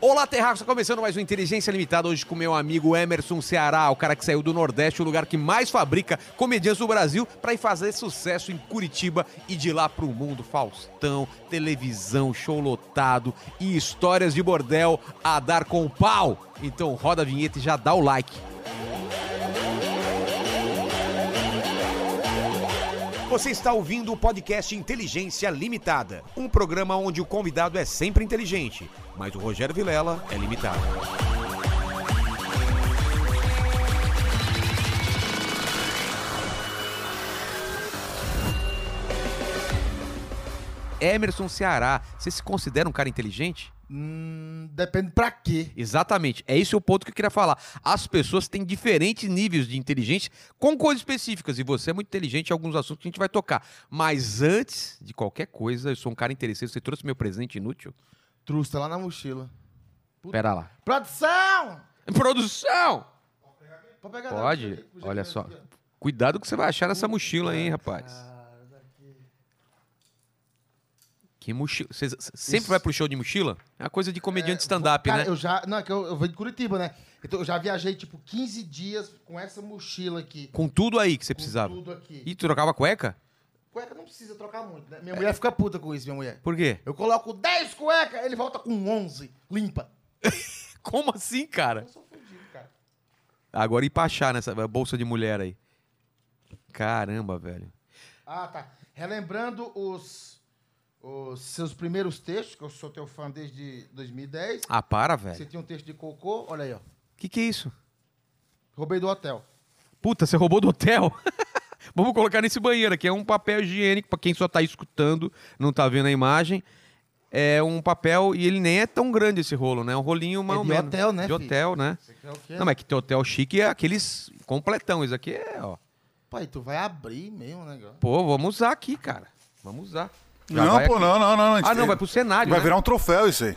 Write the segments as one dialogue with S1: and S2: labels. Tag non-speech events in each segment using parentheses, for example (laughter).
S1: Olá, Terraça, começando mais um Inteligência Limitada, hoje com meu amigo Emerson Ceará, o cara que saiu do Nordeste, o lugar que mais fabrica comediantes do Brasil, pra ir fazer sucesso em Curitiba e de lá pro mundo. Faustão, televisão, show lotado e histórias de bordel a dar com o pau. Então roda a vinheta e já dá o like. Você está ouvindo o podcast Inteligência Limitada, um programa onde o convidado é sempre inteligente, mas o Rogério Vilela é limitado. Emerson Ceará, você se considera um cara inteligente?
S2: Hum, depende pra quê.
S1: Exatamente. É esse o ponto que eu queria falar. As pessoas têm diferentes níveis de inteligência com coisas específicas. E você é muito inteligente em alguns assuntos que a gente vai tocar. Mas antes de qualquer coisa, eu sou um cara interesseiro. Você trouxe meu presente inútil?
S2: Trusta lá na mochila.
S1: Pera lá.
S2: Produção!
S1: Produção!
S2: Pode pegar
S1: Pode?
S2: daqui, daqui,
S1: Olha
S2: daqui,
S1: só.
S2: daqui, ó.
S1: Cuidado que você vai achar nessa mochila, hein, rapaz.
S2: Ah, daqui.
S1: Que mochila. Você sempre
S2: Isso.
S1: vai pro show de mochila? É uma coisa de comediante
S2: É,
S1: stand-up,
S2: Cara,
S1: né?
S2: eu já. Não, é que eu, eu venho de Curitiba, né? Então eu já viajei, tipo, 15 dias com essa mochila aqui.
S1: Com tudo aí que você
S2: com
S1: precisava.
S2: Tudo aqui.
S1: E tu trocava cueca?
S2: Cueca não precisa trocar muito, né? Minha mulher fica puta com isso, minha mulher.
S1: Por quê?
S2: Eu coloco 10 cuecas, ele volta com 11. Limpa.
S1: Como assim, cara?
S2: Eu sou fudido, cara.
S1: Agora ir pra achar nessa bolsa de mulher aí. Caramba, velho.
S2: Ah, tá. Relembrando os, os seus primeiros textos, que eu sou teu fã desde 2010.
S1: Ah, para,
S2: Você
S1: velho.
S2: tinha um texto de cocô, olha aí, ó.
S1: Que que é isso?
S2: Roubei do hotel.
S1: Puta, você roubou do hotel? (laughs) Vamos colocar nesse banheiro aqui. É um papel higiênico, pra quem só tá escutando, não tá vendo a imagem. É um papel, e ele nem é tão grande esse rolo, né? É um rolinho mais
S2: É
S1: ou
S2: de
S1: menos.
S2: hotel, né,
S1: De
S2: filho? É.
S1: hotel, né?
S2: Você quer o quê?
S1: Não, mas que tem hotel chique é aqueles completão. Isso aqui é, ó.
S2: Pai, tu vai abrir mesmo o negócio.
S1: Pô, vamos usar aqui, cara. Vamos usar. Já
S3: Não,
S1: vai
S3: pô,
S1: aqui.
S3: não, não, não. a gente
S1: Ah, não,
S3: tem-
S1: vai pro cenário,
S3: vai
S1: né?
S3: virar um troféu isso aí.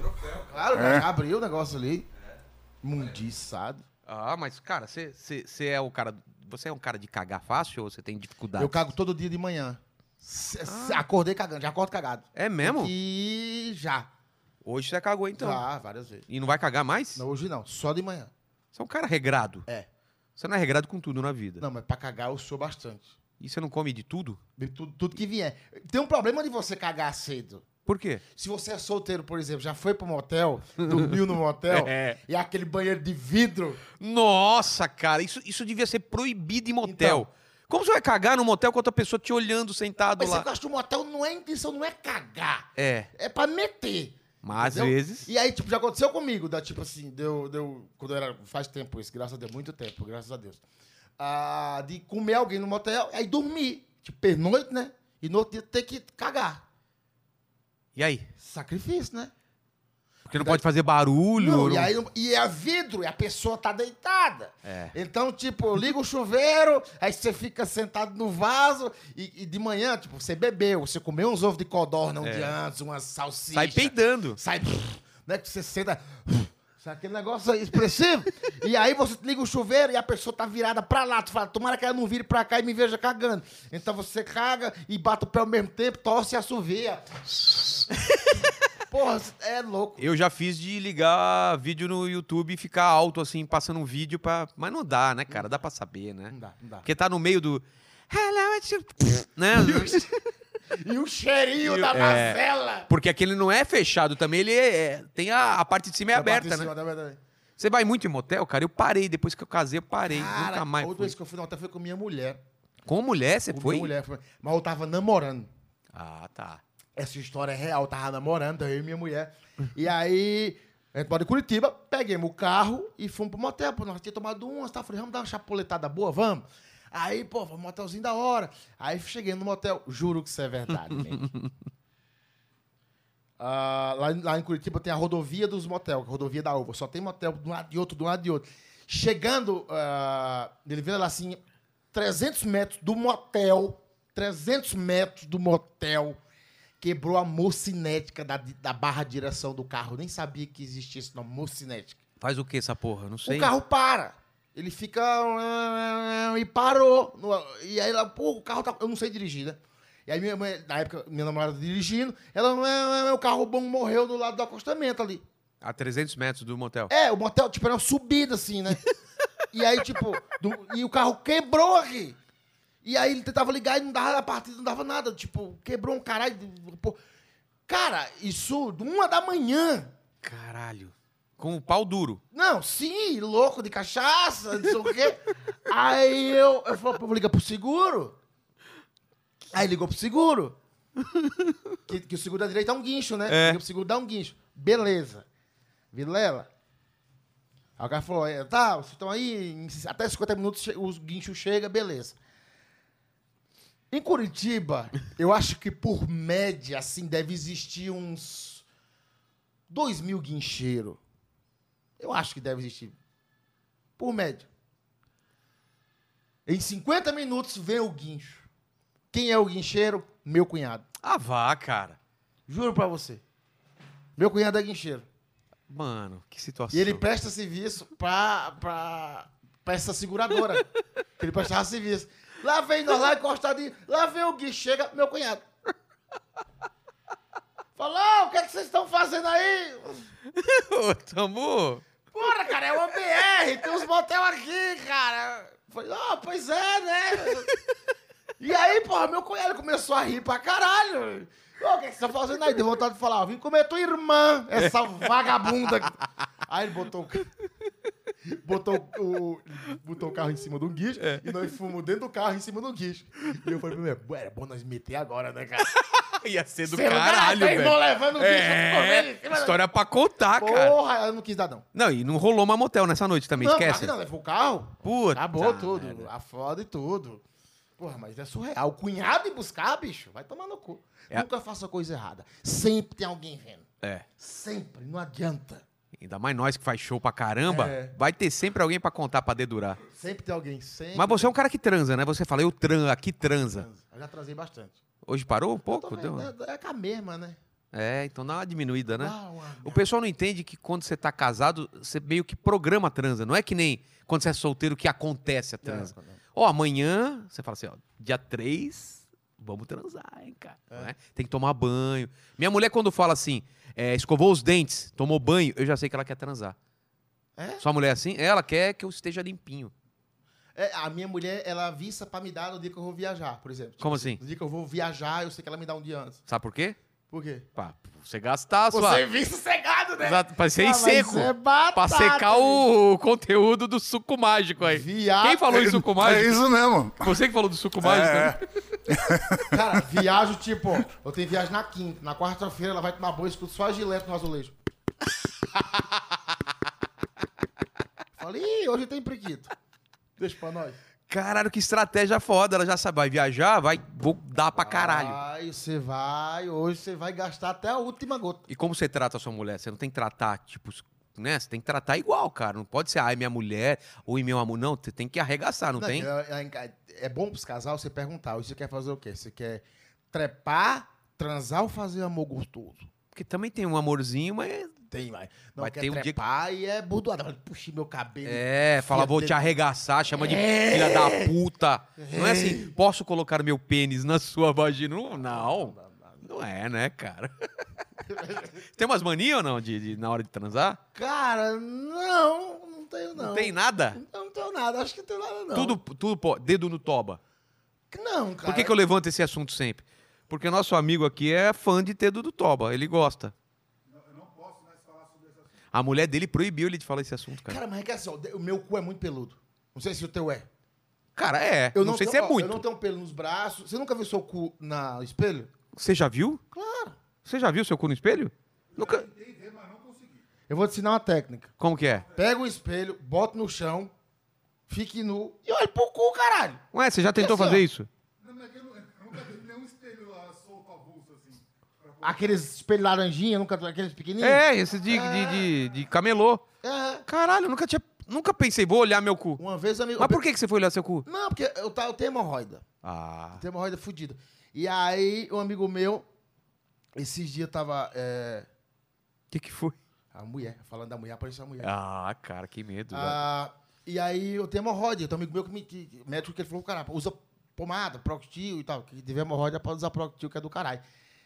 S2: Claro,
S3: É.
S2: vai abrir o negócio ali. É. Mundiçado.
S3: um
S1: Ah, mas, cara, você- você você é o cara... Você é um cara de cagar fácil ou você tem dificuldade?
S2: Eu cago todo dia de manhã. S- s- Acordei cagando, já acordo cagado.
S1: É Ah. mesmo?
S2: E já.
S1: Hoje você cagou, então.
S2: Já, várias vezes.
S1: E não vai cagar mais?
S2: Não, hoje não, só de manhã.
S1: Você é um cara regrado.
S2: É.
S1: Você não é regrado com tudo na vida.
S2: Não, mas pra cagar eu sou bastante.
S1: E você não come de tudo?
S2: De tudo, tudo que vier. Tem um problema de você cagar cedo.
S1: Por quê?
S2: Se você é solteiro, por exemplo, já foi
S1: (laughs)
S2: pro motel, dormiu no motel,
S1: É.
S2: e aquele banheiro de vidro.
S1: Nossa, cara, isso, isso devia ser proibido em motel. Como você vai cagar num motel com outra pessoa te olhando sentado
S2: Então. Mas você
S1: lá?
S2: gosta de um motel, não é intenção, não é cagar.
S1: É.
S2: É pra meter.
S1: Mas
S2: entendeu?
S1: às vezes.
S2: E aí, tipo, já aconteceu comigo, da, tipo assim, deu, deu, quando eu era, faz tempo isso, graças a Deus, muito tempo, graças a Deus. Ah, de comer alguém no motel, aí dormir, tipo, pernoite, né? E no outro dia ter que cagar.
S1: E aí?
S2: Sacrifício, né?
S1: Porque não pode fazer barulho.
S2: Então, Não, e,
S1: não-
S2: aí, e é vidro, e a pessoa tá deitada.
S1: É.
S2: Então, tipo, liga o chuveiro, aí você fica sentado no vaso, e, e de manhã, tipo, você bebeu, você comeu uns ovos de codorna um dia antes, umas salsichas.
S1: É. Sai peidando.
S2: Sai, né, que você senta, sai aquele negócio aí expressivo. e aí você liga o chuveiro e a pessoa tá virada pra lá, tu fala, tomara que ela não vire pra cá e me veja cagando. Então você caga e bate o pé ao mesmo tempo, tosse
S1: (laughs)
S2: e assovia. Porra, é louco.
S1: Eu já fiz de ligar vídeo no YouTube e ficar alto, assim, passando um vídeo pra. Mas não dá, né, cara? Dá pra saber, né?
S2: Não dá, não dá.
S1: Porque tá no meio do. Hello, it's
S2: (laughs)
S1: you. né?
S2: E o cheirinho
S1: E o-
S2: da
S1: é.
S2: mazela.
S1: Porque aquele não é fechado também, ele é- é- tem a, a parte de cima é aberta, né? Você vai muito em motel, cara? Eu parei, depois que eu casei, eu parei.
S2: Cara,
S1: Nunca mais
S2: outra
S1: fui.
S2: vez que eu fui no hotel foi com minha mulher.
S1: Com mulher, você
S2: Com
S1: foi?
S2: Minha mulher, foi- mas eu tava namorando.
S1: Ah, tá.
S2: Essa história é real, eu tava namorando, eu e minha mulher. E aí, a gente mora em Curitiba, peguemos o carro e fomos pro motel, pô, nós tínhamos tomado umas, tá? Falei, vamos dar uma chapuletada boa, vamos? Aí, pô, vamos pro motelzinho da hora. Aí cheguei no motel, juro que isso é verdade, gente. (laughs) Ah, lá, em- lá em Curitiba tem a rodovia dos motel, que é a rodovia da uva. Só tem motel de um lado e outro, de um lado e outro. Chegando, ah, ele vira lá assim, 300 metros do motel, 300 metros do motel, quebrou a mocinética da, di- da barra de direção do carro. Nem sabia que existia esse nome, mocinética.
S1: Faz o que essa porra? Não sei.
S2: O Um carro para. Ele fica. E parou. No- E aí ela, pô, o carro tá. Eu não sei dirigir, né? E aí minha mãe, na época, minha namorada dirigindo, ela. O carro bom morreu do lado do acostamento ali.
S1: A 300 metros do motel.
S2: É, o motel, tipo, era uma subida, assim, né? e aí, tipo, do- e o carro quebrou aqui. E aí ele tentava ligar e não dava a partida, não dava nada. Tipo, quebrou um caralho. pô. Cara, isso, de uma da manhã.
S1: Caralho. Com o pau duro.
S2: Não, sim, louco de cachaça, não sei o quê. Aí eu, eu falei, pô, vou ligar pro seguro. Aí ligou pro seguro. Que, que o seguro da direita dá um guincho, né?
S1: É.
S2: Liga pro seguro dá um guincho. Beleza. Vilela. Aí o cara falou, é, tá, vocês estão aí, em c- até 50 minutos che- o guincho chega, beleza. Em Curitiba, eu acho que por média, assim, deve existir uns 2 mil guincheiros. Eu acho que deve existir. Por média. Em 50 minutos vê o guincho. Quem é o guincheiro? Meu cunhado.
S1: Ah, vá, cara.
S2: Juro pra você. Meu cunhado é guincheiro.
S1: Mano, que situação.
S2: E ele presta serviço pra, pra, pra essa (laughs) seguradora. Que ele prestava serviço. Lá vem nós lá encostadinho. Lá vem o Gui, chega meu cunhado. Fala, "Ah, o que, é que vocês estão fazendo aí?
S1: Ô, (laughs) Tamo.
S2: Bora, cara, é uma BR, tem uns motel aqui, cara. Falei, ah, pois é, né? E aí, porra, meu cunhado começou a rir pra caralho. Ô, o que, é que você tá fazendo aí? Deu vontade de falar, ó, vim comer tua irmã, essa vagabunda. Aí ele botou o ca- botou o, botou o carro em cima do guincho
S1: É.
S2: e nós fomos dentro do carro em cima do guincho. E eu falei, meu, era bom nós meter agora, né,
S1: (laughs)
S2: cara?
S1: Ah, Ia ser do
S2: Sei lá,
S1: caralho,
S2: tá
S1: velho.
S2: irmão levando o guincho correndo em
S1: É,
S2: cima da-
S1: história pra contar, cara.
S2: Porra, eu não quis dar, não.
S1: Não, e não rolou uma motel nessa noite também,
S2: não,
S1: esquece.
S2: claro que não, levou o carro.
S1: Puta.
S2: Acabou tudo.
S1: merda.
S2: A foda e tudo. Porra, mas é surreal. O cunhado ir buscar, bicho, vai tomar no cu.
S1: É.
S2: Nunca faça coisa errada. Sempre tem alguém vendo.
S1: É.
S2: Sempre. Não adianta.
S1: Ainda mais nós que faz show pra caramba,
S2: É.
S1: vai ter sempre alguém pra contar, pra dedurar.
S2: Sempre tem alguém. Sempre.
S1: Mas você é um cara que transa, né? Você fala, eu tran, aqui transa.
S2: Eu já trazei bastante.
S1: Hoje parou um pouco?
S2: É.
S1: Deu...
S2: Eu também, né, É com a mesma, né?
S1: É, então dá uma diminuída, né?
S2: Dá uma-
S1: O pessoal não entende que quando você tá casado, você meio que programa a transa. Não é que nem quando você é solteiro que
S2: É.
S1: acontece a transa. Ó, amanhã, você fala assim, ó, dia 3, vamos transar, hein, cara. Não é? Tem que tomar banho. Minha mulher, quando fala assim, é, escovou os dentes, tomou banho, eu já sei que ela quer transar.
S2: É?
S1: Sua mulher é assim, ela quer que eu esteja limpinho.
S2: É, a minha mulher, ela avisa pra me dar no dia que eu vou viajar, por exemplo.
S1: Como assim?
S2: No dia que eu vou viajar, eu sei que ela me dá um dia antes.
S1: Sabe por quê?
S2: Por quê?
S1: Pra você gastar a sua.
S2: Você viu sossegado, né?
S1: Exato, pra ser
S2: Ah, mas
S1: seco.
S2: É batata,
S1: Pra secar o, o conteúdo do suco mágico aí.
S2: Viado.
S1: Quem falou isso com
S3: É
S1: mágico?
S3: isso mesmo.
S1: Você que falou do suco mágico.
S2: É.
S1: né?
S2: Cara, viajo tipo, ó, eu tenho viagem na quinta. Na quarta-feira ela vai tomar banho, escuta só a gilete no azulejo. (laughs) Falei, "Ih, hoje tem prequito. Deixa pra nós.
S1: Caralho, que estratégia foda. Ela já sabe, vai viajar, vai, vou dar pra Ah, caralho.
S2: Vai, você vai, hoje você vai gastar até a última gota.
S1: E como você trata a sua mulher? Você não tem que tratar, tipo, né? Você tem que tratar igual, cara. Não pode ser, ai, minha mulher, ou meu amor. Não, você tem que arregaçar, não, tem?
S2: É, é- é bom pros casal você perguntar, hoje você quer fazer o quê? Você quer trepar, transar ou fazer amor gostoso?
S1: Porque também tem um amorzinho, mas.
S2: Tem, vai. Não
S1: Mas
S2: quer
S1: tem um dia que-
S2: trepar e é burdoada. Puxa meu cabelo.
S1: É, fala,
S2: Filha
S1: vou
S2: da-
S1: te arregaçar, chama de filha da puta. Não é assim, posso colocar meu pênis na sua vagina? Não, não, não é, né, cara? (laughs) Tem umas manias ou não de, de- na hora de transar?
S2: Cara, não, não tenho não.
S1: Não tem nada?
S2: Ah. Eu não tenho nada, acho que não tenho nada, não.
S1: Tudo, tudo, pô, dedo no toba.
S2: Não, cara.
S1: Por que, que eu levanto esse assunto sempre? Porque nosso amigo aqui é fã de dedo do toba, ele gosta. A mulher dele proibiu ele de falar esse assunto, cara.
S2: Cara, mas é que assim, ó, o meu cu é muito peludo. Não sei se o teu é.
S1: Cara, é. Eu não, sei
S2: tenho-
S1: se é
S2: ó,
S1: muito.
S2: Eu não tenho pelo nos braços. Você nunca viu seu cu na no espelho?
S1: Você já viu?
S2: Claro.
S1: Você já viu seu cu no espelho? Nunca.
S2: Eu vou te ensinar uma técnica.
S1: Como que é?
S2: Pega um espelho, bota no chão, fique nu e olha pro cu, caralho.
S1: Ué, você já tentou
S2: assim,
S1: fazer
S2: ó.
S1: isso?
S3: assim,
S2: Aqueles espelhos laranjinha, nunca aqueles pequenininhos.
S1: É, esse de, de, de- de camelô.
S2: É.
S1: Caralho, eu nunca tinha. Nunca pensei, vou olhar meu cu.
S2: Uma vez, amigo.
S1: Mas por que, que você foi olhar seu cu?
S2: Não, porque eu, tá, eu tenho hemorroida.
S1: Ah.
S2: Tem uma roda fodida. E aí, um amigo meu, esses dias tava. é,
S1: O que, que foi?
S2: a mulher, falando da mulher, apareceu a mulher.
S1: Ah, cara, que medo. velho.
S2: Ah, e aí eu tenho hemorroida. Tem um amigo meu que me. que- que- médico que ele falou, cara, usa pomada, proctil e tal. Que tiver hemorroida pode usar proctil, que é do caralho.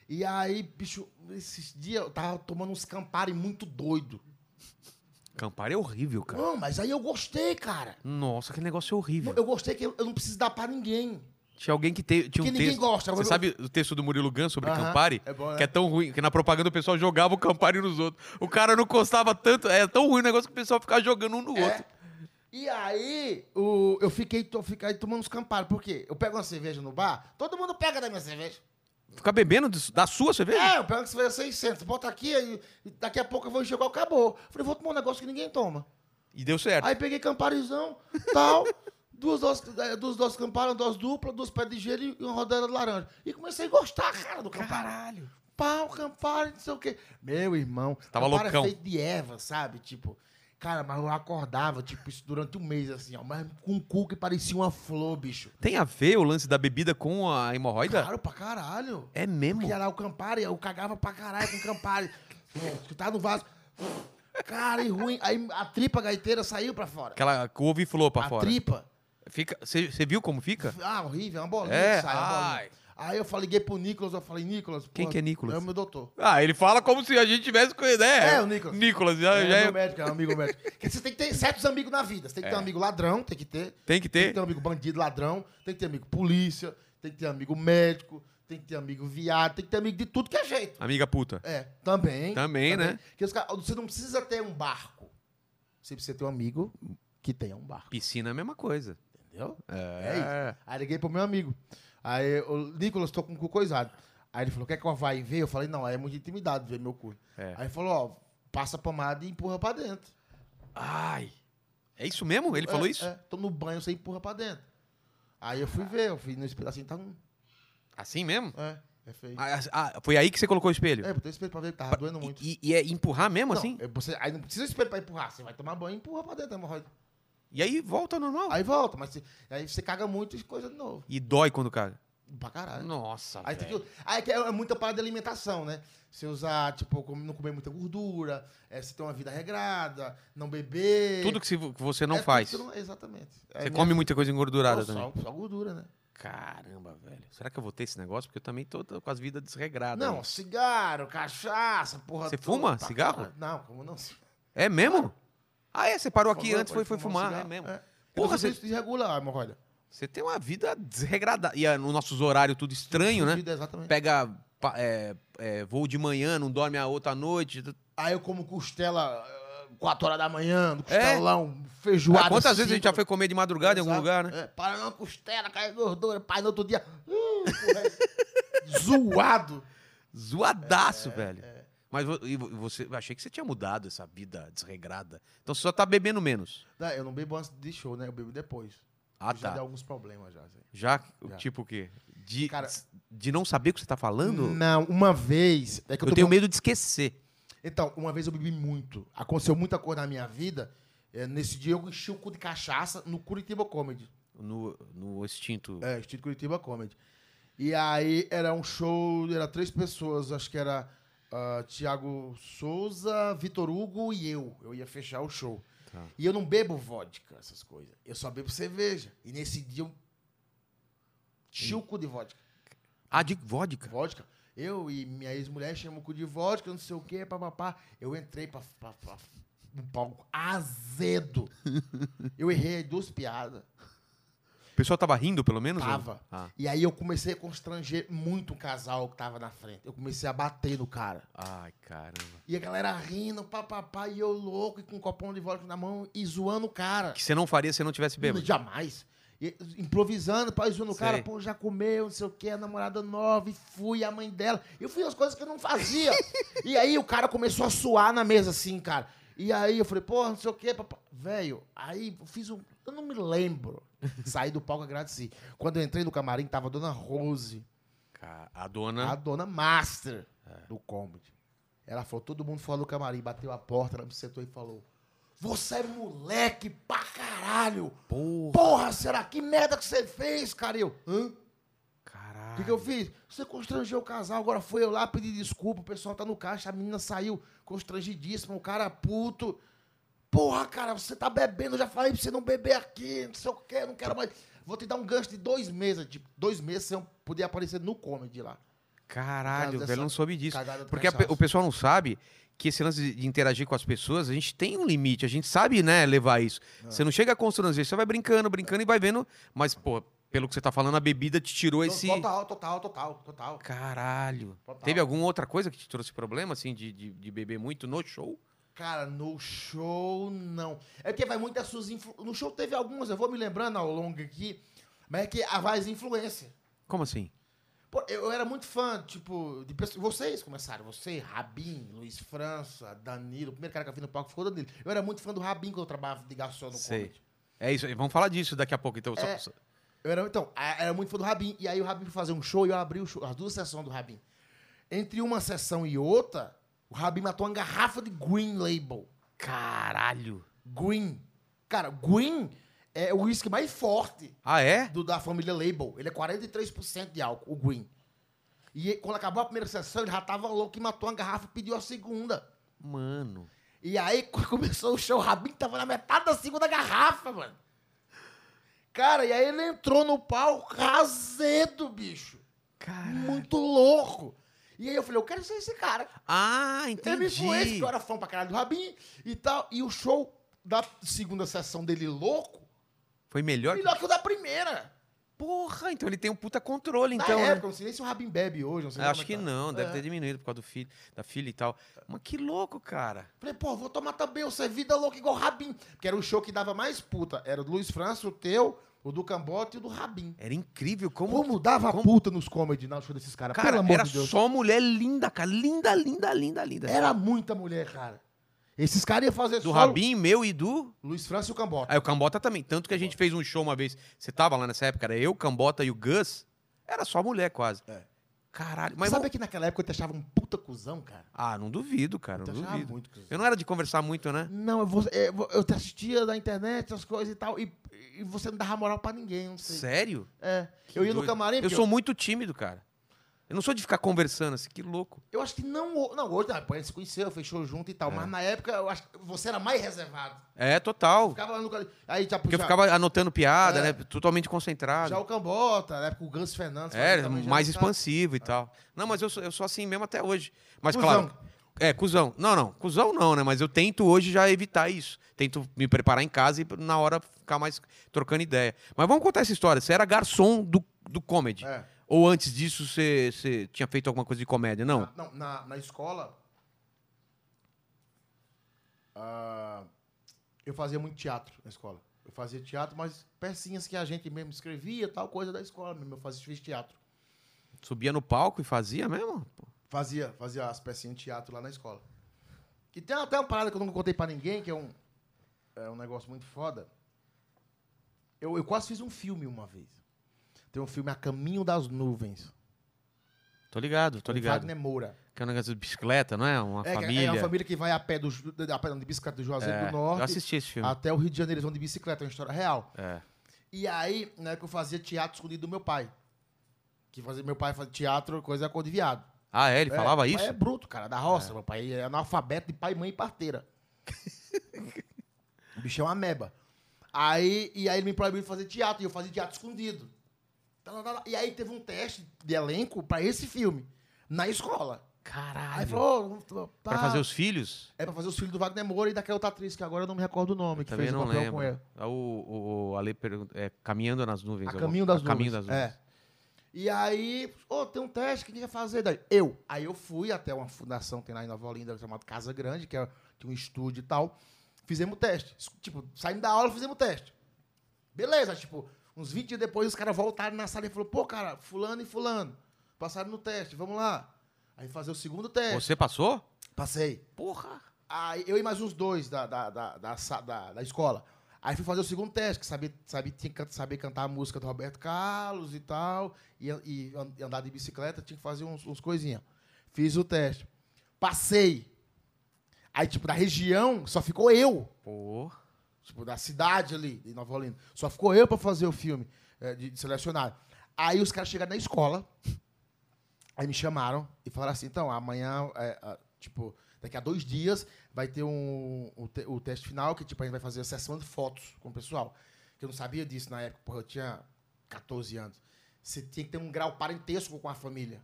S2: E aí, bicho, esses dias eu tava tomando uns Campari muito doido.
S1: Campari é horrível, cara.
S2: Não, mas aí eu gostei, cara.
S1: Nossa, que negócio é horrível.
S2: Eu gostei que eu eu não preciso dar pra ninguém.
S1: Tinha alguém que te, tinha
S2: Que
S1: um
S2: ninguém
S1: texto.
S2: gosta.
S1: Você sabe o texto do Murilo Gun sobre
S2: Aham.
S1: Campari?
S2: É bom, né?
S1: Que é tão ruim, que na propaganda o pessoal jogava o Campari nos outros. O cara não gostava tanto, é tão ruim o negócio que o pessoal ficava jogando um no
S2: É.
S1: outro.
S2: E aí, o- eu fiquei, to- fiquei tomando uns Campari. Por quê? Eu pego uma cerveja no bar, todo mundo pega da minha cerveja.
S1: Ficar bebendo disso- da sua cerveja?
S2: É, eu pego uma cerveja 600, bota aqui, aí, daqui a pouco eu vou enxergar o acabou. Falei, vou tomar um negócio que ninguém toma.
S1: E deu certo.
S2: Aí peguei Camparizão, tal, (laughs) duas doses, eh, duas doses Campari, uma dose dupla, duas pés de gelo e uma rodela de laranja. E comecei a gostar, cara, do Campari.
S1: Caralho.
S2: pau, Campari, não sei o quê. Meu irmão,
S1: tava
S2: Campari é
S1: loucão.
S2: feito de erva, sabe? Tipo, cara, mas eu acordava, tipo, isso durante um mês, assim, ó, mas com um cu que parecia uma flor, bicho.
S1: Tem a ver o lance da bebida com a hemorroida?
S2: Claro, pra caralho.
S1: É mesmo?
S2: Porque era o Campari, eu cagava pra caralho com
S1: (laughs)
S2: Campari. que tá no vaso. Cara, e ruim. Aí a tripa gaiteira saiu pra fora.
S1: Aquela que ouve e flou pra
S2: a
S1: fora.
S2: tripa.
S1: Fica, você viu como fica?
S2: Ah, horrível, é uma bolinha
S1: É,
S2: que sai, é uma bolinha.
S1: ai.
S2: Aí eu falei, liguei pro Nicolas, eu falei, Nicolas...
S1: Quem
S2: pô,
S1: que é Nicolas?
S2: É o meu doutor.
S1: Ah, ele fala como se a gente tivesse com ideia.
S2: É, o Nicolas.
S1: Nicolas, já,
S2: é,
S1: já é-
S2: meu médico, é um
S1: (laughs)
S2: amigo médico. Porque você tem que ter certos amigos na vida. Você tem que ter um amigo ladrão, tem que ter.
S1: Tem que
S2: Tem
S1: ter.
S2: que ter um amigo bandido, ladrão. Tem que ter amigo polícia. Tem que ter amigo médico. Tem que ter amigo viado. Tem que ter amigo de tudo que é jeito.
S1: Amiga puta.
S2: É, também.
S1: Também, né?
S2: Porque os caras- você não precisa ter um barco. Você precisa ter um amigo que tenha um barco,
S1: Piscina é a mesma coisa.
S2: entendeu? É
S1: É.
S2: isso. Aí liguei pro meu amigo. Aí o Nicolas, tô com o cu coisado. Aí ele falou, quer que eu vá e ver? Eu falei, não, aí é muita intimidade ver meu cu.
S1: É.
S2: Aí ele falou, ó, passa a pomada e empurra pra dentro.
S1: Ai. É isso mesmo? Ele
S2: É,
S1: falou isso? Ah.
S2: É, tô no banho, você empurra pra dentro. Aí eu fui ver, eu fui no espelho assim, tá um.
S1: Assim mesmo?
S2: É, é feio.
S1: Ah, ah, foi aí que você colocou o espelho?
S2: É, botei o espelho pra ver, tava doendo muito.
S1: E, e é empurrar mesmo
S2: Não,
S1: assim?
S2: é, você- aí não precisa de espelho pra empurrar, você vai tomar banho e empurra pra dentro, é a hemorroida.
S1: E aí volta ao normal.
S2: Aí volta, mas você- aí você caga muito e coisa de novo.
S1: E dói quando caga.
S2: Pra caralho.
S1: Nossa,
S2: Aí, tem
S1: velho.
S2: que, aí que é é muita parada de alimentação, né? Você usar, tipo, como não comer muita gordura, é, você ter uma vida regrada, não beber.
S1: Tudo que se- que você não
S2: É, tudo
S1: faz.
S2: que não- exatamente. É
S1: Você
S2: minha-
S1: come muita coisa engordurada
S2: Pô,
S1: também.
S2: só, só gordura, né?
S1: Caramba, velho. Será que eu vou ter esse negócio? Porque eu também tô, tô com as vidas desregradas.
S2: Não,
S1: aí.
S2: cigarro, cachaça, porra
S1: Você
S2: toda,
S1: fuma
S2: pra
S1: cigarro?
S2: caralho. Não, como não?
S1: É mesmo? Ah, é? Você parou aqui
S2: Fumar,
S1: antes foi, foi
S2: pode um
S1: fumar. É
S2: cigarro.
S1: mesmo.
S2: É.
S1: Porra,
S2: Porra,
S1: você-
S2: você desregula a hemorroida.
S1: Você tem uma vida desregrada. E ah, nos nossos horários tudo estranho, né?
S2: Fudida, Exatamente.
S1: Pega pa- é, é, voo de manhã, não dorme a outra noite. Ah,
S2: Aí eu como costela 4 horas da manhã, do costelão, feijoada.
S1: Ah, É? quantas vezes
S2: cinco.
S1: a gente já foi comer de madrugada em algum
S2: Exato.
S1: lugar, né?
S2: É, para não, costela, cai gordura, pai, no outro dia. uh, porra, é (laughs) zoado. É,
S1: Zoadaço, velho. Mas vo- e vo- você, eu achei que você tinha mudado essa vida desregrada. Então você só tá bebendo menos.
S2: Não, eu não bebo antes de show, né? Eu bebo depois.
S1: Ah,
S2: Eu Já deu
S1: tá.
S2: alguns problemas já. assim.
S1: Já,
S2: Já.
S1: tipo o quê? De,
S2: Cara-
S1: de não saber o que você tá falando?
S2: Não, uma vez. É que
S1: eu
S2: eu, tô
S1: tenho um
S2: com-
S1: medo de esquecer.
S2: Então, uma vez eu bebi muito. Aconteceu muita coisa na minha vida. É, nesse dia eu enchi o cu de cachaça no Curitiba Comedy.
S1: No, no extinto.
S2: É, Estilo Curitiba Comedy. E aí era um show, era três pessoas, acho que era ah, Tiago Souza, Vitor Hugo e eu. Eu ia fechar o show.
S1: Tá.
S2: E eu não bebo vodka, essas coisas. Eu só bebo cerveja. E nesse dia eu. Chuco de vodka.
S1: Ah, de vodka.
S2: Vodka. Eu e minha ex-mulher chamam o cu de vodka, não sei o quê, papapá. Eu entrei pra, pra, pra, no palco azedo. Eu errei duas piadas.
S1: O pessoal tava rindo, pelo menos? ou-
S2: Tava.
S1: Ah,
S2: E aí eu comecei a constranger muito o casal que tava na frente. Eu comecei a bater no cara.
S1: Ai, caramba.
S2: E a galera rindo, papapá, e eu louco, e com um copão de vodka na mão, e zoando o cara.
S1: Que você não faria se não tivesse bêbado.
S2: Jamais. E, improvisando, pai, zoando o cara,
S1: Sei.
S2: pô, já comeu, não sei o que, a namorada nova, e fui, a mãe dela. Eu fui as coisas que eu não
S1: (laughs)
S2: fazia. e aí o cara começou a suar na mesa, assim, cara. E aí eu falei, porra, não sei o que, papá. Velho, aí eu fiz um. Eu não me
S1: (laughs)
S2: lembro. Saí do palco e agradeci. Quando eu entrei no camarim, tava a dona Rose,
S1: Ca- A dona.
S2: a dona Master do comedy. Ela falou, todo mundo fora do camarim, bateu a porta, ela me sentou e falou: Você é moleque pra caralho!
S1: Porra.
S2: Porra, será que merda que você fez, cara? E Eu, hã? O
S1: Caralho.
S2: que, que eu fiz? Você constrangeu o casal, agora foi eu lá pedir desculpa, o pessoal tá no caixa, a menina saiu constrangidíssima, o cara puto. Porra, cara, você tá bebendo, eu já falei pra você não beber aqui, não sei o que, não quero mais. Vou te dar um gancho de dois meses, tipo, dois meses sem eu poder aparecer no comedy lá. Por
S1: Caralho,
S2: causa
S1: velho,
S2: dessa
S1: não soube disso.
S2: cagada tá do
S1: Porque a pe-
S2: cansaço.
S1: o pessoal não sabe que esse lance de- de interagir com as pessoas, a gente tem um limite, a gente sabe, né, levar isso. Você não chega a constranger, você vai brincando, brincando e vai vendo. Mas, pô, pelo que você tá falando, a bebida te tirou esse.
S2: Total, total, total, total.
S1: Caralho.
S2: Total.
S1: Teve alguma outra coisa que te trouxe problema, assim, de, de, de beber muito no show?
S2: Cara, no show não. É porque vai muito das suas influ... No show teve algumas, eu vou me lembrando ao longo aqui, mas é que a voz influência.
S1: Como assim?
S2: Pô, eu eu era muito fã, tipo, de pessoas. Vocês começaram, você, Rabin, Luiz França, Danilo, o primeiro cara que eu vi no palco ficou o Danilo. Eu era muito fã do Rabin quando eu trabalhava de garçom no
S1: Sei.
S2: comedy.
S1: É isso, vamos falar disso daqui a pouco, então. só-
S2: É.
S1: só-
S2: Eu era, então, a- era muito fã do Rabin. E aí o Rabin foi fazer um show e eu abri o show, as duas sessões do Rabin. Entre uma sessão e outra, o Rabin matou uma garrafa de Green Label.
S1: Caralho.
S2: Green. Cara, Green é o uísque mais forte
S1: Ah, é?
S2: do, da família Label. Ele é 43% de álcool, o Green. E quando acabou a primeira sessão, ele já tava louco e matou uma garrafa e pediu a segunda.
S1: Mano.
S2: E aí, (laughs) quando começou o show, o Rabin tava na metade da segunda garrafa, mano. Cara, e aí ele entrou no palco razedo, bicho.
S1: Caralho.
S2: Muito louco. E aí eu falei, eu quero ser esse cara.
S1: Ah,
S2: Ele me
S1: entendi.
S2: influencia, porque eu era fã pra caralho do Rabin e tal. E o show da segunda sessão dele louco,
S1: Foi melhor? que-
S2: melhor que o da primeira.
S1: Porra, então ele tem um puta controle,
S2: Na
S1: então. né?
S2: época, não sei nem se o Rabin bebe hoje, não sei
S1: Eu
S2: nem
S1: acho
S2: como
S1: que
S2: é tá.
S1: não, deve
S2: É.
S1: ter diminuído por causa do filho, da filha e tal. Mas que louco, cara.
S2: Falei, pô, vou tomar também, você é vida louca igual o Rabin. Porque era o show que dava mais puta. Era o do Luiz França, o teu, o do Cambote e o do Rabin.
S1: Era incrível como.
S2: Como, dava
S1: como-
S2: puta nos comedy no show desses caras,
S1: Cara,
S2: pelo amor
S1: era
S2: de Deus.
S1: só mulher linda, cara. Linda, linda, linda, linda.
S2: Era muita mulher, cara. Esses caras iam fazer
S1: Do
S2: solo.
S1: Rabin, meu e do.
S2: Luiz França e o Cambota.
S1: Aí o Cambota também. Tanto que a gente fez um show uma vez. Você tava lá nessa época, era eu, Cambota e o Gus. Era só mulher quase.
S2: É.
S1: Caralho.
S2: Mas
S1: Mas.
S2: sabe que naquela época eu te achava um puta cuzão, cara?
S1: Ah, não duvido, cara.
S2: Eu
S1: Não
S2: te achava
S1: duvido.
S2: muito cuzão.
S1: Eu não era de conversar muito, né?
S2: Não, eu, vou- é, vo- eu te assistia na internet, as coisas e tal, e, e você não dava moral pra ninguém, não sei.
S1: Sério?
S2: É, eu ia no
S1: doido.
S2: camarim,
S1: Eu
S2: porque
S1: sou muito tímido, cara. Eu não sou de ficar conversando assim, que louco.
S2: eu, eu acho que não... ho- Não, hoje não, depois a gente se conheceu, fechou junto e tal, mas na época eu acho que você era mais reservado.
S1: É, total.
S2: Ficava lá no camarim, aí já,
S1: Porque
S2: já,
S1: eu ficava anotando piada,
S2: É.
S1: né? Totalmente concentrado.
S2: já o Cambota, na época o Gans Fernandes...
S1: é,
S2: fazia também, já tá. um
S1: mais
S2: gostava.
S1: expansivo e tal. Não, mas eu sou, eu sou assim mesmo até hoje. Mas
S2: Cusão.
S1: claro. É, cuzão. Não, não. Cuzão não, né? Mas eu tento hoje já evitar isso. Tento me preparar em casa e na hora ficar mais trocando ideia. Mas vamos contar essa história. Você era garçom do, do comedy.
S2: É.
S1: Ou antes disso você, você tinha feito alguma coisa de comédia? Não.
S2: Na- Ah, Não, na, na escola. ah, eu fazia muito teatro na escola. Eu fazia teatro, mas pecinhas que a gente mesmo escrevia, tal coisa da escola mesmo. Eu fazia fiz teatro.
S1: Subia no palco e fazia mesmo? Pô.
S2: Fazia, fazia as pecinhas de teatro lá na escola. E tem até uma parada que eu nunca contei pra ninguém, que é um, é um negócio muito foda. Eu, eu quase fiz um filme uma vez. Tem um filme A Caminho das Nuvens.
S1: Tô ligado, tô
S2: com
S1: ligado.
S2: Wagner Moura.
S1: Que é um negócio de bicicleta, não é? Uma
S2: né? É, que
S1: família.
S2: é uma família que vai a pé, do, Ju- a pé não, de bicicleta do Juazeiro
S1: É,
S2: do Norte. Ah,
S1: Eu assisti esse filme.
S2: Até o Rio de Janeiro eles vão de bicicleta, é uma história real.
S1: É.
S2: E aí, na época eu fazia teatro escondido do meu pai. Que fazia, meu pai fazia teatro, coisa cor de viado.
S1: Ah, é? Ele
S2: É,
S1: falava
S2: meu
S1: isso?
S2: pai é bruto, cara, da roça. Meu pai é analfabeto de pai, mãe
S1: (laughs)
S2: e parteira. o bicho é uma meba. Aí, e aí ele me proibiu de fazer teatro, e eu fazia teatro escondido. Tá, tá, tá, tá. E aí teve um teste de elenco pra esse filme, na escola.
S1: Caralho.
S2: Aí falou, oh,
S1: Pra fazer os filhos?
S2: É pra fazer os filhos do Wagner Moura e daquela outra atriz, que agora eu não me recordo o nome, que
S1: Também
S2: fez o
S1: não
S2: papel
S1: lembro.
S2: com ela.
S1: Ah, O, o, o Ale pergunta, é, Caminhando nas Nuvens.
S2: A
S1: alguma-
S2: caminho das
S1: a caminho
S2: nuvens.
S1: das Nuvens.
S2: É. E aí, ô, tem um teste, que quem quer fazer? Daí, eu. Aí eu fui até uma fundação, tem lá em Nova Olinda, chamada Casa Grande, que é tinha um estúdio e tal. Fizemos o teste. Es- Tipo, saindo da aula, fizemos o teste. Beleza, tipo, uns 20 dias depois, os caras voltaram na sala e falaram, pô, cara, fulano e fulano, passaram no teste, vamos lá. Aí fazer o segundo teste.
S1: Você passou?
S2: Passei.
S1: Porra.
S2: Aí eu e mais uns dois da, da, da, da, sa- da- da escola. Aí fui fazer o segundo teste, que sabia, sabia, tinha que can- saber cantar a música do Roberto Carlos e tal, e, an- e an- e andar de bicicleta, tinha que fazer uns, uns coisinhas. Fiz o teste. Passei. Aí, tipo, da região, só ficou eu.
S1: Pô.
S2: Tipo, da cidade ali, de Nova Olinda. Só ficou eu pra fazer o filme, eh, de, de selecionar. Aí os caras chegaram na escola, aí me chamaram e falaram assim, então, amanhã, eh, ah, tipo, daqui a dois dias vai ter um, o, te- o teste final, que tipo, a gente vai fazer a sessão de fotos com o pessoal. Que eu não sabia disso na época, porra, eu tinha 14 anos. Você tinha que ter um grau parentesco com a família.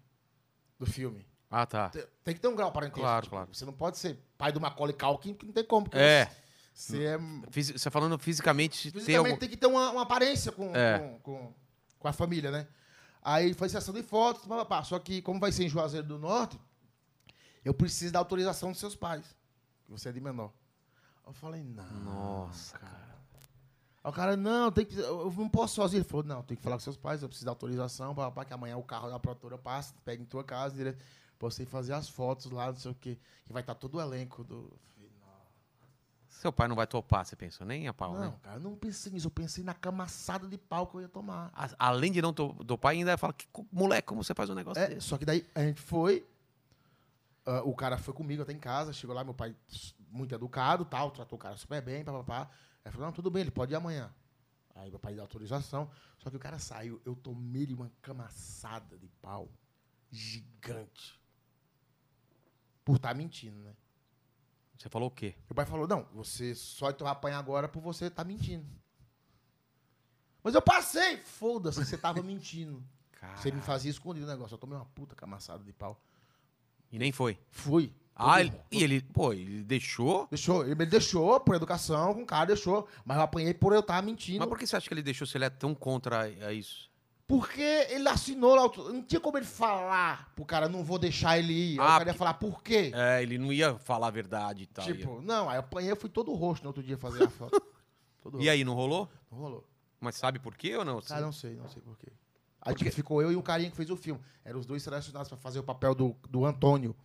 S2: do filme.
S1: Ah, tá.
S2: Te- Tem que ter um grau parentesco.
S1: Claro, claro.
S2: Você não pode ser pai do Macaulay Culkin, porque não tem como. porque
S1: É.
S2: Você é...
S1: Fisi- Você tá falando fisicamente, tem
S2: Fisicamente
S1: algum...
S2: Tipo, tem que ter uma, uma aparência com,
S1: É.
S2: com, com- com a família, né? Aí foi sessão de fotos, pá, pá, pá. só que como vai ser em Juazeiro do Norte, eu preciso da autorização dos seus pais. que Você é de menor. Eu falei, não.
S1: Nossa, cara.
S2: Aí o cara, não, tem que, eu eu não posso sozinho. Ele falou, não, tem que falar com seus pais, eu preciso da autorização, pá, pá, que amanhã o carro da produtora passa, pega em tua casa, direto, pra você fazer as fotos lá, não sei o quê. Que vai estar todo o elenco do...
S1: Seu pai não vai topar, você pensou? Nem a pau,
S2: não,
S1: né?
S2: cara, eu não pensei nisso, eu pensei na camaçada de pau que eu ia tomar.
S1: A- Além de não to- topar, ainda fala, que, co- moleque, como você faz um negócio
S2: É,
S1: desse?
S2: só que daí a gente foi. ah, o cara foi comigo até em casa, chegou lá, meu pai s- muito educado, tal, tratou o cara super bem, papapá. Aí falou, não, tudo bem, ele pode ir amanhã. Aí meu pai deu autorização. Só que o cara saiu, eu tomei-lhe uma camaçada de pau gigante. Por estar mentindo, né?
S1: Você falou o quê?
S2: Meu pai falou, não, você só vai apanhar agora por você estar mentindo. Mas eu passei! Foda-se, você tava mentindo.
S1: Cara.
S2: Você me fazia esconder o negócio. Eu tomei uma puta camaçada de pau.
S1: E nem foi.
S2: Fui.
S1: Ah,
S2: Todo
S1: ele-
S2: mundo.
S1: e ele, pô, ele deixou?
S2: Deixou, ele me deixou por educação, com o cara deixou, mas eu apanhei por eu estar mentindo.
S1: Mas por que você acha que ele deixou se ele é tão contra a- a isso?
S2: Porque ele assinou lá, o- não tinha como ele falar pro cara, não vou deixar ele ir. Aí
S1: Ah,
S2: o cara ia falar, por quê?
S1: É, tá ele não ia falar a verdade e tal.
S2: tipo, não, aí eu apanhei, eu fui todo roxo no outro dia fazer
S1: (laughs)
S2: a foto. todo
S1: E aí, não rolou?
S2: roxo. Não rolou.
S1: Mas sabe por quê ou não?
S2: Cara, não sei, não sei por quê. Aí
S1: Porque-
S2: tipo, ficou eu e o carinha que fez o filme. Eram os dois selecionados pra fazer o papel do, do Antônio,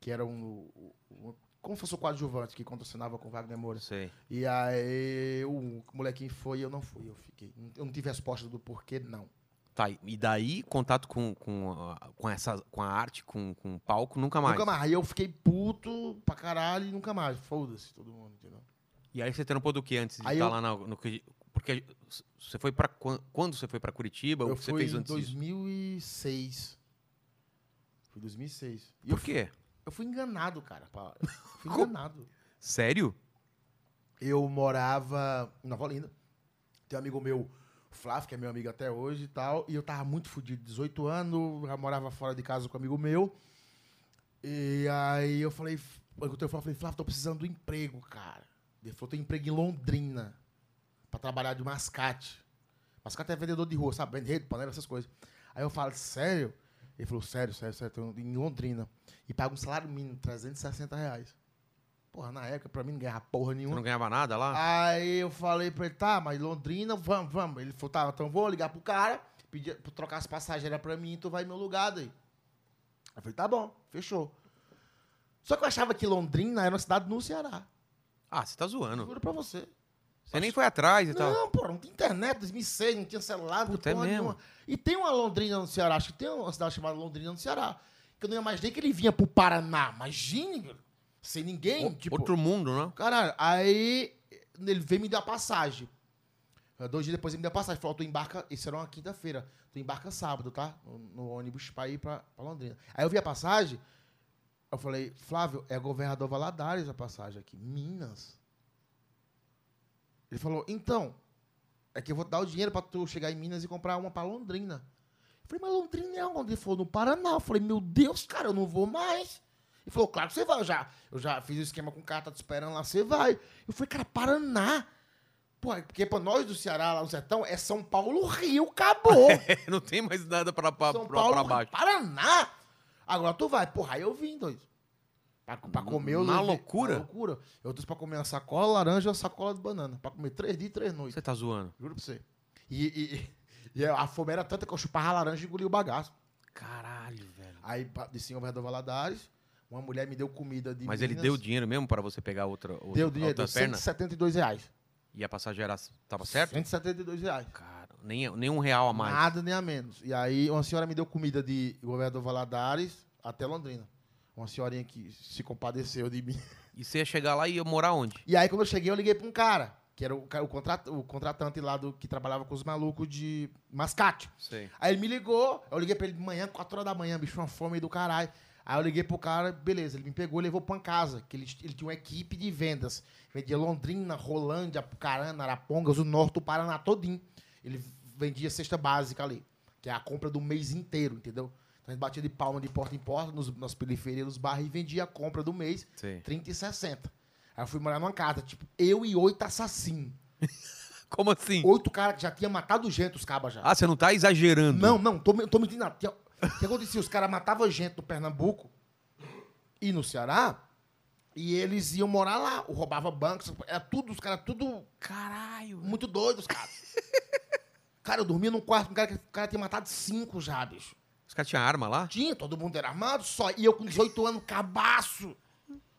S2: que era um, um, um. Como se fosse o coadjuvante que contracenava com o Wagner Moura.
S1: Não sei.
S2: E aí o molequinho foi e eu não fui, eu fiquei. Eu não tive resposta do porquê, não.
S1: Tá, e daí contato com, com, a- com, essa, com a arte, com, com o palco, nunca mais.
S2: Nunca mais. Aí eu fiquei puto pra caralho e nunca mais. Foda-se todo mundo, entendeu?
S1: E aí você trampou do que antes de
S2: Aí
S1: estar
S2: eu-
S1: lá na- no. que- Porque você foi pra. quan- Quando você foi pra Curitiba? o
S2: eu
S1: que você
S2: fui
S1: fez
S2: em
S1: antes disso?
S2: 2006. Fui em 2006. E eu,
S1: Por quê?
S2: eu fui enganado, cara. pá. Eu fui
S1: (laughs) Como?
S2: enganado.
S1: Sério?
S2: Eu morava em Nova Olinda. Tem um amigo meu, Flávio, que é meu amigo até hoje e tal. E eu tava muito fodido, 18 anos, já morava fora de casa com um amigo meu. E aí eu falei, eu encontrei o Flávio, falei, Flávio, tô precisando do emprego, cara. Ele falou, tem emprego em Londrina, pra trabalhar de mascate. Mascate é vendedor de rua, sabe? Vende rede, panela, essas coisas. Aí eu falo, sério? Ele falou, sério, sério, sério, tô em Londrina. E paga um salário mínimo, 360 reais. Porra, na época, pra mim, não ganhava porra
S1: Você
S2: nenhuma.
S1: não ganhava nada lá?
S2: Aí eu falei pra ele, tá, mas Londrina, vamos, vamos. Ele falou, tá, então vou ligar pro cara, pedir pra trocar as passageiras pra mim, tu vai em meu lugar daí. Eu falei, tá bom, fechou. Só que eu achava que Londrina era uma cidade no Ceará.
S1: Ah, você tá zoando.
S2: Juro pra você.
S1: Você nem foi atrás e tal.
S2: Não, pô, não tinha internet, 2006, não tinha celular, não
S1: Puta, é
S2: tinha porra
S1: mesmo?
S2: nenhuma. E tem uma Londrina no Ceará, acho que tem uma cidade chamada Londrina no Ceará. Que eu não imaginei que ele vinha pro Paraná. Imagine, cara, sem ninguém.
S1: O-
S2: tipo,
S1: Outro mundo, não? (laughs)
S2: Caralho, aí ele veio me dar passagem. Ah, Dois dias depois ele me deu passagem. Falou, tu embarca, isso era uma quinta-feira, tu embarca sábado, tá? No, no ônibus pra ir pra, pra Londrina. Aí eu vi a passagem, eu falei, Flávio, é governador Valadares a passagem aqui, Minas. Ele falou, então, é que eu vou te dar o dinheiro pra tu chegar em Minas e comprar uma pra Londrina. Eu falei, mas Londrina é onde? Ele falou, no Paraná. Eu falei, meu Deus, cara, eu não vou mais. Ele falou, claro que você vai, eu já, eu já fiz o esquema com o cara, tá te esperando lá, você vai. Eu falei, cara, Paraná. Pô, é porque pra nós do Ceará, lá no sertão, é São Paulo, Rio,
S1: (laughs)
S2: acabou.
S1: não tem mais nada pra, É, pra,
S2: São
S1: pra-
S2: Paulo, é-
S1: pra baixo.
S2: Paraná. Agora tu vai. Porra, aí eu vim, dois. Pra, pra comer... eu
S1: Na
S2: levei-
S1: loucura?
S2: Na loucura. Eu trouxe pra comer uma sacola laranja e uma sacola de banana. Pra comer três dias e três noites.
S1: Você tá zoando.
S2: Juro pra você. E, e- e- (laughs) e a fome era tanta que eu chupava a laranja e engolia o bagaço.
S1: Caralho, velho.
S2: Aí pa- desci em Overdor Valadares, uma mulher me deu comida de
S1: Mas ele
S2: Minas.
S1: deu dinheiro mesmo pra você pegar outra, outra,
S2: Deu dinheiro,
S1: outra
S2: deu
S1: perna?
S2: 172 reais.
S1: E a passagem era, tava certo?
S2: 172 reais.
S1: Cara, nem, nem um real a mais.
S2: Nada nem a menos. E aí uma senhora me deu comida de Governador Valadares até Londrina. Uma senhorinha que se compadeceu de mim. (laughs)
S1: E você ia chegar lá e ia morar onde?
S2: E aí quando eu cheguei, eu liguei pra um cara, que era o, ca- o, contrat, o contratante lá do que trabalhava com os malucos de mascate.
S1: Sei.
S2: Aí ele me ligou, eu liguei pra ele de manhã, 4 horas da manhã, bicho, uma fome do caralho. Aí eu liguei pro cara, beleza, ele me pegou e levou pra uma casa, que ele, ele tinha uma equipe de vendas. Vendia Londrina, Rolândia, Apucarana, Arapongas, o norte do Paraná todinho. Ele vendia cesta básica ali, que é a compra do mês inteiro, entendeu? Então a gente batia de palma de porta em porta, nos, nas periferias, nos bairros, e vendia a compra do mês,
S1: Sim.
S2: 30 e 60. Aí eu fui morar numa casa, tipo, eu e oito assassinos.
S1: (laughs) Como assim?
S2: Oito caras que já tinham matado gente, os cabas já.
S1: Ah, você não tá exagerando.
S2: Não, não, tô, me- tô mentindo nada. Tinha- O que acontecia? Os caras matavam gente no Pernambuco e no Ceará, e eles iam morar lá, roubava bancos, era tudo, os caras tudo
S1: Caralho.
S2: muito
S1: (laughs)
S2: doidos, cara. cara, eu dormia num quarto com um cara que o cara tinha matado cinco já, bicho.
S1: Os caras tinham arma lá?
S2: Tinha, todo mundo era armado, só. E eu com 18 anos, cabaço,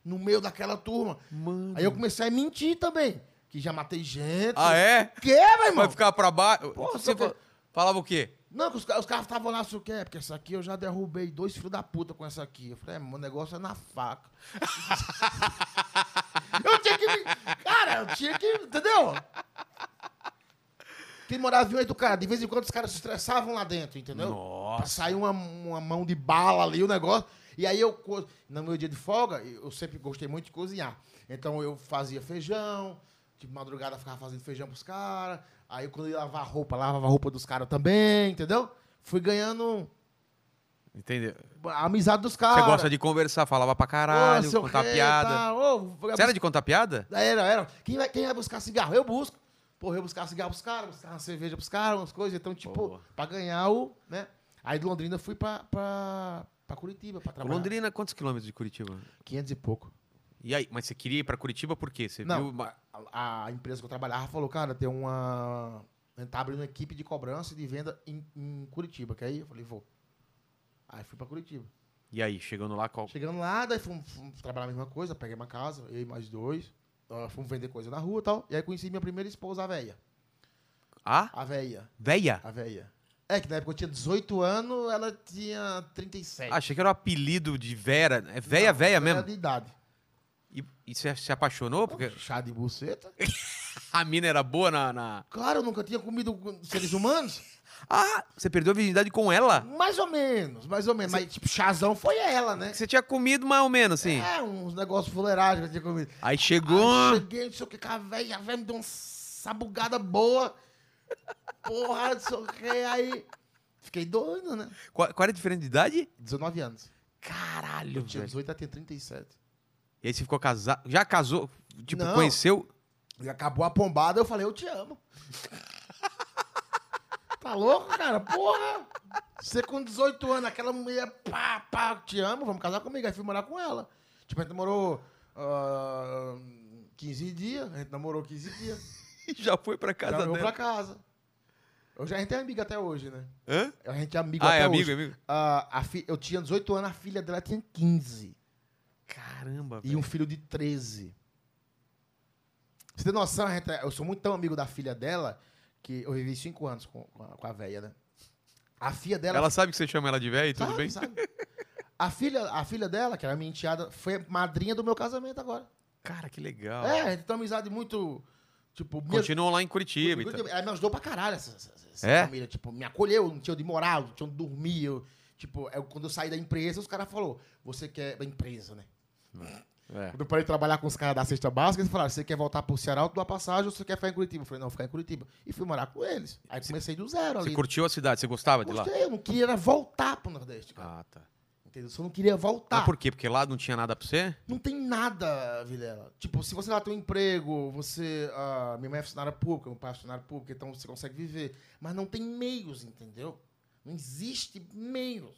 S2: no meio daquela turma.
S1: Mano.
S2: Aí eu comecei a mentir também, que já matei gente.
S1: Ah, é?
S2: O quê, meu irmão?
S1: Vai ficar pra baixo.
S2: Porra,
S1: Você
S2: você
S1: fa- falava o quê?
S2: Não, que os, ca- os caras estavam lá, assim, o quê? Porque essa aqui eu já derrubei dois filhos da puta com essa aqui. Eu falei, é, meu negócio é na faca. (laughs) eu tinha que. me- Cara, eu tinha que. Entendeu? Quem morava em do cara, de vez em quando os caras se estressavam lá dentro, entendeu?
S1: Nossa.
S2: Pra sair uma, uma mão de bala ali, o negócio. E aí eu, co- no meu dia de folga, eu sempre gostei muito de cozinhar. Então eu fazia feijão, de madrugada eu ficava fazendo feijão pros caras. Aí quando eu ia lavar roupa, lavava a roupa dos caras também, entendeu? Fui ganhando
S1: Entendeu? Você
S2: a amizade dos caras.
S1: gosta de conversar, falava pra caralho, contar
S2: tá
S1: piada. Você era de contar piada?
S2: Era, era. Quem vai, quem vai buscar cigarro? Eu busco. Porra, eu buscar cigarro pros caras, buscar uma cerveja pros caras, umas coisas. Então, tipo,
S1: Boa.
S2: pra ganhar o. Né? Aí de Londrina eu fui pra, pra, pra Curitiba pra trabalhar.
S1: Londrina, quantos quilômetros de Curitiba?
S2: 500 e pouco.
S1: E aí, mas você queria ir pra Curitiba por quê? Você
S2: Não,
S1: viu. uma-
S2: A, a empresa que eu trabalhava falou, cara, tem uma. A gente tá abrindo uma equipe de cobrança e de venda em, em Curitiba. Que aí eu falei, vou. Aí fui pra Curitiba.
S1: E aí, chegando lá, qual.
S2: Chegando lá, daí fomos, fomos trabalhar a mesma coisa, peguei uma casa, eu e mais dois. ah, Fomos vender coisa na rua e tal. E aí conheci minha primeira esposa, a véia.
S1: Ah?
S2: A véia.
S1: Véia?
S2: A véia. É que na época eu tinha 18 anos, ela tinha 37.
S1: Achei que era o apelido de Vera. É véia,
S2: Não,
S1: véia
S2: Era
S1: mesmo.
S2: de idade.
S1: E, e você se apaixonou? Porque
S2: Chá de buceta?
S1: a mina era boa na. na-
S2: Claro, eu nunca tinha comido com seres humanos.
S1: Ah! Você perdeu a virgindade com ela?
S2: Mais ou menos, mais ou menos. Mas, tipo, chazão foi ela, né?
S1: Você tinha comido mais ou menos, assim.
S2: É, uns negócios fuleiragem que eu tinha comido.
S1: Aí
S2: Aí
S1: chegou. um
S2: cheguei, não sei o que, com a véia, a véia me deu uma sabugada boa. Porra, não sei o que, aí... Fiquei doido, né?
S1: Qual, qual era a diferença de idade?
S2: 19 anos.
S1: Caralho,
S2: Eu tinha
S1: velho.
S2: 18, ela tinha 37.
S1: E aí você ficou casado. Já casou? Tipo,
S2: Não. (laughs)
S1: conheceu?
S2: E acabou a pombada, eu falei, eu te amo. (laughs) tá louco, cara? Porra! Você com 18 anos, aquela mulher, pá, pá, te amo, vamos casar comigo. Aí fui morar com ela. Tipo, a gente namorou ah, 15 dias, a gente namorou 15 dias.
S1: E já foi pra casa
S2: Ela levou
S1: dela.
S2: pra casa. Hoje a gente é amigo até hoje, né?
S1: Hã?
S2: A gente é amigo
S1: Ah,
S2: até
S1: é
S2: hoje.
S1: amigo, é amigo?
S2: Ah, a fi- Eu tinha 18 anos, a filha dela tinha 15.
S1: Caramba,
S2: E
S1: velho.
S2: um filho de 13. Você tem noção, a gente- é, eu sou muito tão amigo da filha dela que eu vivi cinco anos com, com a, com a véia, né? A filha dela.
S1: Ela... sabe que você chama ela de véia e tudo
S2: sabe,
S1: bem?
S2: sabe? A filha, a filha dela, que era minha enteada, foi madrinha do meu casamento agora.
S1: Cara, que legal.
S2: É, a gente tem uma amizade muito. Tipo, minha-
S1: Continuam lá em Curitiba. e tal.
S2: ela me ajudou pra caralho, essa, essa- essa
S1: então. É?
S2: família. Tipo, me acolheu, não tinha onde morar, não tinha onde dormir. eu- tipo, eu- quando eu saí da empresa, os caras falaram: você quer. Da empresa, né?
S1: É.
S2: Quando eu parei de trabalhar com os caras da cesta básica, eles falaram: você quer voltar pro Ceará ou tu dá passagem ou você quer ficar em Curitiba? Eu falei: não, ficar em Curitiba. E fui morar com eles. Aí comecei do zero
S1: Você
S2: ali.
S1: curtiu a cidade? Você gostava de lá?
S2: Gostei, eu não queria era voltar pro Nordeste, cara.
S1: Ah, tá.
S2: Entendeu? Eu só não queria voltar.
S1: Mas por quê? Porque lá não tinha nada pra você?
S2: Não tem nada, Vilela. Tipo, se você lá tem um emprego, você. ah, minha mãe é funcionária pública, meu pai é funcionário público, então você consegue viver. Mas não tem meios, entendeu? Não existe meios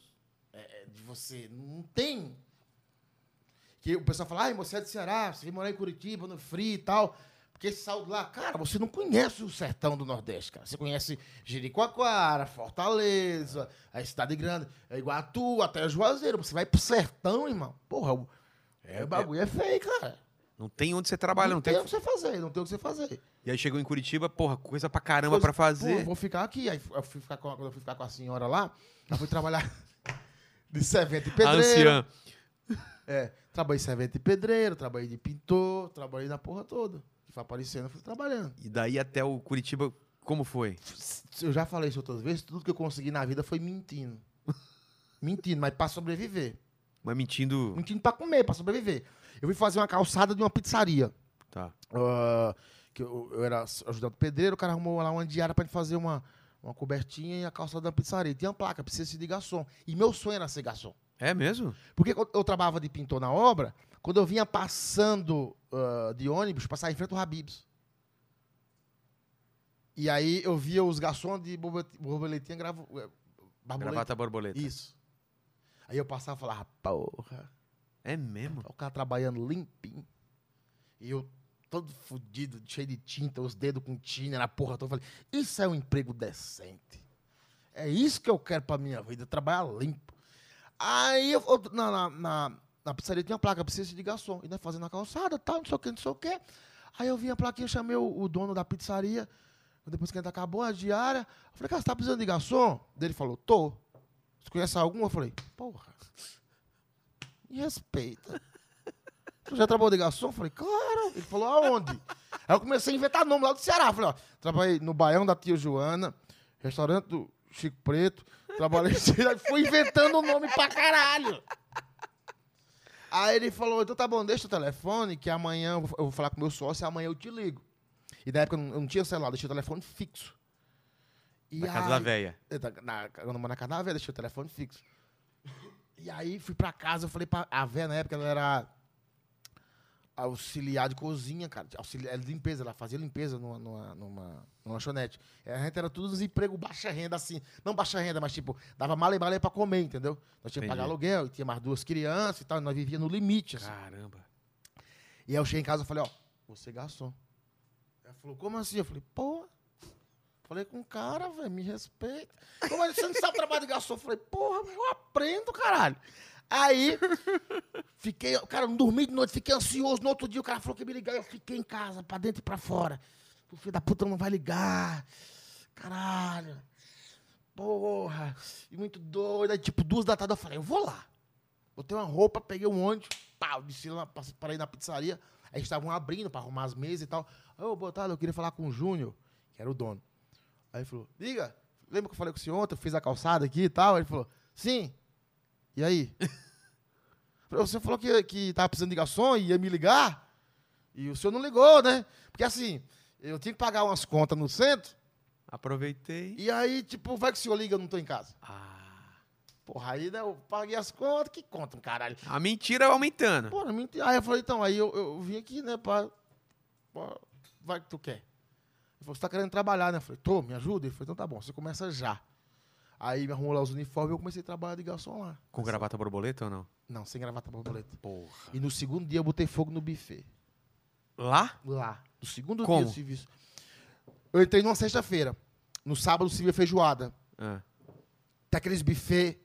S2: é, é, de você. Não tem. Que o pessoal fala, ai, você é do Ceará, você vem morar em Curitiba, no frio e tal. Porque você saiu de lá. Cara, você não conhece o sertão do Nordeste, cara. Você conhece Jericoacoara, Fortaleza, a Cidade Grande, é Iguatu, até Juazeiro. Você vai pro sertão, irmão. Porra, o, é, o bagulho é feio, cara.
S1: Não tem onde você trabalha, não tem.
S2: o que você fazer, não tem o que você fazer.
S1: E aí chegou em Curitiba, porra, coisa pra caramba
S2: Coisa-
S1: pra fazer.
S2: Pô, vou ficar aqui. Aí eu fui ficar com, a- quando eu fui ficar com a senhora lá, eu fui trabalhar (laughs) de servente e
S1: a
S2: pedreiro.
S1: anciã.
S2: É, trabalhei de servente e pedreiro, trabalhei de pintor, trabalhei na porra toda. Que foi aparecendo, eu fui trabalhando.
S1: E daí até o Curitiba, como foi?
S2: Eu já falei isso outras vezes, tudo que eu consegui na vida foi mentindo. Mentindo, mas pra sobreviver.
S1: Mas mentindo.
S2: Mentindo pra comer, pra sobreviver. Eu fui fazer uma calçada de uma pizzaria.
S1: Tá.
S2: Ah, que eu, eu era ajudante pedreiro, o cara arrumou lá uma diária pra gente fazer uma, uma cobertinha e a calçada da pizzaria. Tinha uma placa, precisa de garçom. E meu sonho era ser garçom.
S1: É mesmo?
S2: Porque quando eu trabalhava de pintor na obra, quando eu vinha passando ah, de ônibus, passava em frente ao Habibs. E aí eu via os garçons de borbolet- borboletinha gravo, eh, barboleta.
S1: Gravata borboleta.
S2: Isso. Aí eu passava e falava, "Ah, porra,
S1: É mesmo?
S2: o cara trabalhando limpinho. E eu todo fudido, cheio de tinta, os dedos com tinta na porra toda. Eu falei, isso é um emprego decente. É isso que eu quero pra minha vida, trabalhar limpo. Aí eu, eu- na, na, na, na pizzaria tinha uma placa, precisa de garçom. E nós fazendo na calçada, tal, não sei o que, não sei o que. Aí eu vi a plaquinha, chamei o, o dono da pizzaria. Depois que a gente acabou a diária, eu falei, cara, você tá precisando de garçom? Daí Ele falou, tô. Você conhece algum? Eu falei, porra. Me respeita. Tu já trabalhou de garçom? Eu falei, claro. Ele falou, aonde? Aí eu comecei a inventar nome lá do Ceará. Eu falei, ó, trabalhei no Baião da Tia Joana, restaurante do Chico Preto, trabalhei... (laughs) Aí Fui inventando o nome pra caralho. Aí ele falou, então tá bom, deixa o telefone que amanhã eu vou- eu vou falar com meu sócio e amanhã eu te ligo. E na época eu não, eu não tinha celular, deixei o telefone fixo. E
S1: Na casa da
S2: aí-
S1: véia.
S2: eu tava tá Na, eu não moro na casa da véia, deixei o telefone fixo. E aí fui pra casa, eu falei pra. A véia na época ela era auxiliar de cozinha, cara. Auxiliar de limpeza, ela fazia limpeza numa, numa, numa, numa lanchonete. E A gente era tudo uns empregos baixa renda, assim. Não baixa renda, mas tipo, dava mala e bala pra comer, entendeu? Nós tínhamos que pagar
S1: Entendi.
S2: aluguel, e tinha mais duas crianças e tal, e nós vivíamos no limite, assim.
S1: Caramba.
S2: E aí eu cheguei em casa e falei, ó, você garçom. Ela falou, como assim? Eu falei, pô. Falei com o cara, velho, me respeita. Como é que você não sabe trabalhar de garçom? Eu falei, porra, eu aprendo, caralho. Aí, fiquei, cara, não dormi de noite, fiquei ansioso. No outro dia, o cara falou que ia me ligar. Eu fiquei em casa, pra dentro e pra fora. O filho da puta não vai ligar. Caralho. Porra. E muito doido. Aí, tipo, duas da tarde, eu falei, eu vou lá. Botei uma roupa, peguei um ônibus, pau, desci lá, passei- parei na pizzaria. Aí estavam abrindo pra arrumar as mesas e tal. Aí eu, boa tarde, eu queria falar com o Júnior, que era o dono. Aí ele falou, liga, lembra que eu falei com o senhor ontem, eu fiz a calçada aqui e tal? Aí ele falou, sim. E aí? (laughs) Eu falei, Você falou que, que tava precisando de garçom e ia me ligar? E o senhor não ligou, né? Porque assim, eu tinha que pagar umas contas no centro,
S1: Aproveitei.
S2: e aí, tipo, vai que o senhor liga, eu não tô em casa.
S1: Ah.
S2: Porra, aí né, eu paguei as contas, que conta, um caralho.
S1: A mentira aumentando.
S2: Pô, não me ent- Aí eu falei, então, aí eu, eu vim aqui, né, pra, pra- Vai que tu quer. Ele falou, você tá querendo trabalhar, né? Eu falei, tô, me ajuda? Ele falou, então tá bom, você começa já. Aí me arrumou lá os uniformes e eu comecei a trabalhar de garçom lá.
S1: Com gravata borboleta ou não?
S2: Não, sem gravata borboleta.
S1: Porra.
S2: E no segundo dia eu botei fogo no buffet.
S1: Lá?
S2: Lá. No segundo
S1: Como?
S2: dia do serviço. Eu entrei numa sexta-feira. No sábado servia feijoada.
S1: Ah.
S2: Tem aqueles buffet.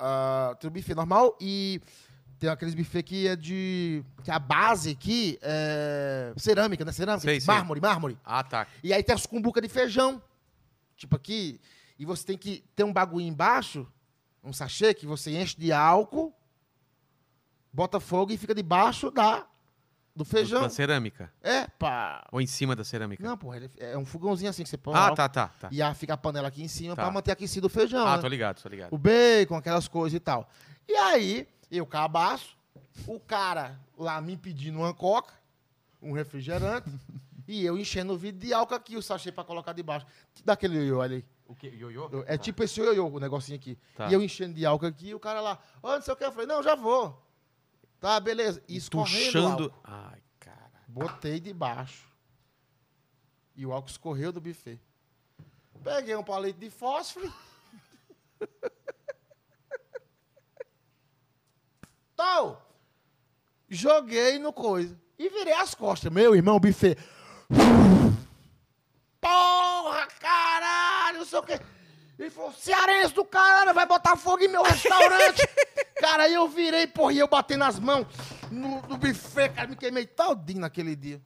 S2: ah, tem o buffet normal e tem aqueles buffet que é de. que a base aqui é. cerâmica, né? Cerâmica,
S1: Sei, sei.
S2: mármore, mármore.
S1: Ah, tá.
S2: E aí tem as cumbucas de feijão. Tipo aqui. E você tem que ter um bagulho embaixo, um sachê que você enche de álcool, bota fogo e fica debaixo da, do feijão.
S1: Da cerâmica.
S2: É, pá.
S1: Ou em cima da cerâmica.
S2: Não, porra, ele- é um fogãozinho assim que você põe. o
S1: ah,
S2: álcool
S1: tá, tá, tá.
S2: E aí fica a panela aqui em cima
S1: Tá.
S2: pra manter aquecido o feijão.
S1: Ah,
S2: né?
S1: tô ligado, tô ligado.
S2: o bacon, aquelas coisas e tal. E aí, eu cabaço, o cara lá me pedindo uma coca, um refrigerante, e eu enchendo o vidro de álcool aqui, o sachê pra colocar debaixo. Daquele ioiô ali.
S1: O que? Ioiô?
S2: Eu- É tipo esse ioiô, o negocinho aqui.
S1: Tá.
S2: E eu enchendo de álcool aqui, e o cara lá, ô, não sei o que, eu falei, não, já vou. Tá, beleza. E escorrendo o álcool.
S1: Tuxando. Ai, cara.
S2: Botei debaixo. E o álcool escorreu do buffet. Peguei um palito de fósforo. (laughs) Tal. Joguei no coisa. E virei as costas. Meu irmão, o buffet. Porra, caralho, não sei o quê. Ele falou, cearense do caralho, vai botar fogo em meu restaurante. (laughs) cara, aí eu virei, porra, e eu bati nas mãos no, no buffet, cara, me queimei todinho naquele dia.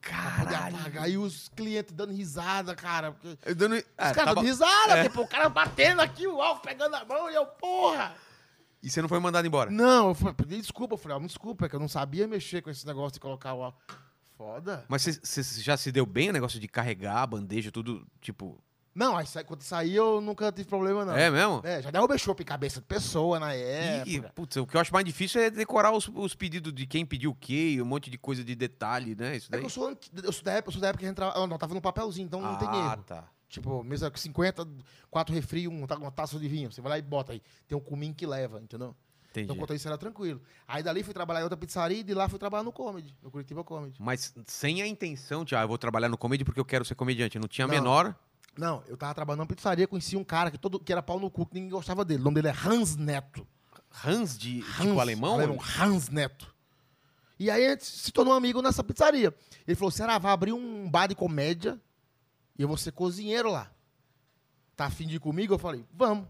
S2: Caralho. Aí os clientes dando risada, cara. Porque...
S1: Eu dando.
S2: os
S1: Ah,
S2: caras
S1: tava-
S2: dando risada, tipo, o cara batendo aqui, o alvo pegando a mão, e eu, porra.
S1: E você não foi mandado embora?
S2: Não, eu falei, pedi desculpa, eu falei, ó, me desculpa, é que eu não sabia mexer com esse negócio de colocar o álcool. Foda.
S1: Mas você- você já se deu bem o negócio de carregar a bandeja, tudo, tipo.
S2: Não, aí, sa- quando saí eu nunca tive problema, não.
S1: É mesmo?
S2: É, já derrubei chopp em cabeça de pessoa na
S1: E, e,
S2: época.
S1: putz, o que eu acho mais difícil é decorar os, os pedidos de quem pediu o quê, e um monte de coisa de detalhe, né? Isso
S2: É
S1: daí.
S2: ah, que eu sou, anti- eu sou da época, eu sou da época que a gente tra- eu não, tava no papelzinho, então não tem erro.
S1: tá.
S2: Tipo, mesa com 50, quatro refri, um, ta- uma taça de vinho. Você vai lá e bota aí. Tem um cominho que leva, entendeu?
S1: Entendi.
S2: Então, quanto a isso, era tranquilo. Aí dali fui trabalhar em outra pizzaria e de lá fui trabalhar no Comedy, no Curitiba Comedy.
S1: Mas sem a intenção de, ah, eu vou trabalhar no comedy porque eu quero ser comediante. Não tinha a
S2: Não.
S1: menor.
S2: Não, eu tava trabalhando na pizzaria, conheci um cara que, todo, que era pau no cu, que ninguém gostava dele. O nome dele é Hans Neto.
S1: Hans de
S2: Hans,
S1: tipo alemão?
S2: alemão Hans Neto. E aí a gente se tornou amigo nessa pizzaria. Ele falou, Ceará, vai abrir um bar de comédia e eu vou ser cozinheiro lá. Tá afim de ir comigo? Eu falei, vamos.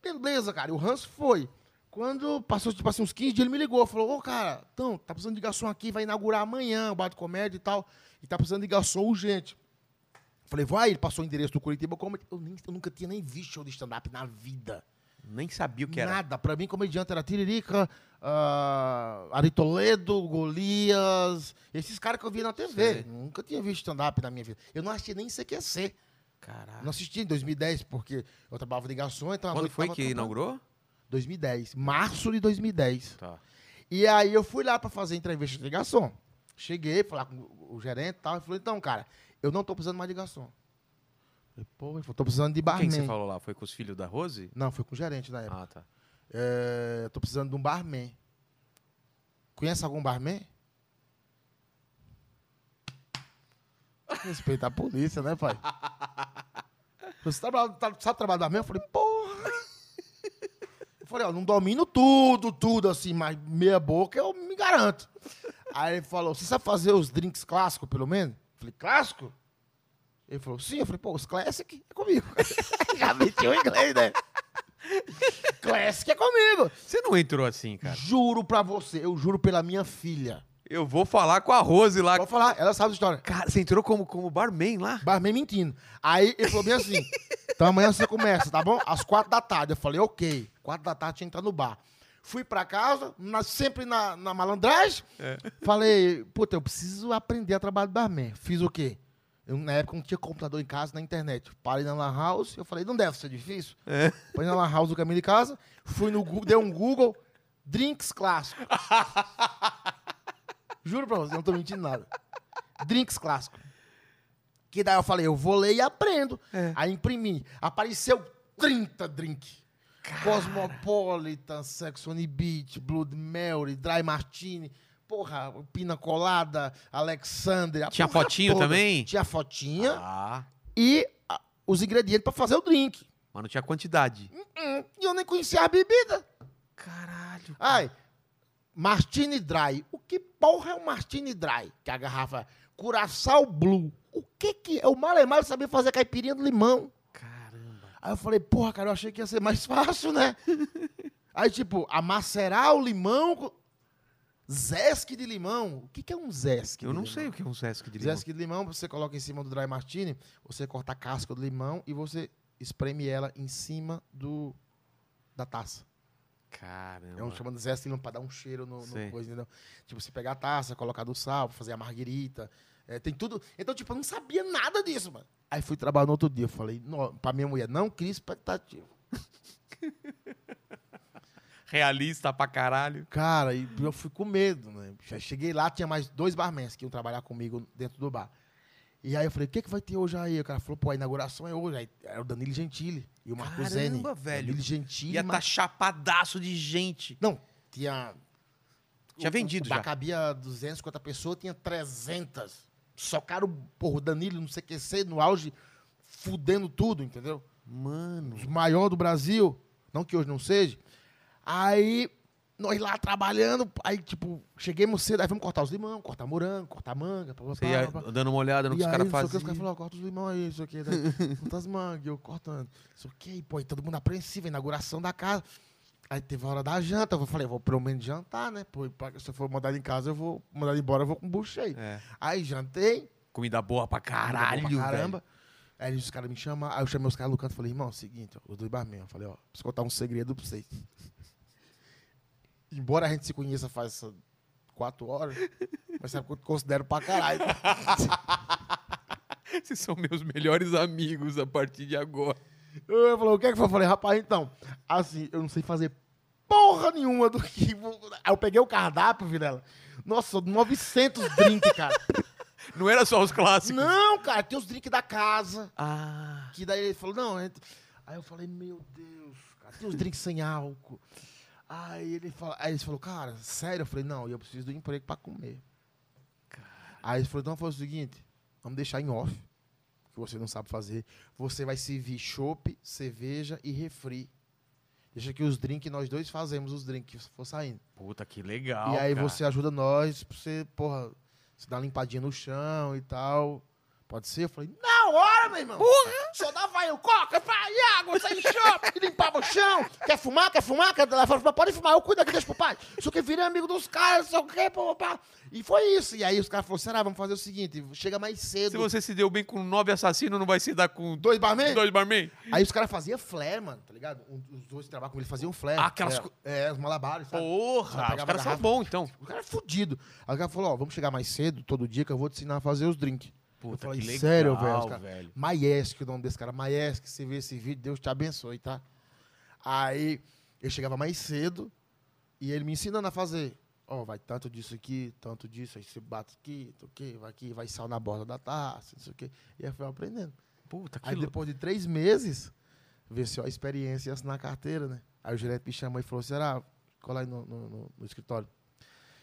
S2: Beleza, cara. E o Hans foi. Quando passou, tipo assim, uns 15 dias, ele me ligou. Falou, ô, cara, então, tá precisando de garçom aqui, vai inaugurar amanhã o bar de comédia e tal. E tá precisando de garçom urgente. Falei, vai, ele passou o endereço do Curitiba Comedy. Eu, nem, eu nunca tinha nem visto show de stand-up na vida.
S1: Nem sabia o que era.
S2: Nada. Pra mim, comediante era Tiririca, ah, Ari Toledo, Golias, esses caras que eu via na TV.
S1: Sei.
S2: Nunca tinha visto stand-up na minha vida. Eu não assisti nem CQC.
S1: Caralho.
S2: Não assisti em 2010, porque eu trabalhava de garçom, então... à
S1: Ah. Quando
S2: noite
S1: foi
S2: tava
S1: que
S2: trabalhando.
S1: inaugurou?
S2: 2010. Março de 2010.
S1: Tá.
S2: E aí eu fui lá pra fazer entrevista de garçom. Cheguei, falar com o gerente e tal, e falou, então, cara, eu não tô precisando mais de garçom. Eu falei, pô, ele falou, tô precisando de
S1: Com Quem
S2: barman.
S1: que você falou lá? Foi com os filhos da Rose?
S2: Não, foi com o gerente na época.
S1: Ah, tá.
S2: É, tô precisando de um barman. Conhece algum barman? Respeita a polícia, né, pai? Você trabalha- tá- sabe trabalhar barman? Eu falei, porra! Eu falei, ó, não domino tudo, tudo assim, mas meia boca eu me garanto. Aí ele falou, você sabe fazer os drinks clássicos, pelo menos? Eu falei, clássico? Ele falou, sim. Eu falei, pô, os classic é comigo. (laughs) Já meti o inglês, né? classic é comigo.
S1: Você não entrou assim,
S2: (laughs)
S1: cara.
S2: Juro pra você, eu juro pela minha filha.
S1: Eu vou falar com a Rose lá.
S2: Vou falar, ela sabe a história.
S1: Cara, você entrou como, como barman lá?
S2: Barman mentindo. Aí ele falou
S1: (laughs)
S2: bem assim: então amanhã você começa, tá bom? Às quatro da tarde. Eu falei, ok. Quatro da tarde tinha que estar no bar. Fui pra casa, na- sempre na, na malandragem.
S1: É.
S2: Falei, puta, eu preciso aprender a trabalhar de barman. Fiz o quê? Eu, na época não tinha computador em casa, na internet. Parei na Lan House, eu falei, não deve ser difícil.
S1: É.
S2: Parei na Lan House no caminho de casa, fui no Google, dei um Google, drinks clássicos. Juro pra você, não tô mentindo nada. Drinks clássicos. Que daí eu falei, eu vou ler e aprendo.
S1: É.
S2: Aí imprimi. Apareceu 30 drink. Cosmopolitan, Sex on the Beach, Blood Mary, Dry Martini, porra, Pina Colada, Alexander. a
S1: Tinha
S2: porra
S1: fotinho
S2: toda.
S1: também?
S2: Tinha fotinha
S1: Ah,
S2: e ah, os ingredientes pra fazer o drink.
S1: mas não tinha quantidade.
S2: Hum, E eu nem conhecia a bebida.
S1: Caralho.
S2: Ai, Martini Dry. O que porra é o Martini Dry? Que é a garrafa Curaçao Blue. O que que é? O Malemar sabia fazer caipirinha de limão.
S1: Caramba.
S2: Aí eu falei, porra, cara, eu achei que ia ser mais (laughs) fácil, né? Aí, tipo, a macerar o limão. com- Zesque de limão. O que, que é um zesque?
S1: Eu
S2: de
S1: não
S2: limão?
S1: sei o que é um Sesc de limão.
S2: Zesque de limão, você coloca em cima do dry martini, você corta a casca do limão e você espreme ela em cima do da taça. É um
S1: Caramba.
S2: chamando de zesque de limão pra dar um cheiro no, no
S1: Sei.
S2: coisa, entendeu? Tipo, você pegar a taça, colocar do sal, fazer a marguerita, é, tem tudo. Então, tipo, eu não sabia nada disso, mano. Aí fui trabalhar no outro dia, eu falei, "Nó", pra minha mulher, não cria expectativa.
S1: Realista pra caralho.
S2: Cara, e eu fui com medo, né? Já cheguei lá, tinha mais dois barmans que iam trabalhar comigo dentro do bar. E aí eu falei, o que, que vai ter hoje aí? O cara falou, pô, a inauguração é hoje. Aí era o Danilo Gentili e o Marco Zene.
S1: Caramba, velho.
S2: Danilo Gentili.
S1: Ia
S2: Mar-
S1: tá chapadaço de gente.
S2: Não, tinha...
S1: Tinha vendido
S2: o bar
S1: já.
S2: cabia 250 pessoas, tinha 300. Socaram, porra, o Danilo, não sei o que, sei, no auge, fudendo tudo, entendeu?
S1: Mano.
S2: os maior do Brasil, não que hoje não seja. Aí nós lá trabalhando, aí tipo, chegamos cedo, aí vamos cortar os limão, cortar morango, cortar manga, pá, pá,
S1: Você
S2: pá,
S1: ia
S2: pá, pá.
S1: dando uma olhada no que
S2: E
S1: os
S2: aí,
S1: caras
S2: não sei o que, os
S1: faziam.
S2: caras falaram, corta os limão aí, isso aqui, né?
S1: (laughs)
S2: corta as mangas, eu cortando. Isso aqui, pô, e todo mundo apreensivo, a inauguração da casa. Aí teve a hora da janta, eu falei, eu vou pelo menos jantar, né? Pô, e pra- se eu for mandado em casa, eu vou mandado embora, eu vou com bucha aí.
S1: É.
S2: Aí jantei,
S1: Comida boa pra caralho,
S2: Pra caramba.
S1: caramba.
S2: Aí os caras me chamaram, aí eu chamei os caras no canto e falei, irmão, é o seguinte, ó, os dois barman, eu falei, ó, preciso contar um segredo pra vocês. Embora a gente se conheça faz essa quatro horas, mas sabe que eu considero pra caralho.
S1: Vocês são meus melhores amigos a partir de agora.
S2: Eu falei, o que é que foi? Eu falei, rapaz, então, assim, eu não sei fazer porra nenhuma do que... vou- Aí eu peguei o cardápio, Virela. Nossa, 900 drinks, cara.
S1: Não era só os clássicos.
S2: Não, cara, tem os drinks da casa.
S1: Ah.
S2: Que daí ele falou, não, entra. Aí eu falei, meu Deus, cara, tem os drinks sem álcool. Aí ele, fala, aí ele falou, cara, sério? Eu falei, não, eu preciso do emprego pra comer. Aí ele falou, então foi o seguinte, vamos deixar em off, que você não sabe fazer. Você vai servir chopp, cerveja e refri. Deixa que os drinks, nós dois fazemos os drinks que for saindo.
S1: Puta, que legal.
S2: e aí
S1: cara.
S2: você ajuda nós, pra você, porra, você dá uma limpadinha no chão e tal. Pode ser? Eu falei, na hora, meu irmão! Só dava eu, coca, pá, e água, sai (laughs) chope, limpava o chão. Quer fumar? Quer fumar? Quer levar? Fumar? Pode fumar, eu cuido aqui, deixa pro pai. Só que virei amigo dos caras, só que, pô, pá. E foi isso. E aí os caras falaram, será, vamos fazer o seguinte, chega mais cedo.
S1: Se você se deu bem com nove assassinos, não vai se dar com
S2: Dois barman?
S1: dois barman?
S2: Aí os caras faziam flare, mano, tá ligado? Um- os dois que trabalham com ele faziam flare.
S1: Ah, aquelas
S2: É,
S1: co-
S2: É, os malabares, sabe? Só
S1: Porra, os
S2: pegava
S1: caras são
S2: garrafa.
S1: bons, então.
S2: O cara é fudido. Aí o cara falou, ó, vamos chegar mais cedo, todo dia, que eu vou te ensinar a fazer os drinks. eu
S1: Puta,
S2: falei,
S1: que legal,
S2: sério, velho. Os cara-
S1: velho.
S2: Maiesk, o nome desse cara. Maiesk, se vê esse vídeo, Deus te abençoe, tá? Aí, eu chegava mais cedo e ele me ensinando a fazer. Ó, vai tanto disso aqui, tanto disso, aí você bate aqui, tu aqui, vai aqui, vai sal na borda da taça, não sei o quê. E aí eu fui aprendendo.
S1: Puta, que
S2: Aí
S1: louco.
S2: depois de três meses, venceu a experiência e assinar a carteira, né? Aí o gerente me chamou e falou, será? Cola aí no, no- no- no escritório.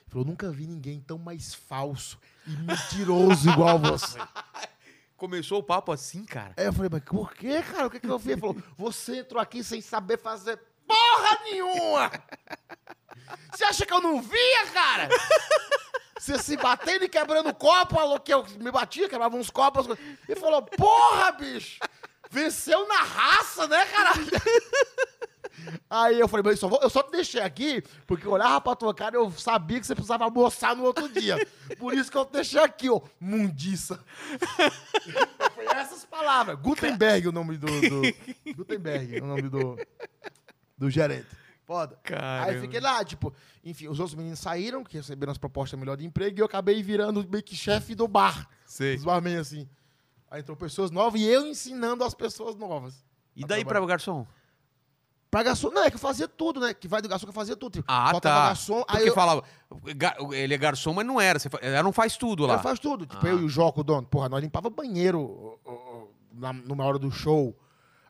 S2: Ele falou, nunca vi ninguém tão mais falso e mentiroso
S1: (laughs)
S2: igual você.
S1: Começou o papo assim, cara.
S2: Aí eu falei, mas por que, cara? O que, que eu fiz? Ele falou, você entrou aqui sem saber fazer porra nenhuma! Você acha que eu não via, cara? Você se batendo e quebrando copo, falou que eu me batia, quebrava uns copos. as coisas. Ele falou, porra, bicho! Venceu na raça, né, cara? Aí eu falei, mas eu só, vou- eu só te deixei aqui porque eu olhava pra tua cara e eu sabia que você precisava almoçar no outro dia. Por isso que eu te deixei aqui, ó, mundiça. Foi essas palavras. Gutenberg o nome
S1: (laughs)
S2: do. do- Gutenberg o nome do, do gerente. Foda.
S1: Caramba.
S2: Aí eu fiquei lá, tipo, enfim, os outros meninos saíram, que receberam as propostas melhor de emprego, e eu acabei virando meio que chefe do bar.
S1: Sei.
S2: Os barman assim. Aí entrou pessoas novas e eu ensinando as pessoas novas.
S1: E daí
S2: tá
S1: pra o garçom?
S2: Pra garçom, não, é que eu fazia tudo, né? Que vai do garçom que eu fazia tudo. Tipo,
S1: Ah,
S2: faltava
S1: tá.
S2: garçom, aí
S1: Porque
S2: eu,
S1: falava, "Ga- ele é garçom, mas não era. Você fa- Era um faz tudo lá.
S2: eu faço tudo. Tipo,
S1: Ah.
S2: eu e o Joco, o dono, porra, nós limpava banheiro ó, ó, ó, na, numa hora do show.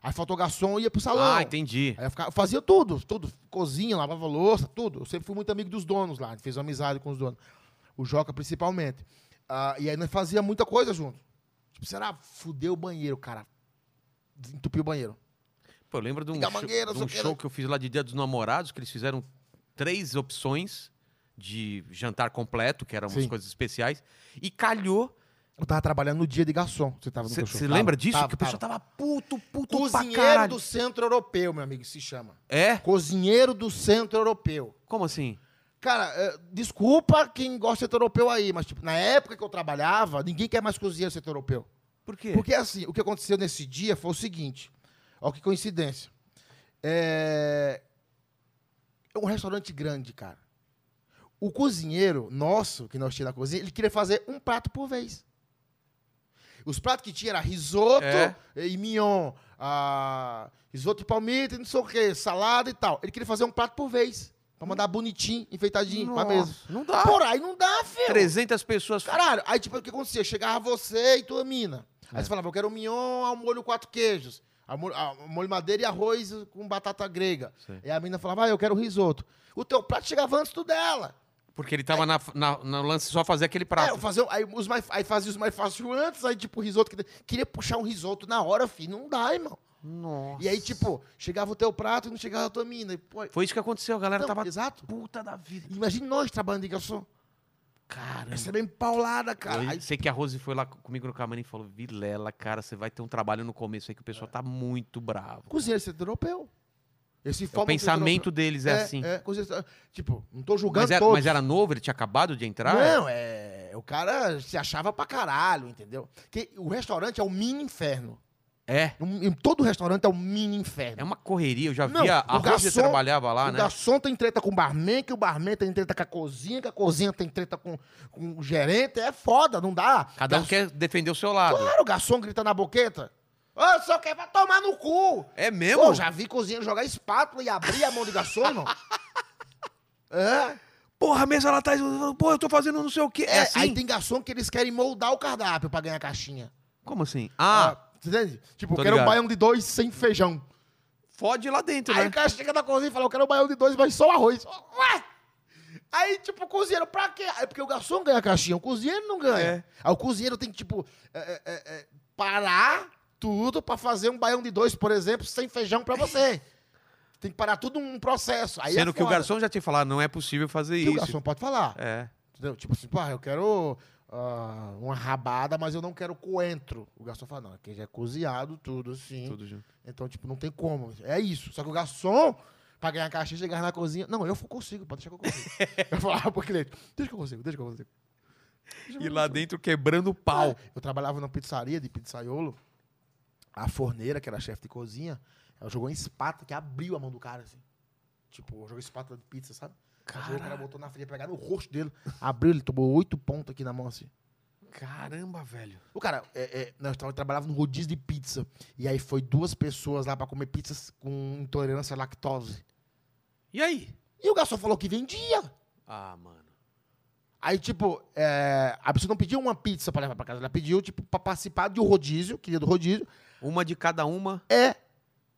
S2: Aí faltou garçom e ia pro salão.
S1: Ah, entendi.
S2: Aí eu ficava- eu fazia tudo, tudo. Cozinha, lavava louça, tudo. Eu sempre fui muito amigo dos donos lá. Fez uma amizade com os donos. O Joca, principalmente. Ah, e aí nós fazia muita coisa junto. Tipo, será? Fudeu o banheiro, cara. Entupiu o banheiro.
S1: Pô, eu lembro de um,
S2: Liga a
S1: show,
S2: mangueira,
S1: de
S2: só
S1: um
S2: quero-
S1: show que eu fiz lá de Dia dos Namorados, que eles fizeram três opções de jantar completo, que eram umas
S2: Sim.
S1: coisas especiais, e calhou.
S2: Eu tava trabalhando no dia de garçom. Você tava no teu show.
S1: Você
S2: Tava,
S1: lembra disso?
S2: tava,
S1: que o pessoal
S2: tava.
S1: tava puto, puto pra
S2: Cozinheiro
S1: caralho.
S2: do Centro Europeu, meu amigo, se chama.
S1: É?
S2: Cozinheiro do Centro Europeu.
S1: Como assim?
S2: Cara, eh, desculpa quem gosta de setor europeu aí, mas tipo, na época que eu trabalhava, ninguém quer mais cozinheiro do setor europeu.
S1: Por quê?
S2: Porque assim, o que aconteceu nesse dia foi o seguinte. Ó, que coincidência. É... é um restaurante grande, cara. O cozinheiro nosso, que nós tínhamos na cozinha, ele queria fazer um prato por vez. Os pratos que tinha era risoto
S1: É.
S2: e mignon, ah, risoto e palmito, e não sei o quê, salada e tal. Ele queria fazer um prato por vez, pra mandar bonitinho, enfeitadinho, pra mesa.
S1: Nossa, Não dá.
S2: Por aí não dá, filho.
S1: 300 pessoas.
S2: Caralho, aí tipo, o que acontecia? Chegava você e tua mina.
S1: É.
S2: Aí você falava, eu quero um mignon ao molho quatro queijos. ao molho, ao molho madeira e arroz com batata grega.
S1: Sei.
S2: E a mina falava, ah, eu quero risoto. O teu prato chegava antes do dela.
S1: Porque ele tava na, na- no lance só fazer aquele prato.
S2: É, eu fazia, aí, os mais, aí fazia os mais fáceis antes, aí tipo, o risoto... Que, queria puxar um risoto na hora, filho, não dá, irmão.
S1: Nossa.
S2: E aí tipo, chegava o teu prato e não chegava a tua mina. E, pô,
S1: Foi isso que aconteceu, a galera
S2: não,
S1: tava
S2: Exato.
S1: puta da vida.
S2: Imagina nós trabalhando de garçom.
S1: Caramba.
S2: Recebendo paulada, cara.
S1: Eu
S2: Aí,
S1: sei que a Rose foi lá comigo no camarim e falou: Vilela, cara, você vai ter um trabalho no começo aí que o pessoal tá muito bravo.
S2: cozinheiro setor europeu. Esse
S1: É O pensamento deles é, assim.
S2: É, coisa- tipo, não tô julgando
S1: mas, era,
S2: todos.
S1: mas é era novo, ele tinha acabado de entrar?
S2: Não, é... O cara se achava pra caralho, entendeu? Porque o restaurante é um mini inferno.
S1: É.
S2: Um- em todo restaurante é um mini inferno.
S1: É uma correria, eu já
S2: Não,
S1: via.
S2: o
S1: A Rose
S2: garçom-
S1: trabalhava lá,
S2: o
S1: né?
S2: garçom tem treta com o barman, que o barman tem treta com a cozinha, que a cozinha tem treta com, com o gerente. É foda, não dá.
S1: Cada um
S2: Garçom-
S1: quer defender o seu lado.
S2: Claro, o garçom grita na boqueta. Ô, só quer vai tomar no cu.
S1: É mesmo?
S2: Pô, já vi cozinheiro jogar espátula e abrir a mão de garçom, irmão. É?
S1: Porra, a mesa lá atrás, pô, eu tô fazendo não sei o quê. (laughs) É,
S2: É,
S1: assim?
S2: Aí tem garçom que eles querem moldar o cardápio pra ganhar caixinha.
S1: Como assim? Ah,
S2: Ah, você entende? Tipo,
S1: Tô
S2: eu quero um
S1: ligado.
S2: baião de dois sem feijão.
S1: fode lá dentro,
S2: Aí
S1: né?
S2: o cara chega na cozinha e fala, eu quero um baião de dois, mas só arroz. Ué! Aí, tipo, o cozinheiro, pra quê? Aí, porque o garçom ganha a caixinha, o cozinheiro não ganha.
S1: É.
S2: Aí o cozinheiro tem que, tipo, é, é, é, é, parar tudo pra fazer um baião de dois, por exemplo, sem feijão
S1: (laughs)
S2: pra você. tem que parar tudo um processo. Aí é
S1: Sendo que o
S2: foda.
S1: garçom já tinha falado, não é possível fazer
S2: Que
S1: isso.
S2: o garçom pode falar.
S1: É.
S2: Entendeu? Tipo assim, pá, eu quero ah, uma rabada, mas eu não quero coentro. O garçom fala, não, aqui já é cozinhado, tudo assim.
S1: Tudo junto.
S2: Então, tipo, não tem como. É isso. Só que o garçom, pra ganhar caixinha, chegar na cozinha. Não, eu consigo, pode deixar que eu consigo.
S1: (laughs)
S2: eu falava pro cliente, deixa que eu consigo, deixa que eu consigo.
S1: E lá dentro quebrando pau.
S2: É, Eu trabalhava numa pizzaria de pizzaiolo. A forneira, que era a chefe de cozinha, ela jogou uma espátula que abriu a mão do cara, assim. Tipo, jogou espátula de pizza, sabe? Ela jogou, O cara botou na frente, pegar no rosto dele. Abriu, ele tomou oito pontos aqui na mão, assim.
S1: Caramba, velho.
S2: O cara, é, é, nós tava- trabalhava no rodízio de pizza. E aí foi duas pessoas lá pra comer pizzas com intolerância à lactose.
S1: E aí?
S2: E o garçom falou que vendia.
S1: Ah, mano.
S2: Aí, tipo, é, a pessoa não pediu uma pizza pra levar pra casa. Ela pediu, tipo, pra participar de um rodízio, queria do rodízio.
S1: Uma de cada uma.
S2: É.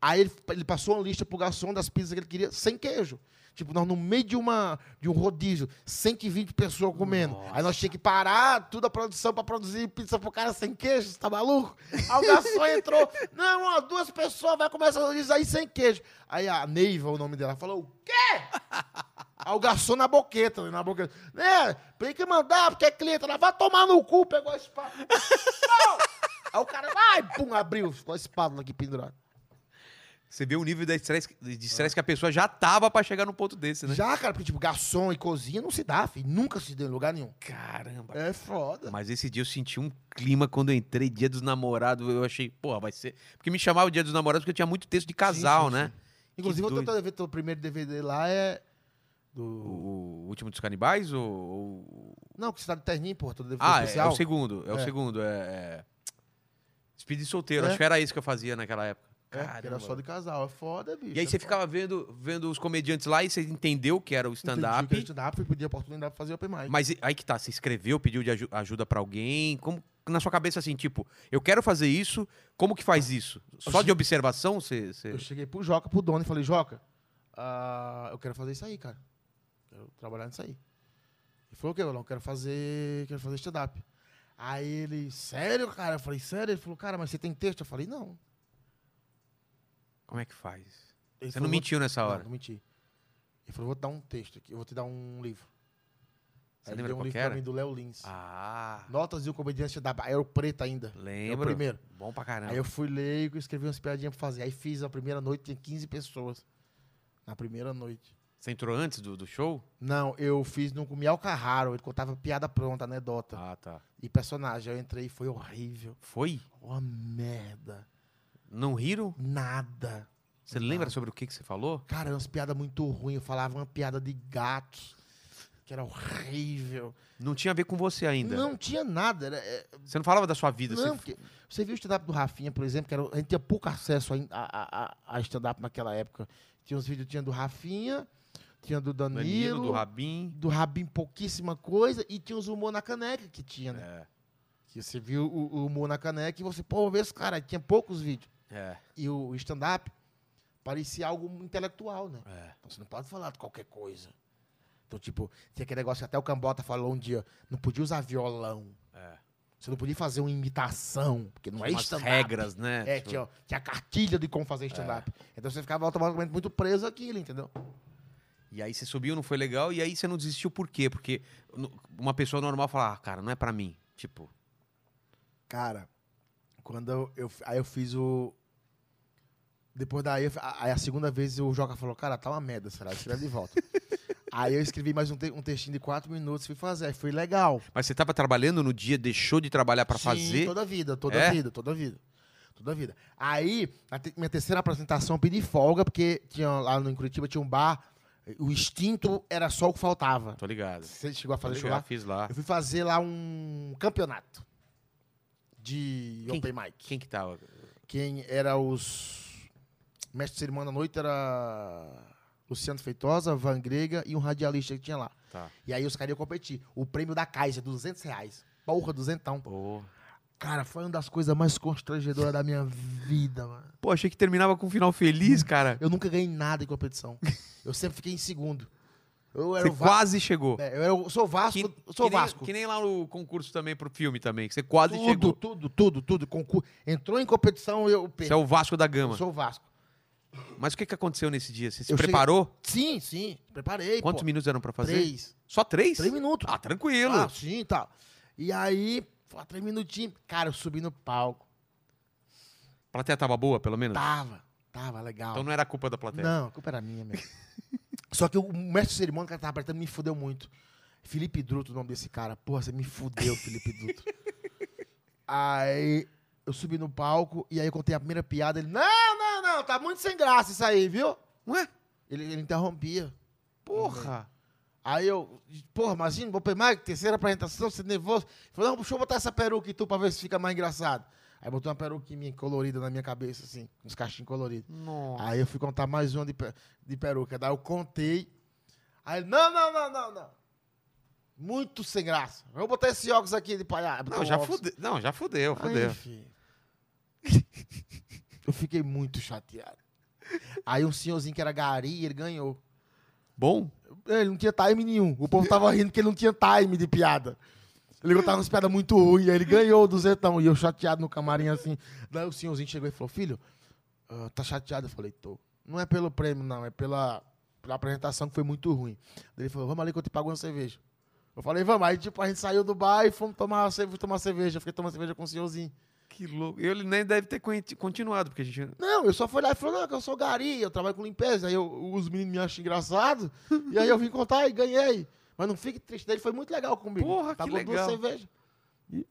S2: Aí ele, ele passou uma lista pro garçom das pizzas que ele queria sem queijo. Tipo, nós no meio de, uma, de um rodízio, 120 pessoas comendo. Aí nós tínhamos que parar toda a produção pra produzir pizza pro cara sem queijo, você tá maluco? Aí o garçom entrou, não, ó, duas pessoas, vai começar o rodízio aí sem queijo. Aí a Neiva, o nome dela, falou, o quê? Aí o garçom na boqueta, na boqueta. Né, tem que mandar, porque é cliente. Ela vai tomar no cu, pegou a espada. Não! Aí o cara, vai, pum, abriu, ficou a espada aqui pendurada.
S1: Você vê o nível de estresse de estresse que a pessoa já tava pra chegar num ponto desse, né?
S2: Ah. Já, cara, porque, tipo, garçom e cozinha não se dá, filho. Nunca se deu em lugar nenhum.
S1: Caramba.
S2: É foda.
S1: Mas esse dia eu senti um clima quando eu entrei, dia dos namorados. Eu achei, porra, vai ser. Porque me chamava dia dos namorados porque eu tinha muito texto de casal,
S2: sim,
S1: né?
S2: Inclusive, eu
S1: doido.
S2: tentando ver teu primeiro DVD lá é. Do...
S1: O, o último dos canibais ou. ou-
S2: Não, que você tá de terninho, porra, todo DVD
S1: Ah, é, é
S2: especial.
S1: o segundo. É, o
S2: É.
S1: segundo. É. é... Speed solteiro.
S2: É.
S1: Acho que era isso que eu fazia naquela época.
S2: É, que era só de casal. É foda, bicho.
S1: E aí
S2: é
S1: você
S2: foda.
S1: ficava vendo, vendo os comediantes lá e você entendeu que era o
S2: Entendi que
S1: stand-up.
S2: era Stand-up e pedia oportunidade pra fazer open mic.
S1: Mas e- aí que tá, você escreveu, pediu de aju- ajuda pra alguém. Como na sua cabeça assim, tipo, eu quero fazer isso, como que faz isso? Só de observação você. você-
S2: Eu cheguei pro Joca, pro dono, e falei, Joca, ah, eu quero fazer isso aí, cara. Quero trabalhar nisso aí. Ele falou, o quê, Golão? Quero fazer. Quero fazer stand-up. Aí ele, sério, cara? Eu falei, sério? Ele falou, cara, mas você tem texto? Eu falei, não.
S1: Como é que faz?
S2: Ele
S1: Você
S2: falou,
S1: não
S2: "Vou-
S1: mentiu nessa
S2: Não,
S1: hora.
S2: não menti. Ele falou, vou te dar um texto aqui, eu vou te dar um livro.
S1: Você
S2: Aí ele
S1: lembra
S2: deu um
S1: qual
S2: livro
S1: que
S2: pra
S1: era?
S2: mim do Léo Lins.
S1: Ah,
S2: Notas de um comediante da Bahia, era o preto ainda.
S1: lembro.
S2: primeiro.
S1: Bom pra caramba.
S2: Aí eu fui ler e escrevi umas piadinhas pra fazer. Aí fiz a primeira noite, tinha 15 pessoas. Na primeira noite.
S1: Você entrou antes do, do show?
S2: Não, eu fiz no com o Miau Carraro, ele contava piada pronta, anedota.
S1: Ah, tá.
S2: E personagem. Aí eu entrei e foi horrível.
S1: Foi?
S2: Uma merda.
S1: Não riram?
S2: Nada.
S1: Você lembra sobre o que, que você falou?
S2: Cara, umas piadas muito ruins. Eu falava uma piada de gatos, que era horrível.
S1: Não tinha a ver com você ainda.
S2: Não tinha nada. Era, é,
S1: Você não falava da sua vida.
S2: não,
S1: você...
S2: porque você viu o stand-up do Rafinha, por exemplo, que era, a gente tinha pouco acesso a, a, a- a stand-up naquela época. Tinha uns vídeos, tinha do Rafinha, tinha do Danilo,
S1: Danilo, do Rabin.
S2: do Rabin, pouquíssima coisa, e tinha os humor na caneca que tinha, né?
S1: É.
S2: Que você viu o, o humor na caneca e você, pô, vê esse cara, tinha poucos vídeos.
S1: É,
S2: E o stand-up parecia algo intelectual, né?
S1: é.
S2: Então, Você não pode falar de qualquer coisa. Então, tipo, tinha aquele negócio que até o Cambota falou um dia, não podia usar violão.
S1: É.
S2: Você não podia fazer uma imitação, porque não é
S1: Umas
S2: stand-up.
S1: regras, né? É.
S2: É,
S1: Tipo,
S2: tinha, tinha a cartilha de como fazer stand-up. Então você ficava automaticamente muito preso àquilo, entendeu?
S1: E aí você subiu, não foi legal, e aí você não desistiu por quê? Porque no- uma pessoa normal fala, ah, cara, não é pra mim. Tipo,
S2: Cara, quando eu, eu- Aí eu fiz o. Depois daí, eu fi- a- aí a segunda vez o Joca falou: Cara, tá uma merda, será? Escreve
S1: (laughs)
S2: de volta. aí eu escrevi mais um, te- um textinho de quatro minutos, fui fazer. Aí foi legal.
S1: mas você tava trabalhando no dia, deixou de trabalhar pra
S2: Sim,
S1: fazer.
S2: Toda a vida, toda
S1: É?
S2: a vida, toda a vida. Toda a vida. Aí, na te- minha terceira apresentação, eu pedi folga, porque tinha, lá no em Curitiba tinha um bar, o instinto era só o que faltava.
S1: Tô ligado.
S2: Você chegou a fazer
S1: Eu
S2: show
S1: já
S2: lá?
S1: fiz lá.
S2: Eu fui fazer lá um campeonato de
S1: Quem-
S2: open mic.
S1: Quem que tava?
S2: Quem era os mestres de cerimônia à noite era Luciano Feitosa, Van Grega e um radialista que tinha lá.
S1: Tá.
S2: E aí os caras iam competir. O prêmio da Caixa, 200 reais. Porra, duzentão.
S1: Pô.
S2: Cara, foi uma das coisas mais constrangedoras da minha vida, mano.
S1: Pô, achei que terminava com um final feliz, cara.
S2: Eu nunca ganhei nada em competição. Eu sempre fiquei em segundo. (laughs) Eu era
S1: Você
S2: o Vasco.
S1: quase chegou.
S2: É, eu era o- sou Vasco,
S1: Que-
S2: sou
S1: que nem-
S2: Vasco.
S1: que nem lá no concurso também pro filme também, que você quase
S2: tudo,
S1: chegou.
S2: tudo, tudo, tudo, Concurso. Entrou em competição, eu
S1: Você
S2: perdi.
S1: é o Vasco da
S2: Eu
S1: Gama.
S2: sou o Vasco.
S1: Mas o que, que aconteceu nesse dia? Você se
S2: Eu cheguei-
S1: preparou?
S2: Sim, sim. Preparei.
S1: Quantos
S2: pô.
S1: minutos eram pra fazer?
S2: Três.
S1: Só três?
S2: Três minutos.
S1: Ah, tranquilo.
S2: Ah, sim e tal. E aí, pô, três minutinhos. Cara, eu subi no palco.
S1: A plateia tava boa, pelo menos?
S2: Tava, tava legal.
S1: Então não era culpa da plateia.
S2: Não, a culpa era minha, meu. (laughs) Só que o mestre de cerimônia, cara, tava apertando, me fudeu muito. Felipe Druto, o nome desse cara. Porra, você me fudeu,
S1: (laughs)
S2: Felipe Druto. aí eu subi no palco e aí eu contei a primeira piada. Ele, não, não, não, tá muito sem graça isso aí, viu?
S1: Ué?
S2: Ele, ele interrompia.
S1: Porra.
S2: Aí eu, porra, imagina, vou pegar mais terceira apresentação, você é nervoso. Ele Falou, não, deixa eu botar essa peruca em tu pra ver se fica mais engraçado. Aí botou uma peruquinha minha colorida na minha cabeça, assim, uns cachinhos coloridos.
S1: Nossa.
S2: Aí eu fui contar mais uma de, pe- de peruca. Daí eu contei. Aí ele, não, não, não, não, não. Muito sem graça. Vou botar esse óculos aqui de palhaço.
S1: Não, já fudeu. Não, já fudeu, fudeu.
S2: Enfim. eu fiquei muito chateado. Aí um senhorzinho que era gari, ele ganhou.
S1: Bom?
S2: É, Ele não tinha time nenhum. O povo tava rindo porque ele não tinha time de piada. Ele contava umas piadas muito ruins. Aí ele ganhou o duzentão. E eu chateado no camarim assim. Daí o senhorzinho chegou e falou: Filho, ah, tá chateado? Eu falei: Tô. Não é pelo prêmio, não. É pela, pela apresentação que foi muito ruim. Daí ele falou: Vamos ali que eu te pago uma cerveja. Eu falei: Vamos. Aí tipo, a gente saiu do bar e fomos tomar, ce- fui tomar cerveja. Eu Fiquei tomando cerveja com o senhorzinho.
S1: Que louco. Ele nem deve ter conti- continuado, porque a gente.
S2: Não, eu só fui lá e falei: Não, que eu sou gari, eu trabalho com limpeza. Aí eu- os meninos me acham engraçado.
S1: (laughs)
S2: e aí eu vim contar e ganhei. Mas não fique triste, ele foi muito legal comigo.
S1: Porra, que
S2: Pagou duas
S1: legal.
S2: cervejas. E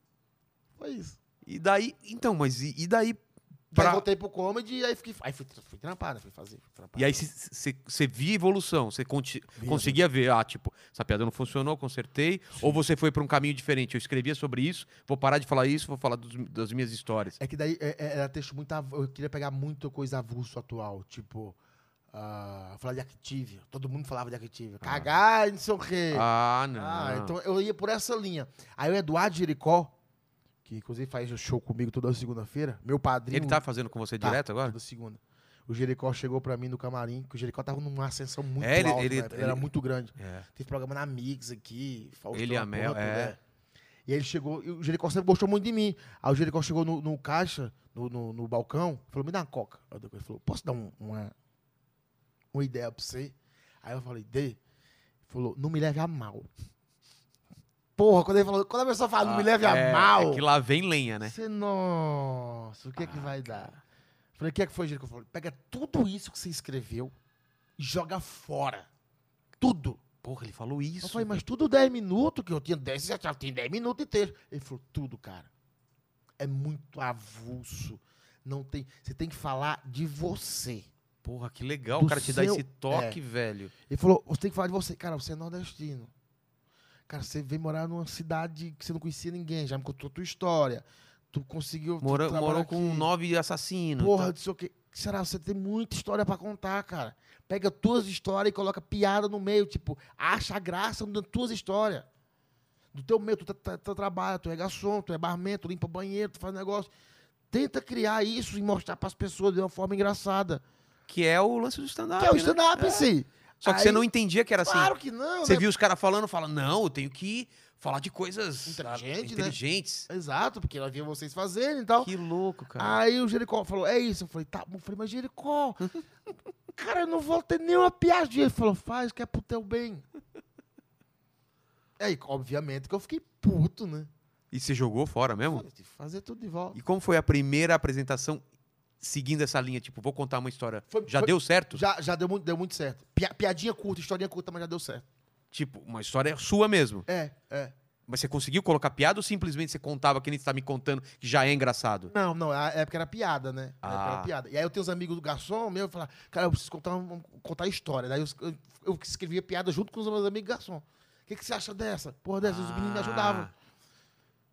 S2: foi isso.
S1: E daí. Então, mas e, e daí.
S2: Daí
S1: Pra...
S2: voltei pro comedy e aí fiquei. Aí fui, fui trampar, né? Fui fazer. Fui trampar.
S1: E aí você via evolução, você conti-
S2: Vi,
S1: conseguia ver, ah, tipo, essa piada não funcionou, consertei, ou você foi pra um caminho diferente, eu escrevia sobre isso, vou parar de falar isso, vou falar dos- das minhas histórias.
S2: É que daí é, é, era texto muito. av- Eu queria pegar muita coisa avulso atual, tipo. ah, falar de Activia. Todo mundo falava de Activia. Cagar, e não sei o quê.
S1: Ah, não.
S2: é. Ah, então eu ia por essa linha. Aí o Eduardo Jericó, que inclusive faz o show comigo toda segunda-feira, meu padrinho.
S1: Ele tá fazendo com você
S2: Tá,
S1: direto agora?
S2: Toda segunda. O Jericó chegou pra mim no camarim, que o Jericó tava numa ascensão muito
S1: É, ele-
S2: alta,
S1: ele-
S2: né? ele era
S1: ele-
S2: muito grande.
S1: É.
S2: Teve programa na Mix aqui, Faustão,
S1: Ele e a
S2: porra
S1: Mel,
S2: toda,
S1: é.
S2: né? E ele chegou, e o Jericó sempre gostou muito de mim. Aí o Jericó chegou no, no caixa, no, no, no balcão, falou, me dá uma coca. Aí o Ele falou, posso dar um- uma, uma ideia pra você? Aí eu falei, dê. Ele falou, não me leve a mal. Porra, quando ele falou, quando a pessoa fala, Ah, não me leve a
S1: é,
S2: mal.
S1: É que lá vem lenha, né? Ah,
S2: Você, nossa, o que é que vai dar? Falei, o que é que foi, Jerico? Falei, pega tudo isso que você escreveu e joga fora. Tudo.
S1: Porra, ele falou isso.
S2: Eu falei, mas tudo 10 minutos, que eu tinha 10, já tinha- tem 10 minutos inteiro. Ele falou, tudo, cara. É muito avulso. Não tem, você tem que falar de você.
S1: Porra, que legal,
S2: Do
S1: o cara te dá
S2: seu- É.
S1: esse toque, velho.
S2: Ele falou, você tem que falar de você. Cara, você é nordestino. Cara, você veio morar numa cidade que você não conhecia ninguém, já me contou tua história. Tu conseguiu
S1: Morou,
S2: trabalhar
S1: morou com um
S2: aqui.
S1: nove assassinos.
S2: Porra,
S1: tá?
S2: não sei o quê. Será? Você tem muita história pra contar, cara. Pega tuas histórias e coloca piada no meio, tipo, acha a graça das tuas histórias. Do teu meio, tu, tá- tá- tu trabalha, tu é garçom, tu é barman, tu limpa banheiro, tu faz negócio. Tenta criar isso e mostrar pras pessoas de uma forma engraçada.
S1: Que é o lance do stand-up.
S2: que é o
S1: né?
S2: stand-up,
S1: É.
S2: em si.
S1: Só que
S2: Aí-
S1: você não entendia que era assim.
S2: Claro que não,
S1: Você
S2: né?
S1: viu os caras falando, fala, não, eu tenho que falar de coisas
S2: Inteligente, né?
S1: inteligentes.
S2: Exato, porque nós vimos vocês fazendo e tal. Ah.
S1: Que louco, cara.
S2: Aí o Jericó falou, é isso. Eu falei, tá bom. Eu falei, mas Jericó, (laughs) cara, eu não vou ter nenhuma piadinha. Ele falou, faz que é pro teu bem. Aí, obviamente, que eu fiquei puto, né?
S1: E você jogou fora mesmo?
S2: Foda-se, fazer tudo de volta.
S1: É, E como foi a primeira apresentação seguindo essa linha? Tipo, vou contar uma história.
S2: Foi-
S1: Já
S2: foi-
S1: deu certo?
S2: Já, já deu, muito, deu muito certo. Pia- piadinha curta, historinha curta, mas já deu certo.
S1: Tipo, uma história sua mesmo.
S2: É, é.
S1: Mas você conseguiu colocar piada ou simplesmente você contava que nem você tá me contando que já é engraçado?
S2: Não, não, a época era piada, né? A época era
S1: Ah.
S2: piada. E aí eu tenho os amigos do garçom meu e falar, cara, eu preciso contar, um- contar história. Daí eu, eu, eu escrevia piada junto com os meus amigos garçom. O que, que você acha dessa? Porra, dessa, os meninos me ajudavam.
S1: Ah,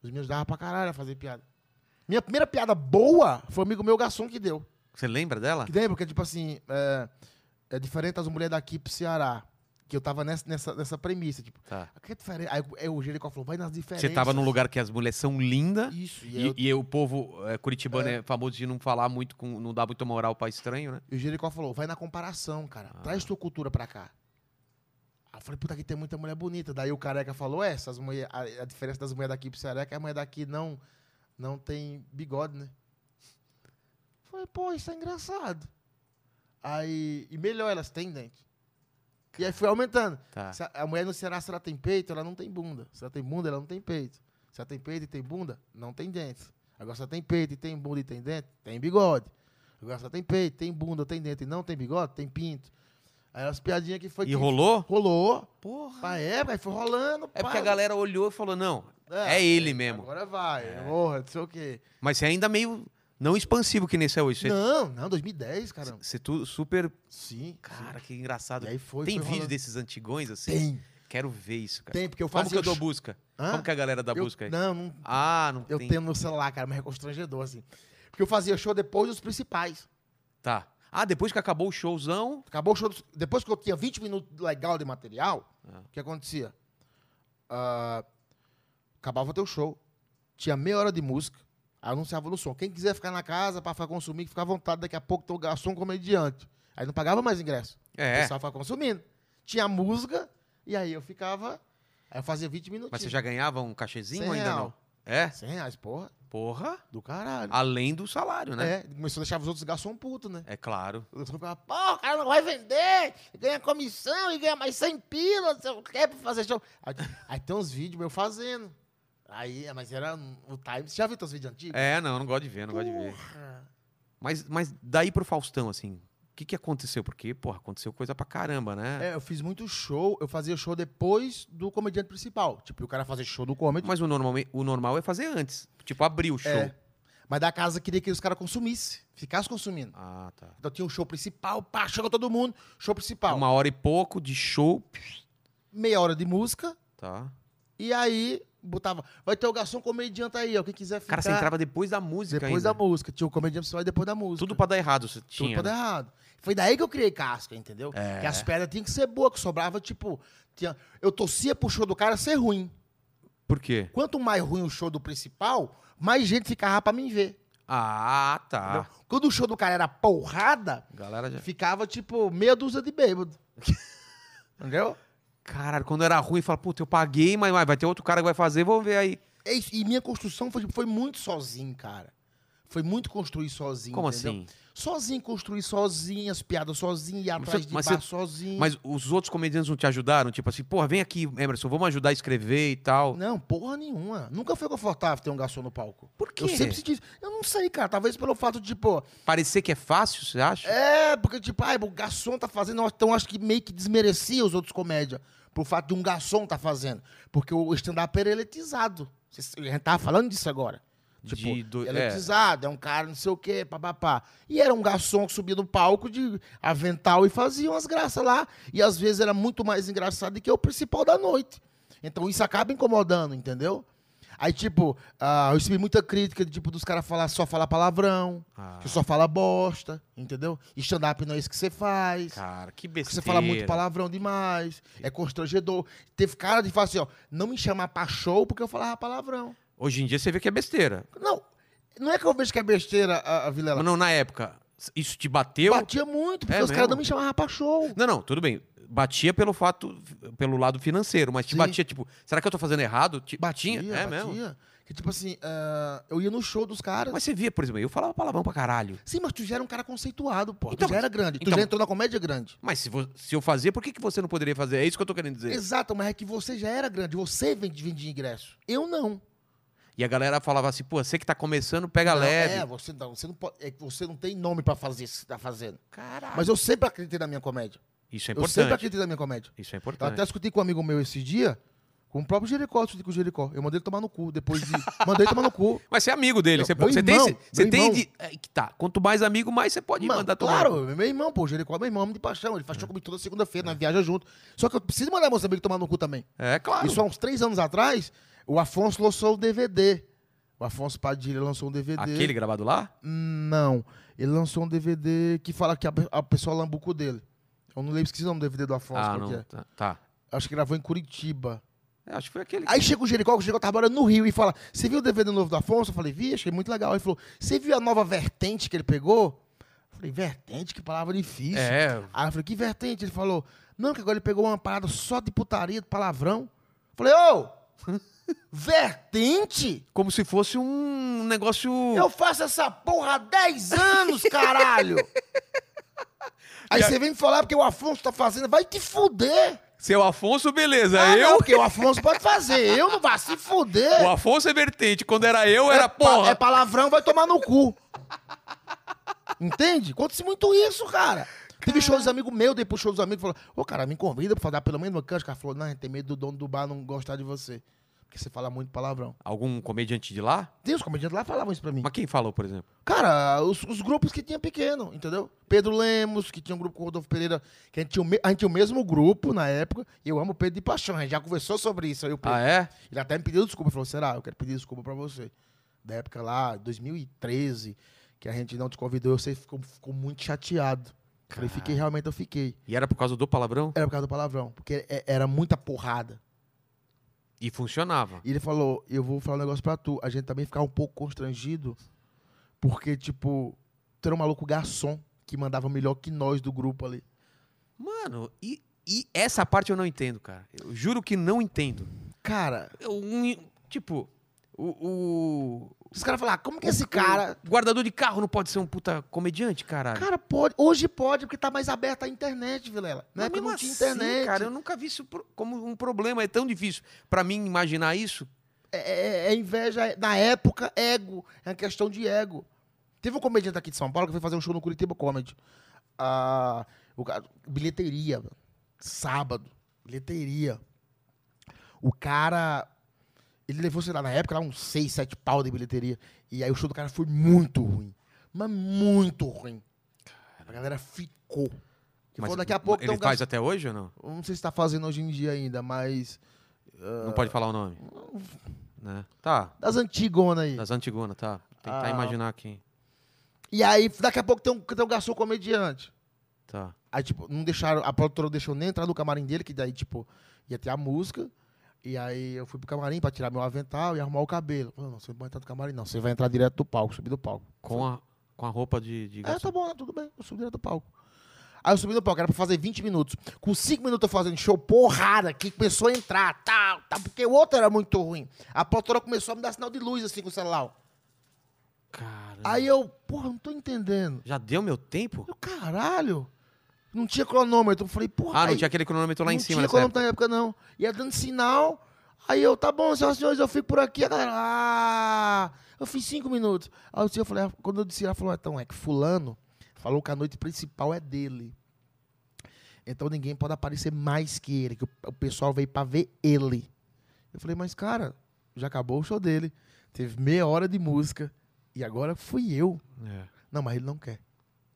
S2: Os meninos davam pra caralho a fazer piada. Minha primeira piada boa foi um amigo meu garçom que deu.
S1: Você lembra dela?
S2: Que lembra? Que é tipo assim, é, é diferente das mulheres daqui pro Ceará. Que eu tava nessa, nessa, nessa premissa, tipo,
S1: Tá.
S2: a que é diferente? Aí, aí o Jericó falou, vai nas diferenças.
S1: Você tava num lugar que as mulheres são lindas.
S2: Isso, e, aí
S1: E,
S2: eu-
S1: e o povo é, curitibano é. famoso de não falar muito, com, não dar muita moral pra estranho, né?
S2: e o Jericó falou, vai na comparação, cara.
S1: Ah.
S2: Traz tua cultura pra cá. Aí eu falei, puta, aqui tem muita mulher bonita. Daí o careca falou, é, essas mulher, a, a diferença das mulheres daqui pro Ceará é que a mulher daqui não, não tem bigode, né? Eu Falei, pô, isso é engraçado. Aí, e melhor, elas têm dente. E aí foi aumentando.
S1: Tá.
S2: Se a- A mulher no Ceará, se ela tem peito, ela não tem bunda. Se ela tem bunda, ela não tem peito. Se ela tem peito e tem bunda, não tem dente. Agora, se ela tem peito e tem bunda e tem dente, tem bigode. Agora, se ela tem peito, tem bunda, tem dente e não tem bigode, tem pinto. Aí, as piadinhas que foi...
S1: E
S2: que
S1: rolou?
S2: Rolou.
S1: Porra.
S2: Pra época, aí foi rolando.
S1: É
S2: pá.
S1: porque a galera olhou e falou, não, é ele mesmo. É.
S2: Agora vai. Porra, não sei o quê.
S1: Mas você ainda meio não expansivo que nem você é hoje. Você-
S2: Não, não, 2010, caramba.
S1: Você tu, super.
S2: Sim.
S1: Cara,
S2: sim.
S1: que engraçado.
S2: E aí foi,
S1: Tem
S2: foi
S1: vídeo
S2: rolando.
S1: desses antigões assim?
S2: Tem,
S1: Quero ver isso, cara.
S2: tem, porque eu
S1: Como
S2: faço...
S1: que eu dou busca?
S2: Hã?
S1: Como que a galera dá
S2: eu-
S1: busca aí?
S2: Não, não,
S1: Ah, não
S2: Eu
S1: tem.
S2: tenho no celular, cara, mas é constrangedor, assim. Porque eu fazia show depois dos principais.
S1: Tá. Ah, depois que acabou o showzão.
S2: Acabou o show. Dos... Depois que eu tinha 20 minutos legal de material,
S1: Ah.
S2: o que acontecia? Ah, acabava o teu show. Tinha meia hora de música. Aí anunciava no som. Quem quiser ficar na casa pra ficar consumir, fica à vontade. Daqui a pouco tem o garçom comediante. Aí não pagava mais ingresso. O
S1: É.
S2: pessoal ficava consumindo. Tinha música, e aí eu ficava. Aí eu fazia 20 minutos.
S1: Mas você já ganhava um cachezinho
S2: Cem
S1: ou ainda não?
S2: real.
S1: É?
S2: 100 reais, porra.
S1: Porra.
S2: Do caralho.
S1: Além do salário, Ah, né?
S2: É, começou a deixar os outros garçom puto, né?
S1: É, claro.
S2: Eu falava, pô, o cara não vai vender, ganha comissão e ganha mais 100 pila, não sei o quê, pra fazer show. Aí, aí tem uns vídeos meu fazendo. Aí, é, mas era um- o time. Você já viu teus vídeos antigos?
S1: É, não, eu não gosto de ver, não gosto de ver.
S2: Porra.
S1: Mas, mas daí pro Faustão, assim, o que, que aconteceu? Porque, porra, aconteceu coisa pra caramba, né?
S2: É, eu fiz muito show, eu fazia show depois do comediante principal. Tipo, o cara fazia show do comedy. Mas,
S1: Mas o normal, o normal é fazer antes. Tipo, abrir o show.
S2: É. da casa queria que os caras consumissem, ficassem consumindo.
S1: Ah, tá.
S2: Então tinha um show principal, pá, chegou todo mundo, show principal.
S1: Uma hora e pouco de show.
S2: Meia hora de música,
S1: Tá.
S2: e aí botava, vai ter o garçom comediante aí, ó, quem quiser ficar.
S1: Cara, você entrava depois da música
S2: Depois
S1: ainda.
S2: da música. Tinha o comediante principal e depois da música.
S1: Tudo pra dar errado, você
S2: Tudo
S1: tinha.
S2: pra dar errado. Foi daí que eu criei casca, entendeu?
S1: É.
S2: Que as pedras tinham que ser boas, que sobrava, tipo... Tinha... Eu torcia pro show do cara ser ruim.
S1: Por quê?
S2: Quanto mais ruim o show do principal, mais gente ficava pra mim ver.
S1: Ah, É. tá.
S2: entendeu? Quando o show do cara era porrada,
S1: Galera já...
S2: ficava, tipo, meia dúzia
S1: (laughs)
S2: de bêbado. entendeu?
S1: Caralho, quando era ruim, fala, puta, eu paguei, mas mas vai ter outro cara que vai fazer, vamos ver aí.
S2: É isso. E minha construção foi, tipo, foi muito sozinho, cara. Foi muito construir sozinho,
S1: Como
S2: entendeu?
S1: assim?
S2: Sozinho, construir sozinho, as piadas sozinho, ir atrás
S1: você-
S2: de
S1: mas
S2: bar
S1: você-
S2: sozinho.
S1: Mas os outros comediantes não te ajudaram? Tipo assim, porra, vem aqui, Emerson, vamos ajudar a escrever e tal.
S2: Não, porra nenhuma. Nunca foi confortável ter um garçom no palco.
S1: Por quê?
S2: Eu sempre senti isso. Eu não sei, cara. Talvez pelo fato de, pô,
S1: Parecer que é fácil, você acha?
S2: é, porque, tipo, ai, o garçom tá fazendo, então acho que meio que desmerecia os outros comédia. Por fato de um garçom tá fazendo. Porque o stand-up era eletizado. Vocês- A gente tava falando disso agora.
S1: De
S2: Tipo,
S1: do- é.
S2: eletizado, é. um cara não sei o quê, papapá. E era um garçom que subia no palco de avental e fazia umas graças lá. E às vezes era muito mais engraçado do que o principal da noite. Então isso acaba incomodando, entendeu? Aí, tipo, ah, eu recebi muita crítica, tipo, dos caras falar, só falar palavrão.
S1: Ah,
S2: Que só fala bosta, entendeu? Stand-up não é isso que você faz.
S1: cara, que
S2: que
S1: besteira.
S2: você fala muito palavrão demais. É constrangedor. Teve cara de falar assim, ó, não me chamar pra show porque eu falava palavrão.
S1: Hoje em dia você vê que é besteira.
S2: Não, não é que eu vejo que é besteira, a, a Vilela.
S1: Mas não, na época, isso te bateu?
S2: Eu batia muito, porque
S1: É
S2: os caras
S1: mesmo?
S2: não me chamavam pra show.
S1: Não, não, tudo bem. Batia pelo fato, pelo lado financeiro, mas te
S2: Sim.
S1: batia, tipo, será que eu tô fazendo errado? Ti-
S2: Batia,
S1: tinha- é mesmo.
S2: batia. Que tipo assim, ah, eu ia no show dos caras.
S1: Mas você via, por exemplo, eu falava palavrão pra caralho.
S2: Sim, mas tu já era um cara conceituado, pô.
S1: Então,
S2: tu já era grande.
S1: então-
S2: tu já entrou na comédia grande.
S1: Mas se, vo- se eu fazia, por que, que você não poderia fazer? É isso que eu tô querendo dizer.
S2: Exato, mas é que você já era grande. Você vende- vendia ingresso. Eu não.
S1: E a galera falava assim, pô, você que tá começando, pega
S2: Não,
S1: leve.
S2: É, você não, você não pode, é que você não tem nome pra fazer isso que tá fazendo.
S1: Caralho.
S2: Mas eu sempre acreditei na minha comédia.
S1: Isso é
S2: eu sempre
S1: importante.
S2: acreditei na minha comédia.
S1: Isso é
S2: Eu
S1: importante.
S2: até escutei com um amigo meu esse dia, com o próprio Jericó, eu discuti com o Jericó. Eu mandei ele tomar no cu,
S1: (laughs)
S2: depois de... mandei ele tomar no cu.
S1: Mas você é amigo dele.
S2: Não,
S1: Você,
S2: meu
S1: pode- você tem.
S2: irmão,
S1: esse- Você
S2: meu
S1: tem
S2: irmão.
S1: de. é que tá. Quanto mais amigo, mais você pode
S2: Mano,
S1: mandar tomar.
S2: claro, meu irmão, pô, o Jericó é meu irmão, homem de paixão. Ele faz show comigo toda segunda-feira, nós viaja junto. Só que eu preciso mandar meus amigos tomar no cu também.
S1: É, claro.
S2: Isso há uns três anos atrás, o Afonso lançou o DVD. O Afonso Padilha lançou um DVD.
S1: Aquele gravado lá?
S2: Não. Ele lançou um DVD que fala que a, pe- a pessoa lambuco dele. Eu não lembro, esqueci o nome do DVD do Afonso.
S1: Ah,
S2: qual que
S1: não.
S2: é.
S1: Tá. tá.
S2: Acho que gravou em Curitiba.
S1: É, acho que foi aquele.
S2: Aí chega o Jericó, o Jericó tava morando no Rio e fala: Você viu o DVD novo do Afonso? Eu falei: Vi, achei muito legal. Ele falou: Você viu a nova vertente que ele pegou? Eu falei: Vertente? Que palavra difícil.
S1: É,
S2: Aí eu falei: Que vertente? Ele falou: Não, que agora ele pegou uma parada só de putaria, de palavrão. Eu falei:
S1: (laughs)
S2: Ô, vertente?
S1: como se fosse um negócio.
S2: Eu faço essa porra há 10 anos, caralho! Aí
S1: Já-
S2: você vem me falar porque o Afonso tá fazendo, vai te fuder!
S1: Seu Afonso, beleza.
S2: Ah,
S1: É eu.
S2: não, porque o Afonso pode fazer, eu não vá se fuder!
S1: O Afonso é vertente. Quando era eu,
S2: é,
S1: era
S2: pa-
S1: porra.
S2: é palavrão, vai tomar no cu. Entende? Conta-se muito isso, cara. Teve show dos amigos meus, depois show dos amigos, falou, ô cara, me convida pra dar pelo menos uma cancha. O cara falou, não, a gente tem medo do dono do bar não gostar de você. Porque você fala muito palavrão.
S1: Algum comediante de lá?
S2: Tem os comediantes lá que falavam isso pra mim.
S1: Mas quem falou, por exemplo?
S2: Cara, os, os grupos que tinha pequeno, entendeu? Pedro Lemos, que tinha um grupo com o Rodolfo Pereira, que a gente, tinha o me- a gente tinha o mesmo grupo na época, e eu amo o Pedro de paixão, a gente já conversou sobre isso, aí o Pedro.
S1: Ah, é?
S2: Ele até me pediu desculpa, falou, será? Eu quero pedir desculpa pra você. Da época lá, 2013, que a gente não te convidou, você ficou, ficou muito chateado. Eu Falei, fiquei, realmente eu fiquei.
S1: E era por causa do palavrão?
S2: Era por causa do palavrão, porque é- era muita porrada.
S1: E funcionava.
S2: E ele falou, eu vou falar um negócio pra tu, a gente também ficava um pouco constrangido, porque, tipo, tu era um maluco garçom, que mandava melhor que nós do grupo ali.
S1: Mano, e, e essa parte eu não entendo, cara. Eu juro que não entendo.
S2: Cara,
S1: Eu, um- tipo, o. o
S2: os caras falaram, "Ah, como que
S1: Hum.
S2: esse cara...
S1: o guardador de carro não pode ser um puta comediante, caralho.
S2: Cara, pode, hoje pode, porque tá mais aberta a internet, Vilela. Na
S1: Mas
S2: época
S1: mesmo
S2: não tinha
S1: assim,
S2: internet.
S1: cara, eu nunca vi isso pro- como um problema. É tão difícil pra mim imaginar isso.
S2: É, é- é inveja, é- na época, ego. É uma questão de ego. Teve um comediante aqui de São Paulo que foi fazer um show no Curitiba Comedy. Ah, o cara- bilheteria, mano. sábado, bilheteria. O cara, ele levou, sei lá, na época, lá uns 6, 7 pau de bilheteria. E aí o show do cara foi muito ruim. Mas muito ruim. A galera ficou. Ele
S1: Tipo,
S2: falou, daqui a pouco
S1: ele
S2: tem um
S1: faz
S2: gasto-
S1: até hoje ou não?
S2: Eu Não sei se tá fazendo hoje em dia ainda, mas...
S1: Não pode falar o nome. Né? Tá,
S2: Das antigonas aí.
S1: das Antigona, tá. Tentar
S2: Ah.
S1: imaginar quem.
S2: E aí, daqui a pouco tem um, tem um garçom comediante.
S1: Tá.
S2: Aí, tipo, não deixaram, a produtora não deixou nem entrar no camarim dele, que daí, tipo, ia ter a música. E aí eu fui pro camarim pra tirar meu avental e arrumar o cabelo. Falei, não, você não vai entrar no camarim, não. Você vai entrar direto do palco, subir do palco.
S1: Com a, com a roupa de, de
S2: É,
S1: garçom.
S2: tá bom, tudo bem. Eu subi direto do palco. Aí eu subi no palco, era pra fazer 20 minutos. Com 5 minutos eu fazendo show, porrada, que começou a entrar, tal, tal, porque o outro era muito ruim. A produtora começou a me dar sinal de luz, assim, com o celular. ó.
S1: Caramba.
S2: Aí eu, porra, não tô entendendo.
S1: Já deu meu tempo?
S2: Eu, caralho, não tinha cronômetro. Eu falei, porra.
S1: Ah, não
S2: aí-
S1: tinha aquele cronômetro lá em
S2: não
S1: cima,
S2: tinha
S1: nessa época.
S2: cronômetro na época, não. Ia dando sinal. Aí eu, tá bom, senhoras e senhores, eu fico por aqui. A galera, ah, eu fiz cinco minutos. Aí o senhor falou, ah, quando eu disse, ela falou, então, é que fulano falou que a noite principal é dele. Então ninguém pode aparecer mais que ele, que o o pessoal veio pra ver ele. Eu falei, mas cara, já acabou o show dele. Teve meia hora de música. E agora fui eu.
S1: É.
S2: Não, mas ele não quer.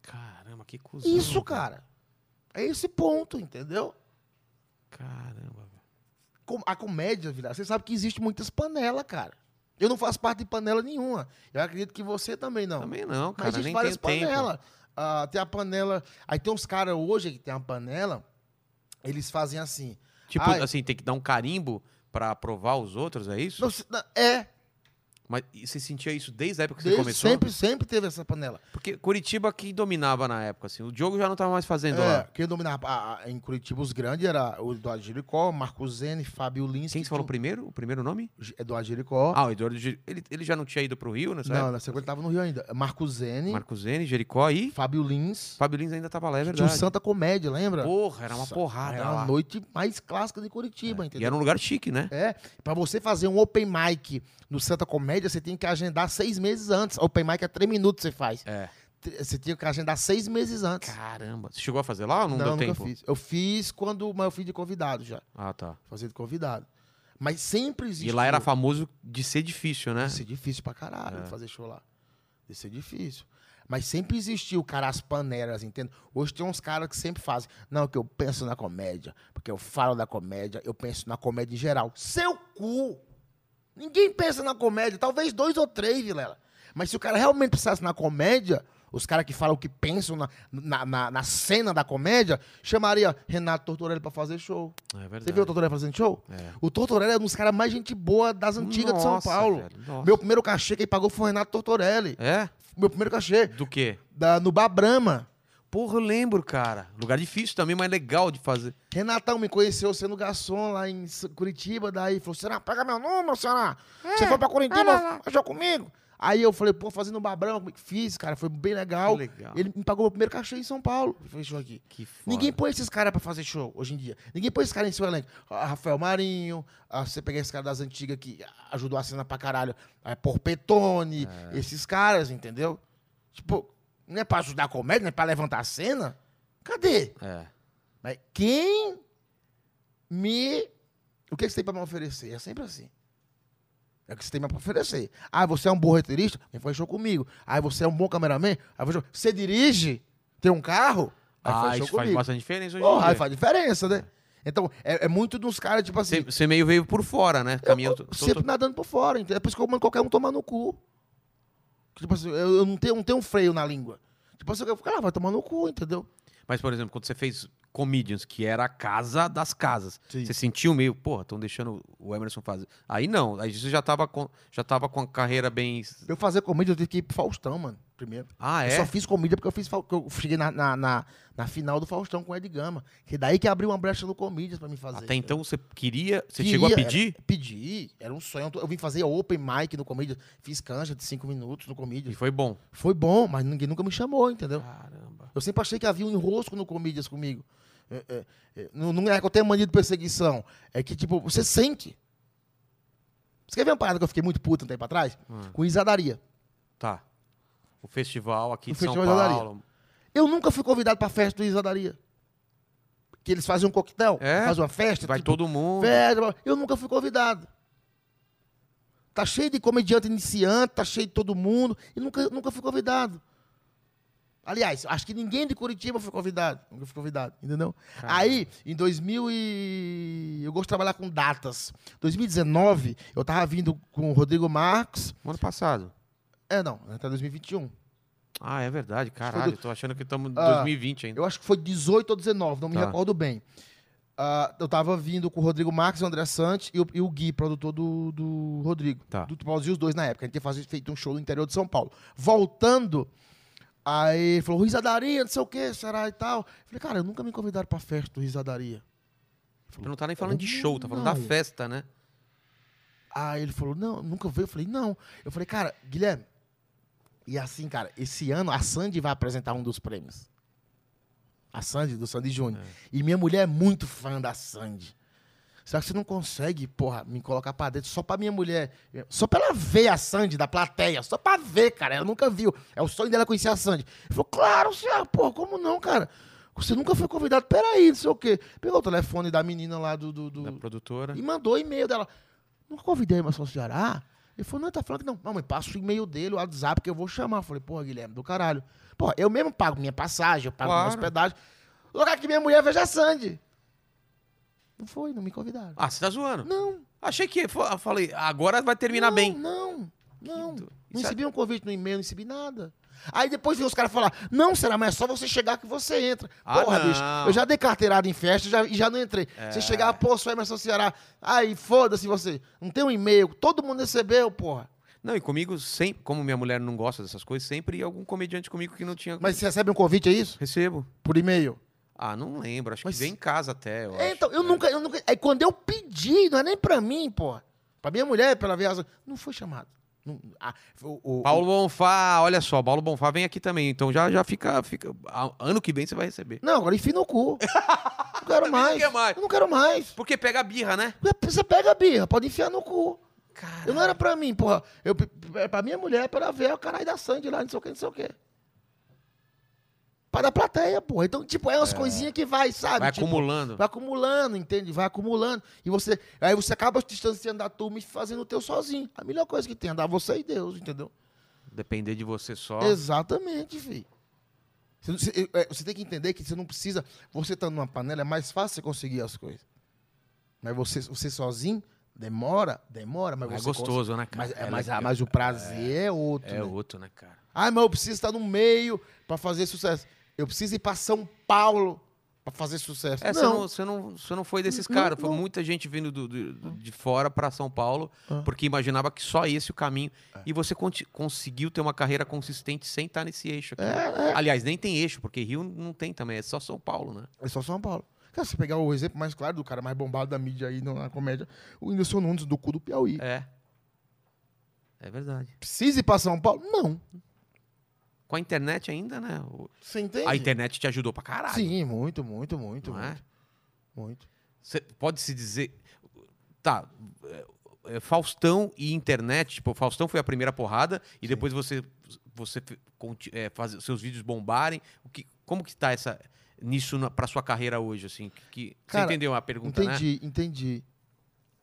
S1: Caramba, que cuzão.
S2: Isso, cara. É esse ponto, entendeu?
S1: Caramba, velho.
S2: Com- A comédia, Vilar, você sabe que existe muitas panelas, cara. Eu não faço parte de panela nenhuma. Eu acredito que você também não.
S1: Também não,
S2: Mas
S1: cara.
S2: existe
S1: Nem
S2: várias
S1: tem tempo.
S2: panelas. Ah, tem a panela. Aí tem uns caras hoje que tem uma panela. Eles fazem assim.
S1: Tipo,
S2: Ai.
S1: assim, tem que dar um carimbo pra aprovar os outros, é isso?
S2: Não, se- não, é,
S1: Mas e você sentia isso desde a época que
S2: desde
S1: você começou?
S2: sempre, sempre teve essa panela.
S1: Porque Curitiba que dominava na época, assim. O Diogo já não tava mais fazendo
S2: É,
S1: lá.
S2: quem dominava a- a- em Curitiba os grandes era o Eduardo Jericó, Marco Zene, Fábio Lins.
S1: Quem
S2: que
S1: você falou
S2: tinha-
S1: primeiro? O primeiro nome?
S2: Eduardo Jericó.
S1: Ah, o Eduardo Gil- ele, ele já não tinha ido pro Rio, né?
S2: não, na sequência ele tava no Rio ainda. Marco Zene,
S1: Marco Zene, Jericó e
S2: Fábio Lins.
S1: Fábio Lins ainda tava lá, é
S2: Tinha o
S1: verdade.
S2: Santa Comédia, lembra?
S1: Porra, era uma
S2: Sa-
S1: porrada
S2: Era
S1: lá.
S2: a noite mais clássica de Curitiba,
S1: E
S2: entendeu?
S1: era um lugar chique, né?
S2: É, pra você fazer um open mic no Santa Comédia, você tem que agendar seis meses antes. Open mic é três minutos você faz.
S1: É.
S2: Tr- Você tinha que agendar seis meses antes.
S1: Caramba. Você chegou a fazer lá ou não, deu
S2: eu É. nunca
S1: tempo?
S2: fiz. Eu fiz quando, mas eu fui de convidado já.
S1: Ah, tá.
S2: Fazia de convidado. Mas sempre existe.
S1: E lá era famoso de ser difícil, né?
S2: Isso é difícil pra caralho
S1: É.
S2: fazer show lá. Isso é difícil. Mas sempre existiu, cara, as panelas, entende? Hoje tem uns caras que sempre fazem. Não, que eu penso na comédia, porque eu falo da comédia, eu penso na comédia em geral. Seu cu! Ninguém pensa na comédia, talvez dois ou três, Vilela. Mas se o cara realmente pensasse na comédia, os caras que falam o que pensam na, na, na- na cena da comédia, chamaria Renato Tortorelli pra fazer show.
S1: É verdade.
S2: Você viu o Tortorelli fazendo show?
S1: É.
S2: O Tortorelli é um dos caras mais gente boa das antigas de São
S1: Nossa,
S2: Paulo.
S1: velho, nossa.
S2: Meu primeiro cachê quem pagou foi o Renato Tortorelli.
S1: É?
S2: Meu primeiro cachê,
S1: Do quê?
S2: da, no Bar Brahma.
S1: Porra, eu lembro, cara. Lugar difícil também, mas legal de fazer.
S2: Renatão me conheceu sendo garçom lá em S- Curitiba, daí falou, Será, pega meu número, Será?
S1: É.
S2: Você foi pra
S1: Ah,
S2: Curitiba, achou comigo? Aí eu falei, pô, fazendo babrão, é fiz, cara, foi bem legal.
S1: Que legal.
S2: Ele me pagou meu primeiro cachê em São Paulo. Fez show aqui.
S1: Que foda.
S2: Ninguém põe esses caras pra fazer show hoje em dia. Ninguém põe esses caras em seu elenco. Ah, Rafael Marinho, ah, você pegar esse cara das antigas que ajudou a cena pra caralho, ah, Porpetone,
S1: É.
S2: esses caras, entendeu? Tipo, não é pra ajudar a comédia, não é pra levantar a cena? Cadê?
S1: É.
S2: Mas quem me. O que você tem pra me oferecer? É sempre assim. É o que você tem pra me oferecer. Ah, você é um bom roteirista? Vem fazer show comigo. Ah, você é um bom cameraman? Aí faz show. Você dirige? Tem um carro? Aí
S1: Ah,
S2: faz
S1: isso
S2: show
S1: faz
S2: comigo.
S1: bastante diferença hoje em
S2: Porra, aí
S1: dia.
S2: faz diferença, né? Então, é, é muito dos caras, tipo assim.
S1: Você você meio veio por fora, né? Caminhando. to-
S2: Eu,
S1: to-
S2: sempre nadando por fora. entendeu? É por isso que eu mando qualquer um tomar no cu. Tipo assim, eu, eu não, tenho, não tenho um freio na língua. Tipo assim, eu falo, ah, vai tomar no cu, entendeu?
S1: Mas, por exemplo, quando você fez Comedians, que era a casa das casas,
S2: Sim.
S1: você sentiu meio, porra, estão deixando o Emerson fazer. Aí não, aí você já tava com, já tava com a carreira bem.
S2: Pra eu fazer comédia, eu tive que ir pro Faustão, mano, primeiro.
S1: Ah,
S2: Eu
S1: é?
S2: só fiz comédia porque eu, fiz, Fau- que eu cheguei na, na, na, na final do Faustão com o Ed Gama. Que daí que abriu uma brecha no Comedians pra mim fazer. é."
S1: Até então você queria. Você
S2: Queria, é.
S1: chegou a
S2: era-
S1: pedir?
S2: Pedi, era um sonho. Eu vim fazer open mic no Comedians. Fiz cancha de cinco minutos no
S1: E
S2: Comedians.
S1: foi bom.
S2: Foi bom, mas ninguém nunca me chamou, entendeu?
S1: Caramba.
S2: Eu sempre achei que havia um enrosco no Comedians comigo. É, é, é, não, não é que eu tenha mania de perseguição. É que, tipo, você sente. Você quer ver uma parada que eu fiquei muito puto um tempo atrás?
S1: Ah.
S2: Com Isadaria.
S1: Tá. O festival aqui
S2: O
S1: de São
S2: festival da Olaria.
S1: Paulo.
S2: Eu nunca fui convidado pra festa do Isadaria. Que eles fazem um coquetel,
S1: É?
S2: fazem uma festa.
S1: Vai
S2: tipo,
S1: todo mundo.
S2: festa. Eu nunca fui convidado. Tá cheio de comediante iniciante, tá cheio de todo mundo. E nunca, nunca fui convidado. Aliás, acho que ninguém de Curitiba foi convidado. Nunca fui convidado, entendeu?
S1: Caramba.
S2: Aí, em 2000 e... Eu gosto de trabalhar com datas. 2019, eu tava vindo com o Rodrigo Marques.
S1: Ano passado.
S2: É, não, até 2021.
S1: Ah, é verdade,
S2: Foi
S1: caralho.
S2: do-
S1: Tô achando que estamos em
S2: Ah,
S1: 2020 ainda.
S2: Eu acho que foi 18 ou 19, não me
S1: Tá.
S2: recordo bem. Ah, eu tava vindo com o Rodrigo Marques, o André Sante e o, e o Gui, produtor do, do Rodrigo.
S1: Tá.
S2: Do Tupauzio, os dois na época. A gente tinha fazi- feito um show no interior de São Paulo. Voltando, aí ele falou, risadaria, não sei o que, será e tal. Eu falei, cara, eu nunca me convidaram pra festa do risadaria.
S1: Tu não tá nem falando de show, tá falando da
S2: Não.
S1: festa, né?
S2: Aí ele falou, não, nunca veio. Eu falei, não. Eu falei, cara, Guilherme, e assim, cara, esse ano a Sandy vai apresentar um dos prêmios. A Sandy, do Sandy Júnior. E minha mulher é muito fã da Sandy. Será que você não consegue, porra, me colocar pra dentro só pra minha mulher? Só pra ela ver a Sandy da plateia. Só pra ver, cara. Ela nunca viu. É o sonho dela conhecer a Sandy. Ele falou, claro, senhor, porra, como não, cara? Você nunca foi convidado. Peraí, não sei o quê. Pegou o telefone da menina lá do- do- do,
S1: Da produtora.
S2: e mandou e-mail dela. Não convidei o Emerson Ceará? Ele falou, não, tá falando que não. Não, mas passa o e-mail dele, o WhatsApp, que eu vou chamar. Eu falei, porra, Guilherme, do caralho. Porra, eu mesmo pago minha passagem, eu pago
S1: Claro.
S2: minha hospedagem. Lugar que minha mulher veja a Sandy. Não foi, não me convidaram.
S1: Ah, você tá zoando.
S2: Não.
S1: Achei que. fa- Falei, agora vai terminar
S2: não,
S1: bem.
S2: Não, não.
S1: do-
S2: Não
S1: Isso é-
S2: recebi um convite no e-mail, não recebi nada. Aí depois vem os caras falar, não, será, mas é só você chegar que você entra.
S1: Ah,
S2: Porra,
S1: não. É.
S2: bicho, eu já dei carteirada em festa já- e já não entrei. Você chegar, pô, sou Emerson Ceará. Aí, foda-se você. Não tem um e-mail, todo mundo recebeu, porra.
S1: Não, e comigo, sempre, como minha mulher não gosta dessas coisas, sempre ia algum comediante comigo que não tinha.
S2: Mas você recebe um convite, é isso?
S1: Recebo.
S2: Por e-mail?
S1: Ah, não lembro. Acho
S2: Mas-
S1: que vem em casa até. Eu
S2: É,
S1: acho.
S2: então, eu nunca, eu nunca. Aí quando eu pedi, não é nem pra mim, porra. Pra minha mulher, pela viagem, não foi chamado. Não- ah, o- o-
S1: Paulo Bonfá, olha só, Paulo Bonfá vem aqui também. Então já, já fica, fica. a- Ano que vem você vai receber.
S2: Não, agora enfia no cu.
S1: (laughs)
S2: não quero mais.
S1: quer mais.
S2: Eu não quero mais.
S1: Porque pega a birra, né?
S2: Você pega a birra, pode enfiar no cu.
S1: Cara.
S2: Eu não era pra mim, porra. Eu, é pra minha mulher, pra ela ver o caralho da Sandy lá, não sei o que, não sei o que. Pra dar plateia, porra. Então, tipo, é umas coisinhas que vai, sabe?
S1: Vai
S2: Tipo,
S1: acumulando.
S2: Vai acumulando, entende? Vai acumulando. E você. Aí você acaba se distanciando da turma e fazendo o teu sozinho. A melhor coisa que tem, é andar você e Deus, entendeu?
S1: Depender de você só.
S2: Exatamente, filho. Você, não- você- é, você tem que entender que você não precisa. Você estando numa panela, é mais fácil você conseguir as coisas. Mas você, você sozinho, demora, demora, mas
S1: é
S2: você
S1: gostoso, né,
S2: consegue.
S1: cara?
S2: Mas, é, mas,
S1: legal.
S2: mas o prazer é, outro.
S1: É
S2: né?
S1: outro, né, cara?
S2: Ah, mas eu preciso estar no meio pra fazer sucesso. Eu preciso ir pra São Paulo pra fazer sucesso.
S1: É, você, não,
S2: não,
S1: você, não, você não foi desses caras. Foi muita gente vindo do- do- do- de fora para São Paulo, porque imaginava que só esse o caminho. E você conti- conseguiu ter uma carreira consistente sem estar nesse eixo
S2: É.
S1: aqui. Aliás, nem tem eixo, porque Rio não tem também, é só São Paulo, né?
S2: é só São Paulo. Cara, se pegar o exemplo mais claro do cara mais bombado da mídia aí na na comédia, o Whindersson Nunes do cu do Piauí.
S1: É. É verdade.
S2: Precisa ir pra São Paulo? Não.
S1: Com a internet ainda, né? O-
S2: Você entende?
S1: A internet te ajudou pra caralho.
S2: Sim, muito, muito, muito,
S1: Não é?
S2: muito. Muito.
S1: Cê pode se dizer. Tá. é, é, Faustão e internet, tipo, Faustão foi a primeira porrada e depois você você fe- conti- é, faz seus vídeos bombarem. O que, como que tá essa nisso na, pra sua carreira hoje assim? Que, que-
S2: Cara,
S1: você entendeu a pergunta, né?
S2: entendi, entendi.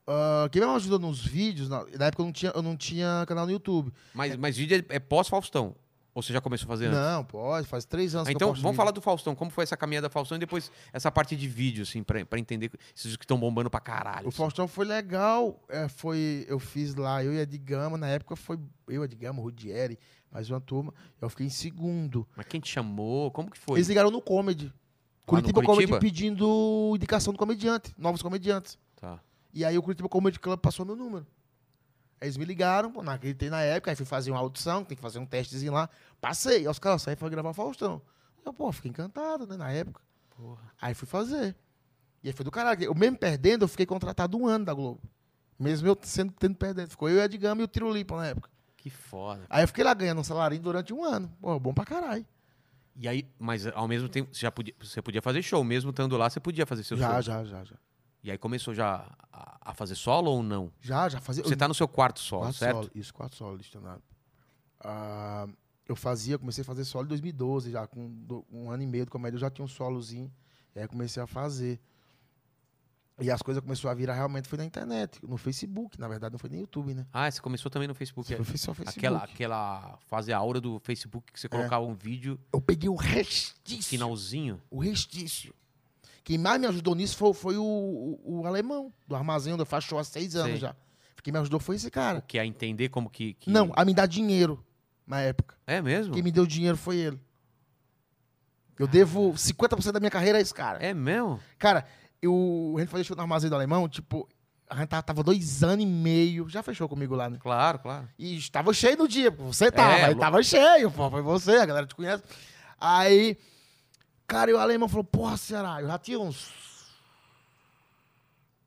S2: Ah, quem me ajudou nos vídeos, na, na época eu não, tinha, eu não tinha canal no YouTube.
S1: Mas mas vídeo é, é pós Faustão. Ou você já começou a fazer antes?
S2: Não, pode, faz três anos
S1: Ah,
S2: que
S1: então,
S2: eu posto
S1: vamos
S2: vídeo.
S1: falar do Faustão. Como foi essa caminhada do Faustão e depois essa parte de vídeo, assim, pra, pra entender esses que estão bombando pra caralho.
S2: O
S1: assim.
S2: Faustão foi legal. é, foi, eu fiz lá, eu e a Digama, na época foi eu, a Digama, o Rudieri, mais uma turma. Eu fiquei em segundo.
S1: Mas quem te chamou? Como que foi?
S2: Eles ligaram no Comedy.
S1: no
S2: Curitiba,
S1: Curitiba?
S2: Comedy pedindo indicação do comediante, novos comediantes.
S1: Tá.
S2: E aí o Curitiba Comedy Club passou meu número. Aí Eles me ligaram, pô, não acreditei na época, aí fui fazer uma audição, tem que fazer um testezinho lá. Passei, aí os caras saíram e foram gravar Faustão. Eu, pô, fiquei encantado, né, na época.
S1: Porra.
S2: Aí fui fazer. E aí foi do caralho. Eu mesmo perdendo, eu fiquei contratado um ano da Globo. Mesmo eu sendo, tendo perdido. Ficou eu e a Edgama e o Tiro Limpa na época.
S1: Que foda.
S2: Aí eu fiquei lá ganhando um salarinho durante um ano. Pô, bom pra caralho.
S1: E aí, mas ao mesmo tempo, você já podia, você podia fazer show, mesmo estando lá, você podia fazer seu
S2: já,
S1: show.
S2: já, já, já.
S1: E aí começou já a, a fazer solo ou não?
S2: Já, já fazia.
S1: Você tá no seu quarto solo,
S2: quatro
S1: certo?
S2: solo, isso, quatro solos listados. Ah, eu fazia, comecei a fazer solo em 2012, já com do- um ano e meio de comédia, eu já tinha um solozinho. E aí comecei a fazer. E as coisas começaram a virar realmente foi na internet, no Facebook, na verdade, não foi nem YouTube, né?
S1: Ah, você começou também no Facebook. é.
S2: Foi só Facebook.
S1: Aquela, aquela fase aura do Facebook que você colocava um vídeo
S2: Eu peguei o restício.
S1: finalzinho.
S2: O restício. Quem mais me ajudou nisso foi, foi o, o, o alemão, do armazém onde eu faço show há seis anos
S1: Sei.
S2: já. Quem me ajudou foi esse cara.
S1: Que é entender como que. que-
S2: Não, a me dar dinheiro na época.
S1: É mesmo?
S2: Quem me deu dinheiro foi ele. Eu devo 50% da minha carreira a esse cara.
S1: É mesmo?
S2: Cara, eu, a gente fazia show no armazém do alemão, tipo, a gente tava, tava dois anos e meio. Já fechou comigo lá, né?
S1: Claro, claro.
S2: E estava cheio no dia, pô, você tava, aí
S1: lo-
S2: tava cheio, pô, foi você, a galera te conhece. Aí, cara, e o alemão falou, porra, Ceará, eu já tinha uns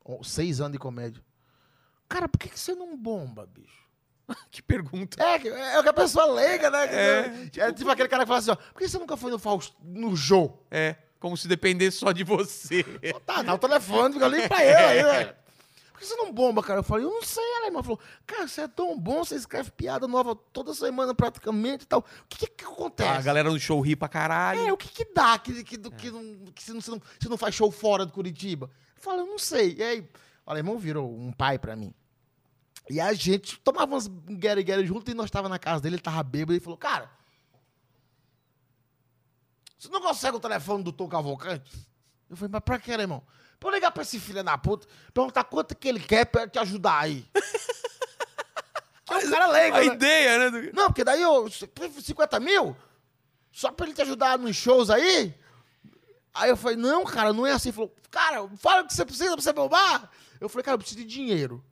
S2: ó, seis anos de comédia. Cara, por que, que você não bomba, bicho?
S1: (laughs) que pergunta.
S2: É, que- é o que a pessoa leiga, né? É, tipo aquele cara que fala assim, ó, por que você nunca foi no Faust, no Jô?
S1: É. Como se dependesse só de (laughs) você.
S2: Pô, Tá, dá o telefone, fica ali pra ele aí, né? Por que você não bomba, cara? Eu falei, eu não sei, ela irmã falou, cara, você é tão bom, você escreve piada nova toda semana praticamente e tal. O que que, que acontece?
S1: Tá, a galera no show ri pra caralho.
S2: É, o que que dá que, que, do- que, não, que você, não, você, não, você não faz show fora de Curitiba? Eu falei, eu não sei. E aí, o alemão virou um pai pra mim. E a gente tomava umas guerra junto e nós tava na casa dele, ele tava bêbado e ele falou, cara, você não consegue o telefone do Tom Cavalcante? Eu falei, mas pra quê, irmão? Pra eu ligar pra esse filho da puta, perguntar quanto que ele quer pra te ajudar aí. Que é um cara leigo,
S1: A
S2: né?
S1: ideia, né? do-
S2: Não, porque daí eu. 50 mil? Só pra ele te ajudar nos shows aí? Aí eu falei, não, cara, não é assim. Ele falou, cara, fala o que você precisa pra você bombar. Eu falei, cara, eu preciso de dinheiro.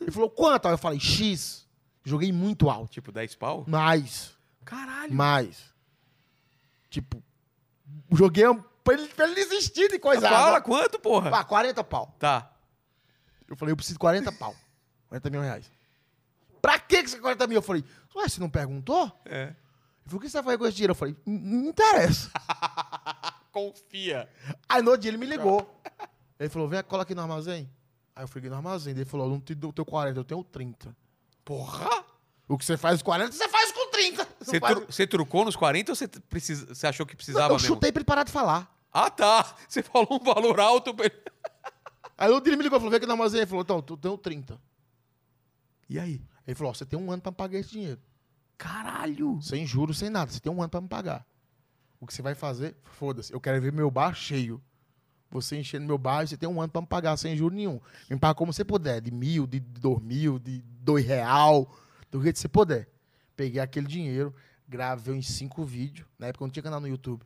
S2: Ele falou, quanto? Aí eu falei, X. Joguei muito alto.
S1: Tipo, 10 pau?
S2: Mais,
S1: Caralho.
S2: mais. Tipo, joguei um- pra ele, pra ele desistir de coisa.
S1: Fala quanto, porra?
S2: Pá, 40 pau.
S1: Tá.
S2: Eu falei, eu preciso de 40 pau. 40 mil reais. Pra que que você 40 mil? Eu falei, ué, você não perguntou?
S1: É.
S2: Ele falou, o que você vai fazer com esse dinheiro? Eu falei, "N- não interessa. (laughs)
S1: Confia.
S2: Aí no outro dia ele me ligou. Ele falou, vem, cola aqui no armazém. Aí eu fui no armazém. Ele falou, eu não te dou o teu 40, eu tenho 30.
S1: Porra!
S2: O que você faz com 40, você faz com 30. Não
S1: Você,
S2: faz-
S1: tru- você trucou nos 40 ou você, t- precisa, você achou que
S2: Não,
S1: precisava
S2: eu
S1: mesmo?
S2: chutei pra ele parar de falar.
S1: Ah, tá. Você falou um valor alto. pra ele.
S2: Aí no outro dia ele me ligou, falou, vem aqui no armazém. Ele falou, então, eu tenho 30.
S1: E aí?
S2: Ele falou, ó, você tem um ano pra me pagar esse dinheiro.
S1: Caralho!
S2: Sem juros, sem nada. Você tem um ano pra me pagar. O que você vai fazer? Foda-se. Eu quero ver meu bar cheio. Você enchendo meu bar, você tem um ano pra me pagar sem juros nenhum. Me paga como você puder. De mil, de dois mil, de dois real. Do jeito que você puder. Peguei aquele dinheiro, Gravei uns cinco vídeos. Na época eu não tinha canal no YouTube.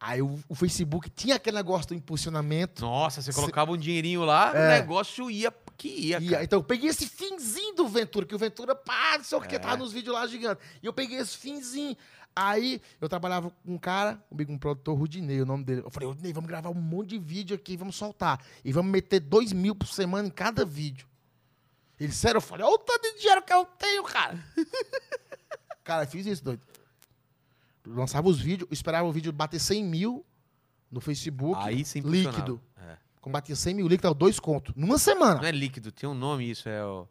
S2: Aí o, o Facebook tinha aquele negócio do impulsionamento.
S1: Nossa, você colocava um dinheirinho lá, o
S2: É.
S1: negócio ia que ia,
S2: E,
S1: cara.
S2: então eu peguei esse finzinho do Ventura, que o Ventura, pá, não sei o que,
S1: É.
S2: tava nos vídeos lá gigante. E eu peguei esse finzinho. Aí eu trabalhava com um cara, comigo um produtor, Rudinei, o nome dele. Eu falei, Rudinei, vamos gravar um monte de vídeo aqui, vamos soltar. E vamos meter dois mil por semana em cada vídeo. Ele, sério, eu falei, olha o tanto de dinheiro que eu tenho, cara. (laughs) cara, eu fiz isso, doido. Lançava os vídeos, esperava o vídeo bater 100 mil no Facebook.
S1: Aí sim funcionava.
S2: líquido.
S1: É.
S2: Quando batia 100 mil, líquido, tava dois conto. Numa semana.
S1: Não é líquido, tem um nome isso, é o...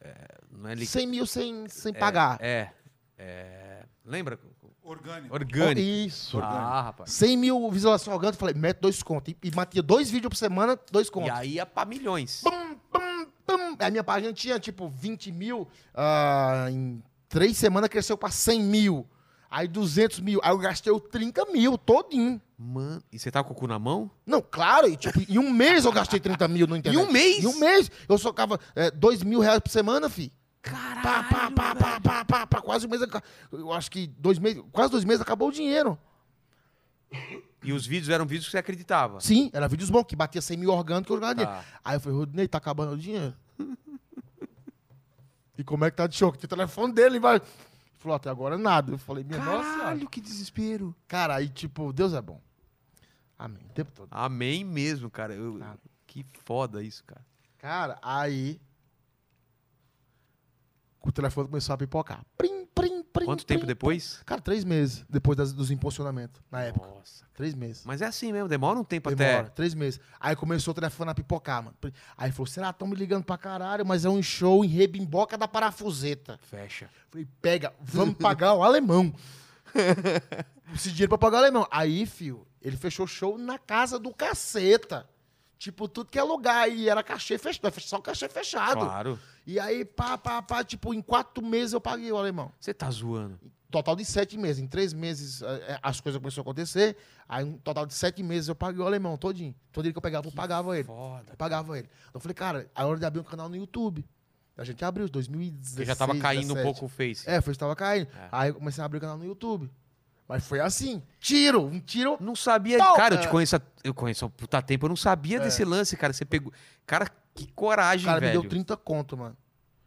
S1: é, não é líquido.
S2: 100 mil sem, sem pagar.
S1: É, é... Lembra?
S3: Orgânico.
S1: Orgânico.
S2: Isso.
S1: Ah, rapaz.
S2: 100 mil visualizações orgânicas, falei, mete dois contos. E, e batia dois vídeos por semana, dois
S1: E
S2: contos.
S1: aí ia pra milhões.
S2: Pum, a minha página tinha, tipo, 20 mil. ah, em três semanas cresceu pra 100 mil. Aí 200 mil. Aí eu gastei o 30 mil todinho.
S1: Mano, e você tava com o cu na mão?
S2: Não, claro, e, tipo, em um mês eu gastei 30 mil no internet.
S1: Em um mês?
S2: Em um mês. Eu socava é, 2 mil reais por semana, fi.
S1: Caralho,
S2: Pá, pá, pá, pá, pá, pá, pá, quase um mês. aca- Eu acho que dois meses, quase dois meses acabou o dinheiro.
S1: E os vídeos eram vídeos que você acreditava.
S2: Sim, era vídeos bons, que batia 100 mil orgânicos, eu jogava dinheiro.
S1: Tá.
S2: Aí eu falei, Rodney, tá acabando o dinheiro. (laughs) e como é que tá de choque? Tem o telefone dele, vai. Ele falou, até agora nada. Eu falei, minha nossa. senhora.
S1: que desespero.
S2: Cara, aí tipo, Deus é bom. Amém, o tempo todo.
S1: Amém mesmo, cara. Eu-
S2: Cara.
S1: Que foda isso, cara.
S2: Cara, aí... O telefone começou a pipocar. Prim, prim, prim,
S1: Quanto
S2: prim.
S1: tempo depois?
S2: Cara, três meses depois das- dos impulsionamentos, na época.
S1: Nossa.
S2: Três meses.
S1: Mas é assim mesmo, demora um tempo
S2: Demora,
S1: até.
S2: três meses. Aí começou o telefone a pipocar, mano. Aí falou, será que estão me ligando pra caralho, mas é um show em rebimboca da parafuseta.
S1: Fecha.
S2: Falei, pega, vamos (laughs) pagar
S1: (laughs)
S2: o alemão. Esse dinheiro pra pagar o alemão. Aí, fio, ele fechou o show na casa do caceta. Tipo, tudo que é lugar. E era cachê fechado, só cachê fechado.
S1: Claro.
S2: E aí, pá, pá, pá, tipo, em quatro meses eu paguei o alemão.
S1: Você tá zoando.
S2: Total de sete meses. Em três meses eh, eh, as coisas começaram a acontecer. Aí, um total de sete meses eu paguei o alemão todinho. Todo dia que eu pegava, eu pagava ele.
S1: Foda.
S2: Eu pagava ele. Eu falei, cara, a hora de abrir um canal no YouTube. A gente abriu, 2016.
S1: Você já tava caindo
S2: 17.
S1: um pouco o Face.
S2: É, foi estava caindo. Aí eu comecei a abrir o canal no YouTube. Mas foi assim: tiro, um tiro.
S1: Não sabia.
S2: Pô,
S1: Cara, eu
S2: é.
S1: te conheço. há- Eu conheço há um puta tempo. Eu não sabia desse lance, cara. Você pegou. Cara, que coragem,
S2: Cara, me
S1: velho.
S2: deu 30 conto, mano.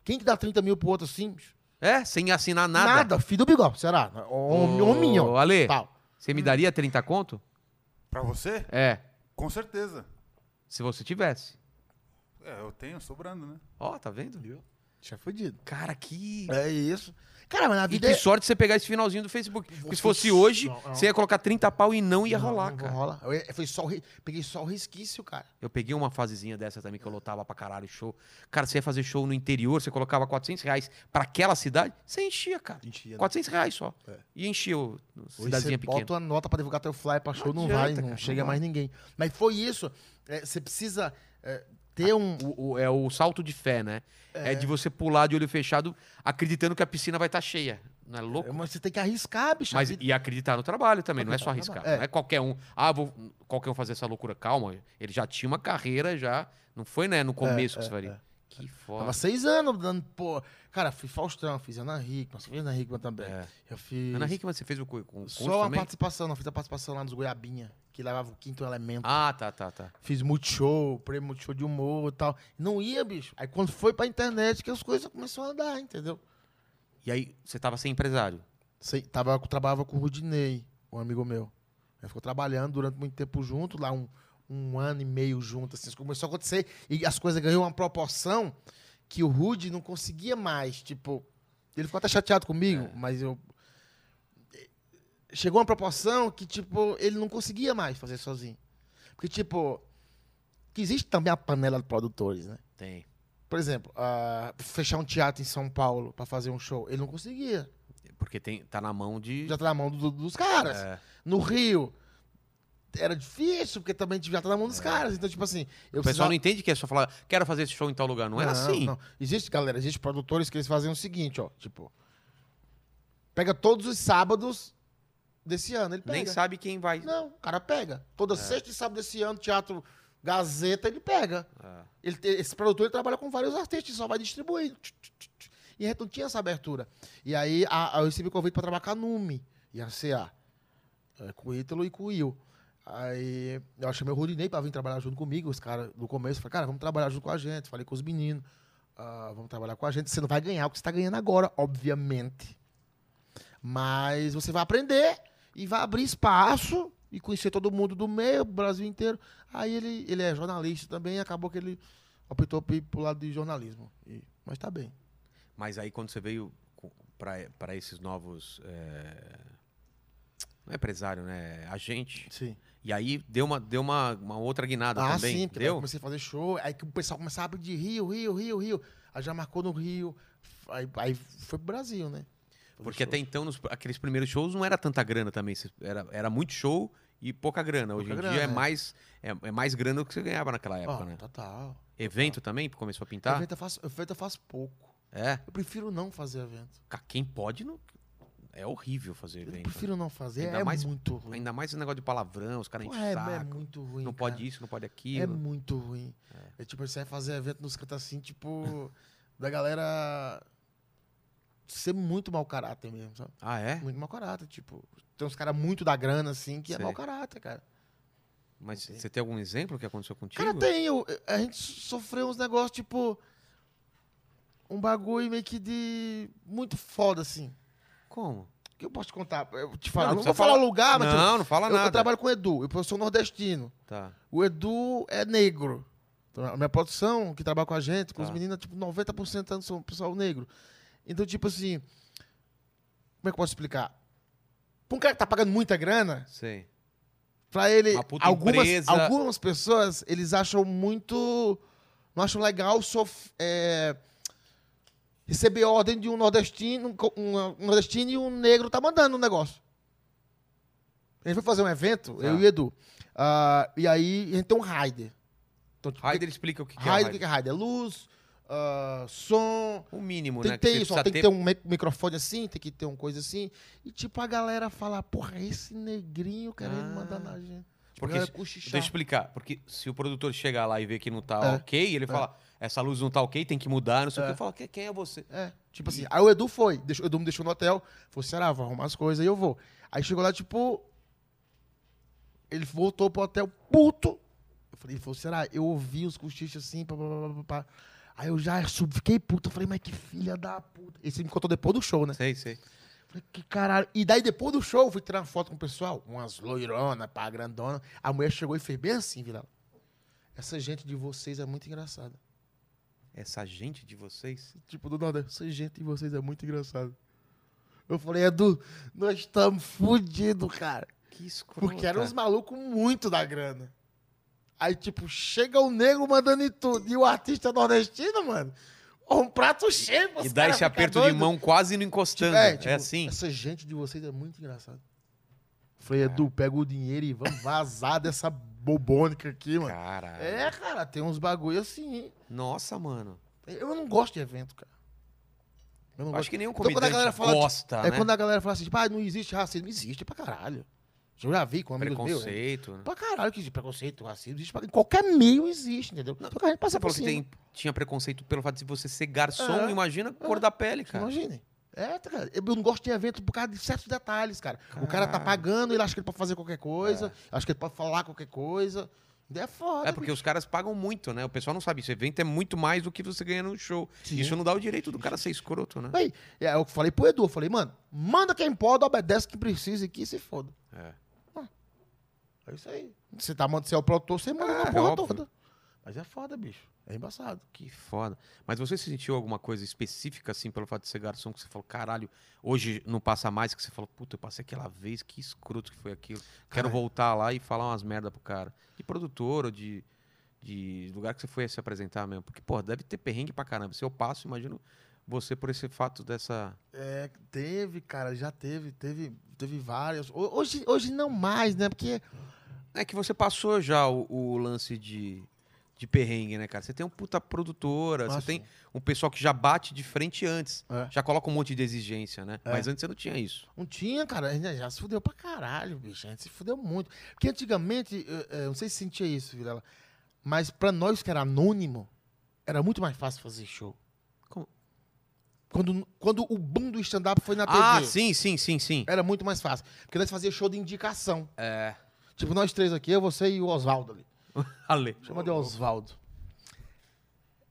S2: Quem que dá 30 mil pro outro assim? bicho?
S1: É, sem assinar nada.
S2: Nada, filho do bigode, será? Homem,
S1: Ô,
S2: homem, ó. Tá.
S1: Ale,
S2: Tal.
S1: você me daria 30 conto?
S3: Pra você?
S1: É.
S3: Com certeza.
S1: Se você tivesse.
S3: É, eu tenho sobrando, né?
S1: Ó, tá vendo?
S2: Tinha é fudido.
S1: Cara, que.
S2: É isso. Cara, mas na
S1: E
S2: vida
S1: que
S2: é-
S1: sorte você pegar esse finalzinho do Facebook. Porque se fosse
S2: Não,
S1: hoje,
S2: não.
S1: você ia colocar 30 pau e não ia
S2: Não,
S1: rolar,
S2: não
S1: cara.
S2: rola. Eu, eu- foi só, o ri- peguei só o resquício, cara.
S1: Eu peguei uma fasezinha dessa também que eu lotava pra caralho show. Cara, você ia fazer show no interior, você colocava 400 reais pra aquela cidade, você enchia, cara.
S2: Enchia, né?
S1: 400 reais só.
S2: É.
S1: E enchia o o
S2: Hoje você
S1: cidadezinha pequena.
S2: bota uma nota pra divulgar teu flyer pra show, não,
S1: adianta,
S2: vai,
S1: cara,
S2: não
S1: não
S2: chega
S1: vai.
S2: mais ninguém. Mas foi isso. É, Você precisa é, ter um.
S1: O, o- é o salto de fé, né? É. de você pular de olho fechado acreditando que a piscina vai estar cheia. Não é louco?
S2: Mas você tem que arriscar, bicho. a
S1: Mas
S2: vida-
S1: e acreditar no trabalho também, não é só
S2: Acreditar no
S1: arriscar.
S2: trabalho.
S1: Não é qualquer um. Ah, vou qualquer um fazer essa loucura. Calma, ele já tinha uma carreira, já. Não foi, né, no começo que você faria. Que foda.
S2: É, Tava seis anos dando, pô. Cara, fui Faustão, fiz Ana Hickman, você fez Ana Hickman também.
S1: É.
S2: Eu fiz.
S1: Ana Hickman, você fez o cu- com o curso
S2: Só uma
S1: também?
S2: participação, não fiz a participação lá nos Goiabinha, que levava o quinto elemento.
S1: Ah, tá, tá, tá.
S2: Fiz multishow, prêmio multishow de humor e tal. Não ia, bicho. Aí quando foi pra internet que as coisas começaram a andar, entendeu?
S1: E aí, você tava sem empresário.
S2: Sei, tava, trabalhava com o Rudinei, um amigo meu. Aí ficou trabalhando durante muito tempo junto, lá um, um ano e meio junto, assim. Começou a acontecer e as coisas ganhou uma proporção que o Rude não conseguia mais. Tipo, ele ficou até chateado comigo, mas eu. Chegou uma proporção que, tipo, ele não conseguia mais fazer sozinho. Porque, tipo, que existe também a panela de produtores, né?
S1: Tem.
S2: Por exemplo, ah, fechar um teatro em São Paulo pra fazer um show, ele não conseguia.
S1: Porque tem, tá na mão de.
S2: Já tá na mão do- dos caras.
S1: É.
S2: No Rio era difícil, porque também já tá na mão dos caras. Então, tipo assim, eu
S1: É. O pessoal não entende que é só falar, quero fazer esse show em tal lugar. Não, era assim.
S2: Existe, galera, existe produtores que eles fazem o seguinte, ó, tipo, pega todos os sábados desse ano, ele pega.
S1: Nem sabe É. quem vai.
S2: Não, o cara pega. Toda sexta e sábado desse ano, teatro Gazeta, ele pega.
S1: É.
S2: Ele, te- esse produtor ele trabalha com vários artistas, só vai distribuindo. E a gente não tinha essa abertura. E aí a- a- eu recebi convite para trabalhar com a Numi e a CA. eh, Com o Ítalo e com o Will. Aí eu chamei o Rudinei para vir trabalhar junto comigo. Os caras, no começo, falaram, cara, vamos trabalhar junto com a gente. Falei com os meninos. ah, vamos trabalhar com a gente. Você não vai ganhar o que você está ganhando agora, obviamente. Mas você vai aprender e vai abrir espaço e conhecer todo mundo do meio, o Brasil inteiro. Aí ele, ele é jornalista também e acabou que ele optou por ir pro lado de jornalismo. E- mas tá bem.
S1: Mas aí quando você veio co- pra pra esses novos. é, Não é empresário, né? Agente.
S2: Sim.
S1: E aí deu uma, deu uma, uma outra guinada
S2: Ah,
S1: tá também.
S2: sim, porque daí eu
S1: deu?
S2: comecei a fazer show, aí que o pessoal começava a pedir Rio, Rio, Rio, Rio. Aí já marcou no Rio, aí, aí foi pro Brasil, né? Fazer
S1: Porque
S2: show.
S1: até então, nos, aqueles primeiros shows não era tanta grana também. cê- Era, era muito show e pouca grana. Hoje
S2: Pouca
S1: em
S2: grana,
S1: dia é
S2: é.
S1: mais, é, é mais grana do que você ganhava naquela época,
S2: Ó,
S1: né? Tá.
S2: Total.
S1: Evento também começou a pintar?
S2: Evento eu faço, evento eu faço pouco.
S1: É.
S2: Eu prefiro não fazer evento.
S1: Ca- Quem pode, não... é horrível fazer
S2: Eu
S1: evento.
S2: prefiro não fazer,
S1: Ainda
S2: é
S1: mais-
S2: muito ruim.
S1: Ainda mais esse negócio de palavrão, os caras
S2: Pô,
S1: enchem
S2: é,
S1: o
S2: é
S1: saco.
S2: muito ruim.
S1: não
S2: cara.
S1: pode isso, não pode
S2: É
S1: aquilo.
S2: muito ruim. É. tipo, você vai fazer evento nos cantos assim, tipo, (laughs) da galera ser muito mau caráter mesmo, sabe?
S1: Ah, é?
S2: Muito mau caráter, tipo. Tem uns caras muito da grana, assim, que é
S1: Sei.
S2: mau caráter, cara.
S1: Mas
S2: Sim.
S1: você tem algum exemplo que aconteceu contigo?
S2: Cara, tem. eu- a gente sofreu uns negócios, tipo. Um bagulho meio que de. Muito foda, assim.
S1: Como?
S2: O que eu posso te contar? Eu te falo.
S1: Não,
S2: Não,
S1: não precisa
S2: vou falar
S1: falar-
S2: o lugar, mas. tipo,
S1: não, não fala
S2: eu,
S1: nada.
S2: eu trabalho com o Edu, eu sou nordestino.
S1: Tá.
S2: O Edu é negro. Então, a minha produção, que trabalha com a gente, com os
S1: Tá.
S2: meninos, tipo, 90% são pessoal negro. Então, tipo assim. Como é que eu posso explicar? Pra um cara que tá pagando muita grana,
S1: Sei.
S2: pra ele.
S1: Uma puta
S2: Algumas,
S1: empresa.
S2: algumas pessoas, eles acham muito. Não acham legal sof- é, receber ordem de um nordestino, co- um nordestino e um negro tá mandando um negócio. A gente foi fazer um evento,
S1: Tá.
S2: eu e o Edu. Ah, e aí a gente tem um rider. Então, tipo,
S1: Raider explica o que, que é o
S2: Rider, o
S1: Raider.
S2: que que é rider? É luz, ah, som,
S1: O mínimo,
S2: tem
S1: né?
S2: que ter
S1: você
S2: isso, ó,
S1: precisa
S2: tem que ter um mi- microfone assim, tem que ter uma coisa assim. E tipo, a galera fala, porra, esse negrinho querendo
S1: Ah.
S2: mandar na gente. Tipo,
S1: Porque
S2: a
S1: se-
S2: galera
S1: Deixa eu
S2: cochichar.
S1: explicar. Porque se o produtor chegar lá e ver que não tá
S2: É.
S1: ok, ele fala, essa luz não tá ok, tem que mudar, não sei o que.
S2: É.
S1: Eu falo, "Que- quem é você?
S2: É, tipo assim, aí o Edu foi, deixou, o Edu me deixou no hotel, falou, será, vou arrumar as coisas e eu vou. Aí chegou lá, tipo, ele voltou pro hotel puto. Eu falei, ele falou, será, eu ouvi os cochichos assim, pá, pá, pá, pá, pá, pá. Aí eu já sub- fiquei puto, eu falei, mas que filha da puta. Esse me contou depois do show, né?
S1: Sei, sei.
S2: Falei, que caralho. E daí, depois do show, eu fui tirar uma foto com o pessoal. Umas loirona, pá, grandona. A mulher chegou e fez bem assim, Vilela. Essa gente de vocês é muito engraçada.
S1: Essa gente de vocês.
S2: Tipo, do nada, essa gente de vocês é muito engraçada. Eu falei, Edu, nós estamos fudidos, cara.
S1: Que escrota.
S2: Porque eram uns malucos muito da grana. Aí, tipo, chega o negro mandando em tudo. E o artista nordestino, mano, um prato cheio. pros
S1: E dá
S2: cara
S1: esse
S2: ficar
S1: aperto de
S2: doido.
S1: mão quase não encostando.
S2: É,
S1: É,
S2: tipo,
S1: assim.
S2: Essa gente de vocês é muito engraçada. Falei, Edu, pega o dinheiro e vamos vazar dessa bobônica aqui, mano.
S1: Caralho.
S2: É, cara, tem uns bagulho assim. hein?
S1: Nossa, mano.
S2: Eu não gosto de evento, cara. Eu não
S1: Acho que nenhum
S2: Então, quando a
S1: comediante
S2: galera fala de-
S1: gosta, né?
S2: É quando a galera fala assim, tipo, ah, não existe racismo. Existe pra caralho. Eu já vi com amigos meus. né?
S1: Preconceito. né?
S2: Pra caralho que existe preconceito, racismo. Existe pra... Em qualquer meio existe, entendeu? Só que a gente passa
S1: Você
S2: por
S1: falou que
S2: cima.
S1: tem- tinha preconceito pelo fato de você ser garçom,
S2: tipo assim, É.
S1: imagina a cor da pele, cara.
S2: Imaginem. É, tá, cara. Eu não gosto de evento por causa de certos detalhes, cara. O cara tá
S1: Caralho.
S2: pagando, ele acha que ele pode fazer qualquer coisa, acha que ele pode falar qualquer coisa. É foda.
S1: É porque os caras pagam muito, né? O pessoal não sabe isso. Evento é muito mais do que você ganha no show.
S2: Sim.
S1: Isso não dá o direito do cara ser escroto, né?
S2: bicho. Aí, é o que eu falei pro Edu. Eu falei, mano, manda quem pode, obedece quem precisa e que se foda. Ah,
S1: É.
S2: É isso aí. Você tá mandando, você é o produtor, você manda
S1: É,
S2: na porra
S1: óbvio.
S2: toda. Mas é foda, bicho. É embaçado.
S1: Que foda. Mas você sentiu alguma coisa específica, assim, pelo fato de ser garçom, que você falou, caralho, hoje não passa mais, que você falou, puta, eu passei aquela vez, que escroto que foi aquilo. Quero
S2: Cara. é
S1: voltar lá e falar umas merda pro cara. De produtor ou de, de lugar que você foi se apresentar mesmo. Porque, pô, deve ter perrengue pra caramba. Se eu passo, imagino você por esse fato dessa...
S2: É, teve, cara, já teve, teve, teve várias. Ho- Hoje, hoje não mais, né? Porque
S1: É que você passou já o, o lance de, de perrengue, né, cara? Você tem um puta produtora,
S2: Nossa.
S1: você tem um pessoal que já bate de frente antes.
S2: É.
S1: Já coloca um monte de exigência, né?
S2: É.
S1: Mas antes você não tinha isso.
S2: Não tinha, cara. A gente já se fudeu pra caralho, bicho. A gente se fudeu muito. Porque antigamente, eh, eh, não sei se sentia isso, Vilela, mas pra nós que era anônimo, era muito mais fácil fazer show.
S1: Como?
S2: Quando, quando o boom do stand-up foi na TV.
S1: Ah, sim, sim, sim,
S2: (laughs)
S1: sim.
S2: Era muito mais fácil. Porque nós fazia show de indicação. É. Tipo, nós três aqui, eu, você e o Oswaldo ali.
S1: Ale.
S2: Chama de Oswaldo.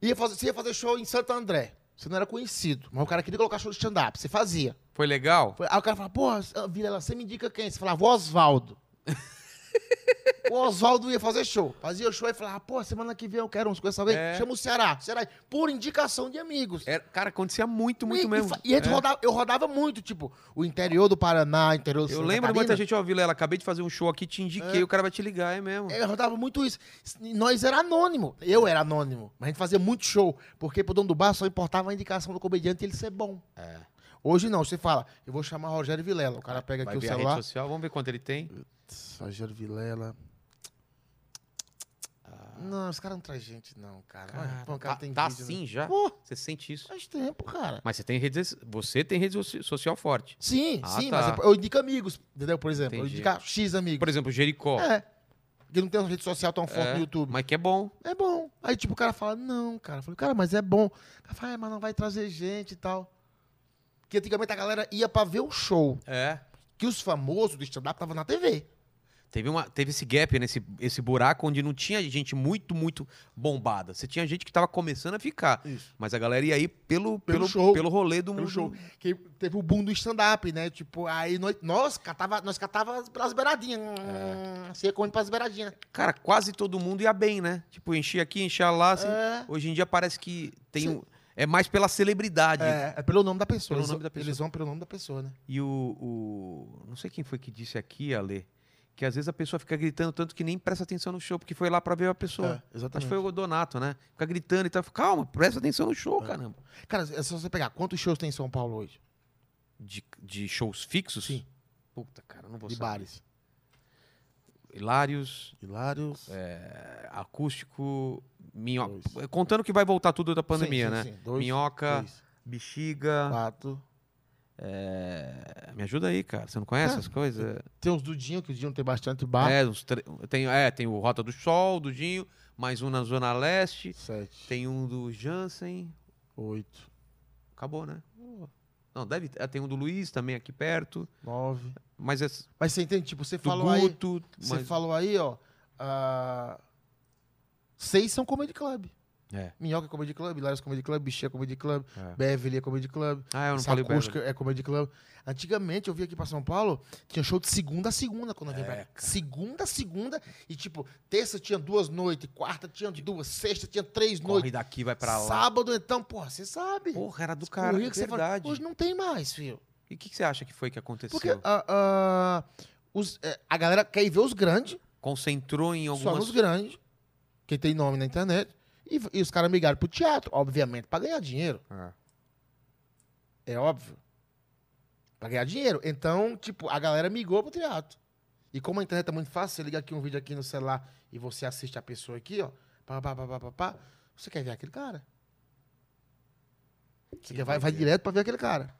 S2: Ia fazer, você ia fazer show em Santo André. Você não era conhecido, mas o cara queria colocar show de stand-up. Você fazia.
S1: Foi legal?
S2: Foi- Aí o cara fala, porra, Vilela, você me indica quem? Você falava, o Oswaldo.
S1: (laughs)
S2: o Oswaldo ia fazer show. Fazia show e falava, pô, semana que vem eu quero uns com essa vez.
S1: É.
S2: Chama o Ceará. Ceará, por indicação de amigos.
S1: Era- cara, acontecia muito, muito
S2: É. e,
S1: mesmo.
S2: E, fa- e a gente
S1: É.
S2: rodava- eu rodava muito, tipo, o interior do Paraná, interior do
S1: Eu
S2: Santa
S1: lembro
S2: Catarina.
S1: muita gente, ó, Vilela, acabei de fazer um show aqui, te indiquei, o cara vai te ligar, é mesmo.
S2: Eu rodava muito isso. E Nós era anônimo. Eu era anônimo. Mas a gente fazia muito show. Porque pro dono do bar só importava a indicação do comediante e ele ser bom. Hoje não. Você fala, eu vou chamar Rogério Vilela. O cara pega
S1: É. Vai
S2: aqui o
S1: ver a
S2: celular.
S1: rede social, vamos ver quanto ele tem.
S2: Rogério Vilela. Não, os caras não traz gente, não, cara. Olha, pô, o cara
S1: Ah. tá
S2: tem
S1: tá
S2: vídeo, né?
S1: assim já?
S2: Pô,
S1: Você sente isso.
S2: faz tempo, cara.
S1: Mas você tem rede, você tem rede soci- social forte.
S2: Sim,
S1: Ah,
S2: sim,
S1: tá.
S2: mas eu indico amigos, entendeu? Por exemplo,
S1: Entendi.
S2: eu indico X amigos.
S1: Por exemplo, Jericó.
S2: É. Porque não tem uma rede social tão forte
S1: É,
S2: no YouTube.
S1: Mas que é bom.
S2: É bom. Aí, tipo, o cara fala, não, cara. Eu falei, cara, mas é bom. O cara fala, ah, mas não vai trazer gente e tal. Porque antigamente a galera ia pra ver o show.
S1: É.
S2: Que os famosos do stand-up estavam na TV.
S1: Teve, uma, teve esse gap, né? Esse, esse buraco onde não tinha gente muito, muito bombada. Você tinha gente que tava começando a ficar.
S2: Isso.
S1: Mas a galera ia aí pelo, pelo,
S2: Pelo
S1: pelo,
S2: show.
S1: rolê do mundo.
S2: show. Que teve o boom do stand-up, né? Tipo, aí nós, nós catava, nós catava pelas beiradinhas. É. Você ia comendo pelas beiradinhas.
S1: Cara, quase todo mundo ia bem, né? Tipo, enchia aqui, enchia lá. assim.
S2: É.
S1: Hoje em dia parece que tem um- É mais pela celebridade.
S2: É, é pelo nome da pessoa.
S1: Pelo
S2: eles,
S1: nome da pessoa.
S2: eles vão pelo nome da pessoa, né?
S1: E o, o- Não sei quem foi que disse aqui, Ale, que às vezes a pessoa fica gritando tanto que nem presta atenção no show, porque foi lá pra ver a pessoa.
S2: É,
S1: Acho
S2: exatamente.
S1: que foi o Donato, né? Fica gritando e tal. Calma, presta atenção no show, caramba.
S2: Cara, é só você pegar quantos shows tem em São Paulo hoje?
S1: De, de shows fixos?
S2: Sim.
S1: Puta, cara, eu não vou
S2: de
S1: saber.
S2: bares.
S1: Hilários,
S2: Hilário.
S1: é, acústico, minhoca.
S2: Dois.
S1: Contando que vai voltar tudo da pandemia,
S2: Sim, sim,
S1: né?
S2: sim. Dois,
S1: minhoca,
S2: três,
S1: bexiga.
S2: quatro.
S1: é, me ajuda aí, cara. Você não conhece
S2: Ah,
S1: essas coisas?
S2: Tem uns do Dinho, que o Dinho tem bastante bar.
S1: É, uns tre- tem, é, tem o Rota do Sol, do Dinho, mais um na Zona Leste.
S2: Sete,
S1: Tem um do Jansen.
S2: oito,
S1: Acabou, né? Não, deve. ter- Tem um do Luiz também aqui perto.
S2: nove.
S1: Mas esse,
S2: Mas você entende? Tipo, você
S1: do
S2: falou aí.
S1: Guto.
S2: Você
S1: mas-
S2: falou aí, ó. ah, seis são Comedy Club.
S1: É.
S2: Minhoca é Comedy Club, Hilários é Comedy Club, Bichinha é Comedy Club,
S1: É.
S2: Beverly é Comedy Club,
S1: Ah, eu não
S2: Essa
S1: falei Beverly.
S2: acústica é Comedy Club. Antigamente eu vim aqui pra São Paulo, tinha show de segunda a segunda quando eu vim
S1: É,
S2: pra cá. Segunda a segunda, e tipo, terça tinha duas noites, quarta tinha duas, sexta tinha três
S1: Corre
S2: noites.
S1: daqui, vai pra lá.
S2: Sábado, então, porra, você sabe.
S1: Porra, era do
S2: Esse
S1: cara,
S2: correio
S1: é
S2: que você fala,
S1: verdade. é
S2: Hoje não tem mais, filho.
S1: E o que, que você acha que foi que aconteceu?
S2: Porque ah, ah, os- eh, a galera quer ir ver os grandes,
S1: Concentrou em
S2: só
S1: algumas...
S2: nos grandes, que tem nome na internet, e, e os caras migraram pro teatro, obviamente, pra ganhar dinheiro.
S1: É.
S2: É óbvio. Pra ganhar dinheiro. Então, tipo, a galera migrou pro teatro. E como a internet é muito fácil, você liga aqui um vídeo aqui no celular e você assiste a pessoa aqui, ó. Pá, pá, pá, pá, pá, pá. Você quer ver aquele cara. Você quer, vai, vai
S1: doideira.
S2: direto pra ver aquele cara.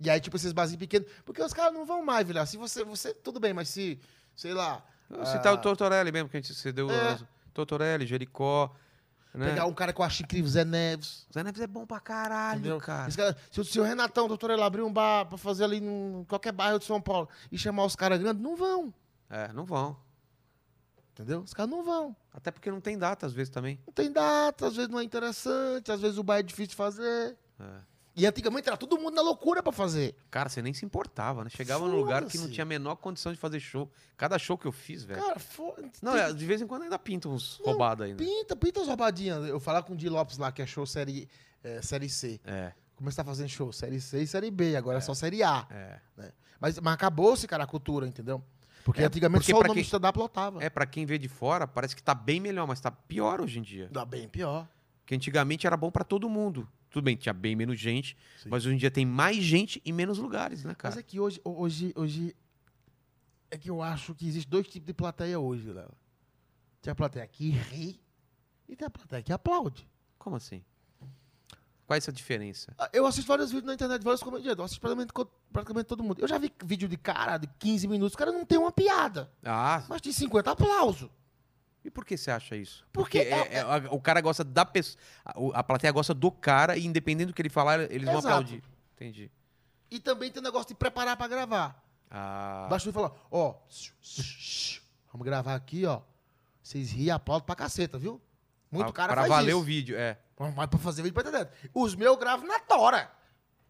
S2: E aí, tipo, esses barzinhos pequenos. Porque os caras não vão mais, virar. Se você, você. Tudo bem, mas se. Sei lá.
S1: Eu citar Ah. tá o Tortorelli mesmo, que a gente se deu...
S2: Ah. É.
S1: as- Tortorelli, Jericó, né?
S2: Pegar um cara que eu acho incrível, Zé Neves.
S1: Zé Neves é bom pra caralho,
S2: Entendeu?
S1: cara.
S2: Esse cara- se, o- se o Renatão, o doutor, ele abrir um bar pra fazer ali em qualquer bairro de São Paulo e chamar os caras grandes, não vão.
S1: É, não vão.
S2: Entendeu? Os caras não vão.
S1: Até porque não tem data, às vezes, também.
S2: Não tem data, às vezes não é interessante, às vezes o bar é difícil de fazer.
S1: É.
S2: E antigamente era todo mundo na loucura pra fazer.
S1: Cara, você nem se importava, né? Chegava num lugar que não
S2: Foda-se.
S1: tinha a menor condição de fazer show. Cada show que eu fiz, velho...
S2: Cara, foda
S1: É. Não, é, de vez em quando ainda pinta uns roubados ainda.
S2: Pinta, pinta as roubadinhas. Eu falar com o Di Lopes lá, que é show série, é, série C.
S1: É,
S2: Começar fazendo show série C e série B, agora é, só série A.
S1: é.
S2: Mas, mas acabou-se, cara, a cultura, entendeu? Porque
S1: É,
S2: antigamente
S1: porque
S2: só o
S1: pra
S2: nome
S1: quem-
S2: do stand-up lotava.
S1: É, pra quem vê de fora, parece que tá bem melhor, mas tá pior hoje em dia.
S2: Dá bem pior.
S1: Porque antigamente era bom pra todo mundo. Tudo bem, tinha bem menos gente,
S2: Sim.
S1: mas hoje em dia tem mais gente e menos lugares, né,
S2: Mas
S1: cara?
S2: é que hoje, ho- hoje, hoje. É que eu acho que existe dois tipos de plateia hoje, Léo. Tem a plateia que ri e tem a plateia que aplaude.
S1: Como assim? Qual é essa diferença?
S2: Ah, Eu assisto vários vídeos na internet, vários comediantes. Eu assisto praticamente, co- praticamente todo mundo. Eu já vi vídeo de cara de 15 minutos, o cara não tem uma piada,
S1: Ah,
S2: mas tem 50 aplausos.
S1: E por que você acha isso?
S2: Porque
S1: é- é- a- o cara gosta da pessoa. A, o- a plateia gosta do cara e, independente do que ele falar, eles vão
S2: Exato.
S1: aplaudir. Entendi.
S2: E também tem o negócio de preparar pra gravar.
S1: Ah,
S2: Ah. Bastante falou, ó, shh, shh, shh, vamos gravar aqui, ó. Vocês riem, aplaudem pra caceta, viu? Muito
S1: pra,
S2: cara
S1: ah, pra
S2: faz
S1: valer
S2: isso.
S1: o vídeo, é.
S2: Mas pra fazer vídeo pra internet. Os meus eu gravo na tora.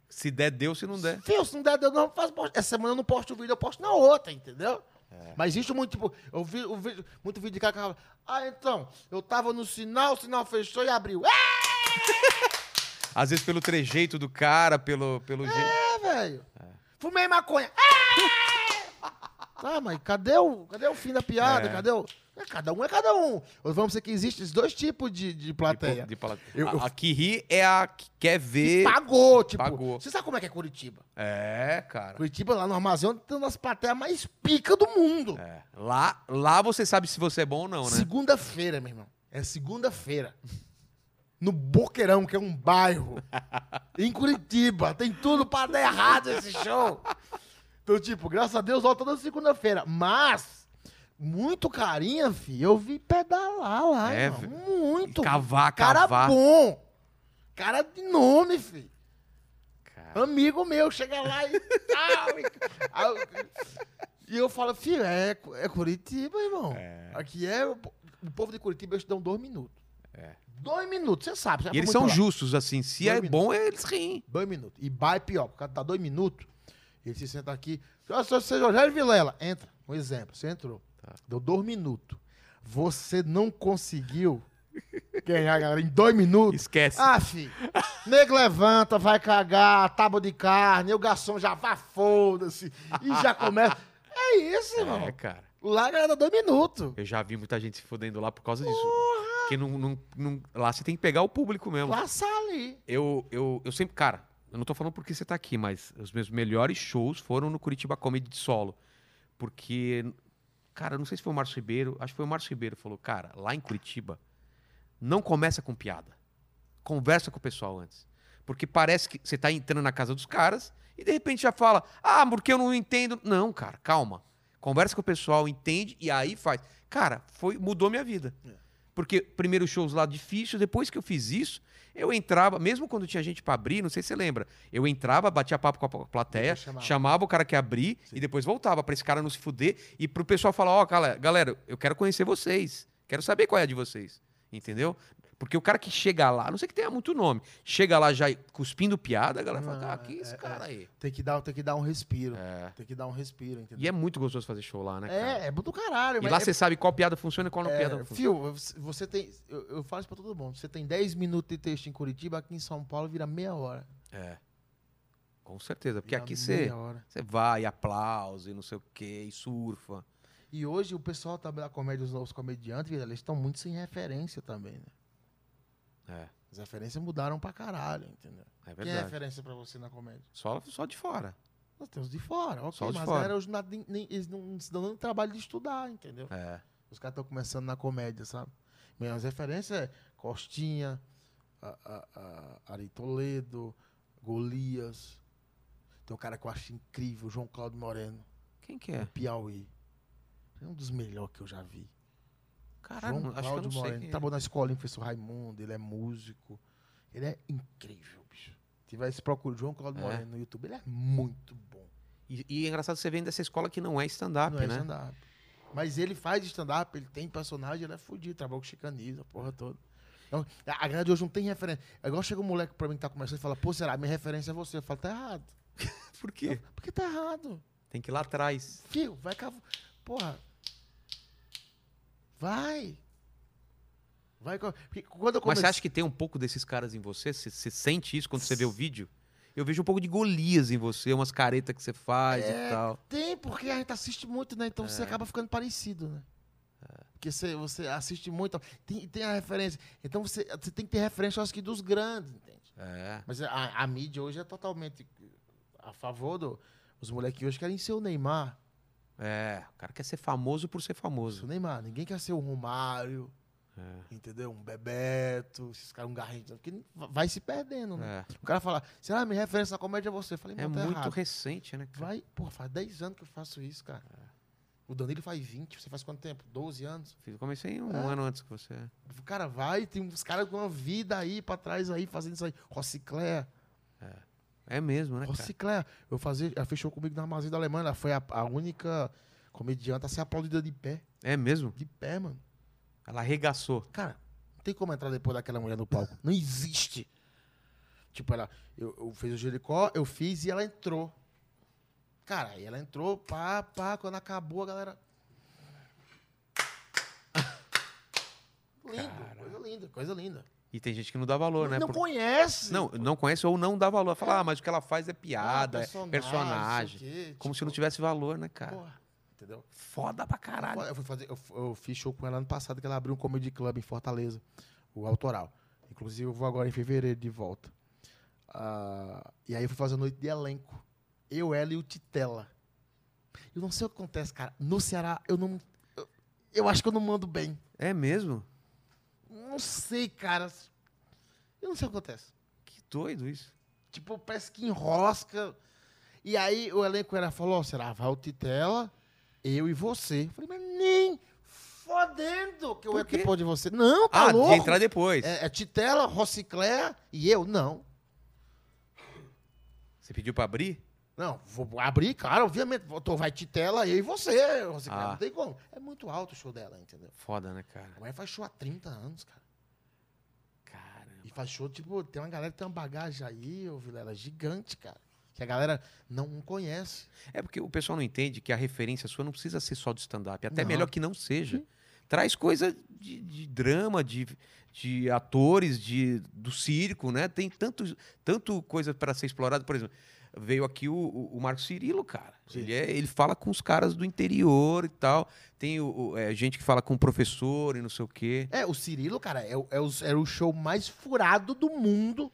S1: Se der, deu, se não der.
S2: Fio, se não der, eu não faço post. Essa semana eu não posto o vídeo, eu posto na outra, entendeu?
S1: É.
S2: Mas existe muito, tipo, eu vi, eu vi muito vídeo de cara que fala, ah, então, eu tava no sinal, o sinal fechou e abriu. É,
S1: Às vezes pelo trejeito do cara, pelo, pelo
S2: É,
S1: jeito.
S2: velho.
S1: É.
S2: Fumei maconha. É! (laughs) tá, mas cadê o, cadê o fim da piada?
S1: É.
S2: Cadê o... É, cada um é cada um. Ou Vamos dizer que existem esses dois tipos de, de plateia.
S1: Tipo De, pala-
S2: Eu- eu-
S1: a, a que ri é a que quer ver.
S2: Pagou, tipo.
S1: Pagou.
S2: Você sabe como é que é Curitiba?
S1: É, cara.
S2: Curitiba, lá no armazém, tem uma das plateias mais pica do mundo.
S1: É. Lá, lá você sabe se você é bom ou não, né?
S2: Segunda-feira, meu irmão. É segunda-feira. No Boqueirão, que é
S1: (laughs)
S2: um bairro. em Curitiba. Tem tudo para dar errado esse show. Então, tipo, graças a Deus, volta toda segunda-feira. Mas, muito carinha, fi. Eu vi pedalar lá,
S1: É,
S2: irmão.
S1: fi.
S2: Muito.
S1: Cavar,
S2: Cara
S1: cavar.
S2: bom. Cara de nome, fi.
S1: Cara.
S2: Amigo meu, chega lá e tal. e, aí eu- e eu falo, filho, é, Cu- é Curitiba, irmão. Aqui é. O po- o povo de Curitiba, eles te dão dois minutos. Dois minutos, você sabe. você
S1: É. E
S2: já foi
S1: eles
S2: muito
S1: são
S2: lá.
S1: justos, assim. Se
S2: Dois
S1: é bom, eles riem.
S2: Dois minutos. E vai pior, porque o cara tá dois minutos, ele se senta aqui. Ó, seu seu Rogério Vilela, entra. Um exemplo, você entrou.
S1: Tá.
S2: Deu dois minutos. Você não conseguiu (laughs) ganhar, a galera, em dois minutos.
S1: Esquece.
S2: Ah, filho. Nego levanta, vai cagar, tábua de carne, o garçom já vá, foda-se. E já começa. É isso, irmão.
S1: é, cara.
S2: Lá a galera dá dois minutos.
S1: Eu já vi muita gente se fudendo lá por causa disso. Porque não, não- não- lá você tem que pegar o público mesmo.
S2: Passa ali.
S1: Eu, eu, eu sempre, cara, eu não tô falando porque você tá aqui, mas os meus melhores shows foram no Curitiba Comedy de solo. Porque, cara, eu não sei se foi o Márcio Ribeiro, acho que foi o Márcio Ribeiro que falou, cara, lá em Curitiba, não começa com piada. Conversa com o pessoal antes. Porque parece que você tá entrando na casa dos caras e de repente já fala, ah, porque eu não entendo. Não, cara, calma. Conversa com o pessoal, entende e aí faz. Cara, foi mudou minha vida.
S2: É.
S1: Porque primeiro shows lá difícil, depois que eu fiz isso, eu entrava, mesmo quando tinha gente pra abrir, não sei se você lembra, eu entrava, batia papo com a plateia,
S2: Depois chamava.
S1: chamava. o cara que ia abrir e depois voltava pra esse cara não se fuder e pro pessoal falar, ó, galera, galera, eu quero conhecer vocês, quero saber qual é a de vocês, entendeu? Porque o cara que chega lá, a não sei que tenha muito nome, chega lá já cuspindo piada, a galera fala,
S2: Não,
S1: cara, que esse
S2: é,
S1: cara aí?
S2: Tem que dar, tem que dar um respiro. Tem que dar um respiro, entendeu?
S1: É. E é muito gostoso fazer show lá, né? cara?
S2: É, é do caralho.
S1: e
S2: mas
S1: lá
S2: é-
S1: você sabe qual piada funciona e qual não piada
S2: é,
S1: não funciona.
S2: Fio, você tem. Eu, eu falo isso pra todo mundo. Você tem 10 minutos de texto em Curitiba, aqui em São Paulo vira meia hora.
S1: Com certeza, porque
S2: Vira
S1: aqui
S2: meia
S1: você,
S2: hora.
S1: você vai, aplausa e não sei o quê, e surfa.
S2: E hoje o pessoal também da comédia, os novos comediantes, Vilela, eles estão muito sem referência também, né?
S1: É,
S2: As referências mudaram pra caralho, entendeu?
S1: é
S2: Quem é
S1: verdade.
S2: referência pra você na comédia?
S1: Só, só de fora.
S2: Nós temos de fora, ok.
S1: Só os de
S2: mas
S1: fora.
S2: era os na- nem- nem- eles não, não se dão nem trabalho de estudar, entendeu?
S1: É.
S2: Os caras estão começando na comédia, sabe? Minhas referências é Costinha, a, a, a Ari Toledo, Golias. Tem um cara que eu acho incrível, João Cláudio Moreno,
S1: Quem que é?
S2: Piauí. É um dos melhores que eu já vi.
S1: Caralho,
S2: João
S1: não- acho que eu não
S2: Cláudio Tá
S1: sei.
S2: Moreno.
S1: quem é.
S2: Trabalhou na escola, em professor Raimundo, ele é músico. Ele é incrível, bicho. Se tivesse procura João Cláudio
S1: É.
S2: Moreno no YouTube, ele é muito bom.
S1: E, e é engraçado você vem dessa escola que não é stand-up,
S2: não é
S1: né?
S2: stand-up. Mas ele faz stand-up, ele tem personagem, ele é fudido, trabalha com chicaniza, a porra toda. Então, a a galera de hoje não tem referência. É igual chega um moleque pra mim que tá começando e fala, pô, será, minha referência é você. Eu falo, tá errado.
S1: (laughs) Por quê?
S2: Porque tá errado.
S1: Tem que ir lá atrás.
S2: Fio, vai cá. Porra. Vai. Vai. co- Porque quando
S1: Mas
S2: eu comecei...
S1: você acha que tem um pouco desses caras em você? Você, você sente isso quando você vê o vídeo? Eu vejo um pouco de Golias em você, umas caretas que você faz
S2: É.
S1: e tal.
S2: Tem, porque a gente assiste muito, né? Então
S1: É.
S2: você acaba ficando parecido, né? Porque você, você assiste muito, tem, tem a referência. Então você, você tem que ter referência, eu acho que dos grandes, entende?
S1: É.
S2: Mas a, a mídia hoje é totalmente a favor do. Os moleques hoje querem ser o Neymar.
S1: É. O cara quer ser famoso por ser
S2: Ser o
S1: famoso. né?
S2: Neymar. Ninguém quer ser o Romário,
S1: É.
S2: entendeu? Um Bebeto, esses caras, um Garrincha. Porque vai se perdendo, né?
S1: É.
S2: O cara fala, será minha referência na comédia é você? Eu falei,
S1: É
S2: não, tá
S1: muito
S2: errado.
S1: recente, né, cara? É.
S2: Vai, porra, faz 10 anos que eu faço isso, cara. O Danilo faz 20, você faz quanto tempo? 12 anos?
S1: Fiz- Comecei um
S2: É.
S1: ano antes que você.
S2: O cara vai, tem uns caras com uma vida aí pra trás aí, fazendo isso aí. Rocicléia.
S1: É mesmo, né, cara?
S2: Rocicléia. Eu fazia, ela fechou comigo na armazém da Alemanha. Ela foi a, a única comediante a ser aplaudida de pé.
S1: É mesmo?
S2: De pé, mano.
S1: Ela arregaçou.
S2: Cara, não tem como entrar depois daquela mulher no palco. Não existe. Tipo, ela. Eu, eu fiz o Jericó, eu fiz e ela entrou. Cara, aí ela entrou, pá, pá, quando acabou, a galera. Lindo, coisa linda, coisa linda.
S1: E tem gente que não dá valor, né?
S2: não
S1: Por-
S2: conhece.
S1: Não, não conhece ou não dá valor. Fala, ah, mas o que ela faz é piada,
S2: Ah,
S1: é personagem.
S2: não sei o quê,
S1: Como se
S2: tipo,
S1: não tivesse valor, né, cara?
S2: Porra, entendeu?
S1: Foda pra caralho.
S2: Eu, fui fazer, eu, f- eu fiz show com ela ano passado, que ela abriu um comedy club em Fortaleza, o Autoral. Inclusive, eu vou agora em fevereiro de volta. Ah, e aí eu fui fazer a noite de elenco. Eu, ela e o Titela. Eu não sei o que acontece, cara. No Ceará, eu não. Eu, eu acho que eu não mando bem.
S1: É mesmo?
S2: Não sei, cara. Eu não sei o que acontece.
S1: Que doido isso.
S2: Tipo, parece que enrosca. E aí o elenco era falou, ó, será? Vai o Titela, eu e você. Eu falei, mas nem fodendo que eu
S1: Por
S2: ia
S1: quê?
S2: depois de você. Não, tá
S1: Ah,
S2: louco?
S1: de entrar depois.
S2: É, é Titela, Rocicléa e eu? Não.
S1: Você pediu pra abrir?
S2: Não, vou abrir, claro, obviamente. Tô, vai Titela, eu e você, Rocicléa.
S1: Ah.
S2: Não tem como. É muito alto o show dela, entendeu?
S1: Foda, né, cara?
S2: A mulher faz show há 30 anos, cara.
S1: Caramba.
S2: E faz show, tipo, tem uma galera que tem uma bagagem aí, ô Vilela, gigante, cara. Que a galera não conhece.
S1: É porque o pessoal não entende que a referência sua não precisa ser só de stand-up. É Até
S2: Não. Uhum.
S1: melhor que não seja. Traz coisa de, de drama, de, de atores, de, do circo, né? Tem tanto, tanto coisa para ser explorada. Por exemplo, veio aqui o, o- o Marco Cirilo, cara.
S2: Sim.
S1: Ele, é- ele fala com os caras do interior e tal. Tem o- o- é, gente que fala com o professor e não sei o quê.
S2: É, o Cirilo, cara, é, o- é os- era o show mais furado do mundo.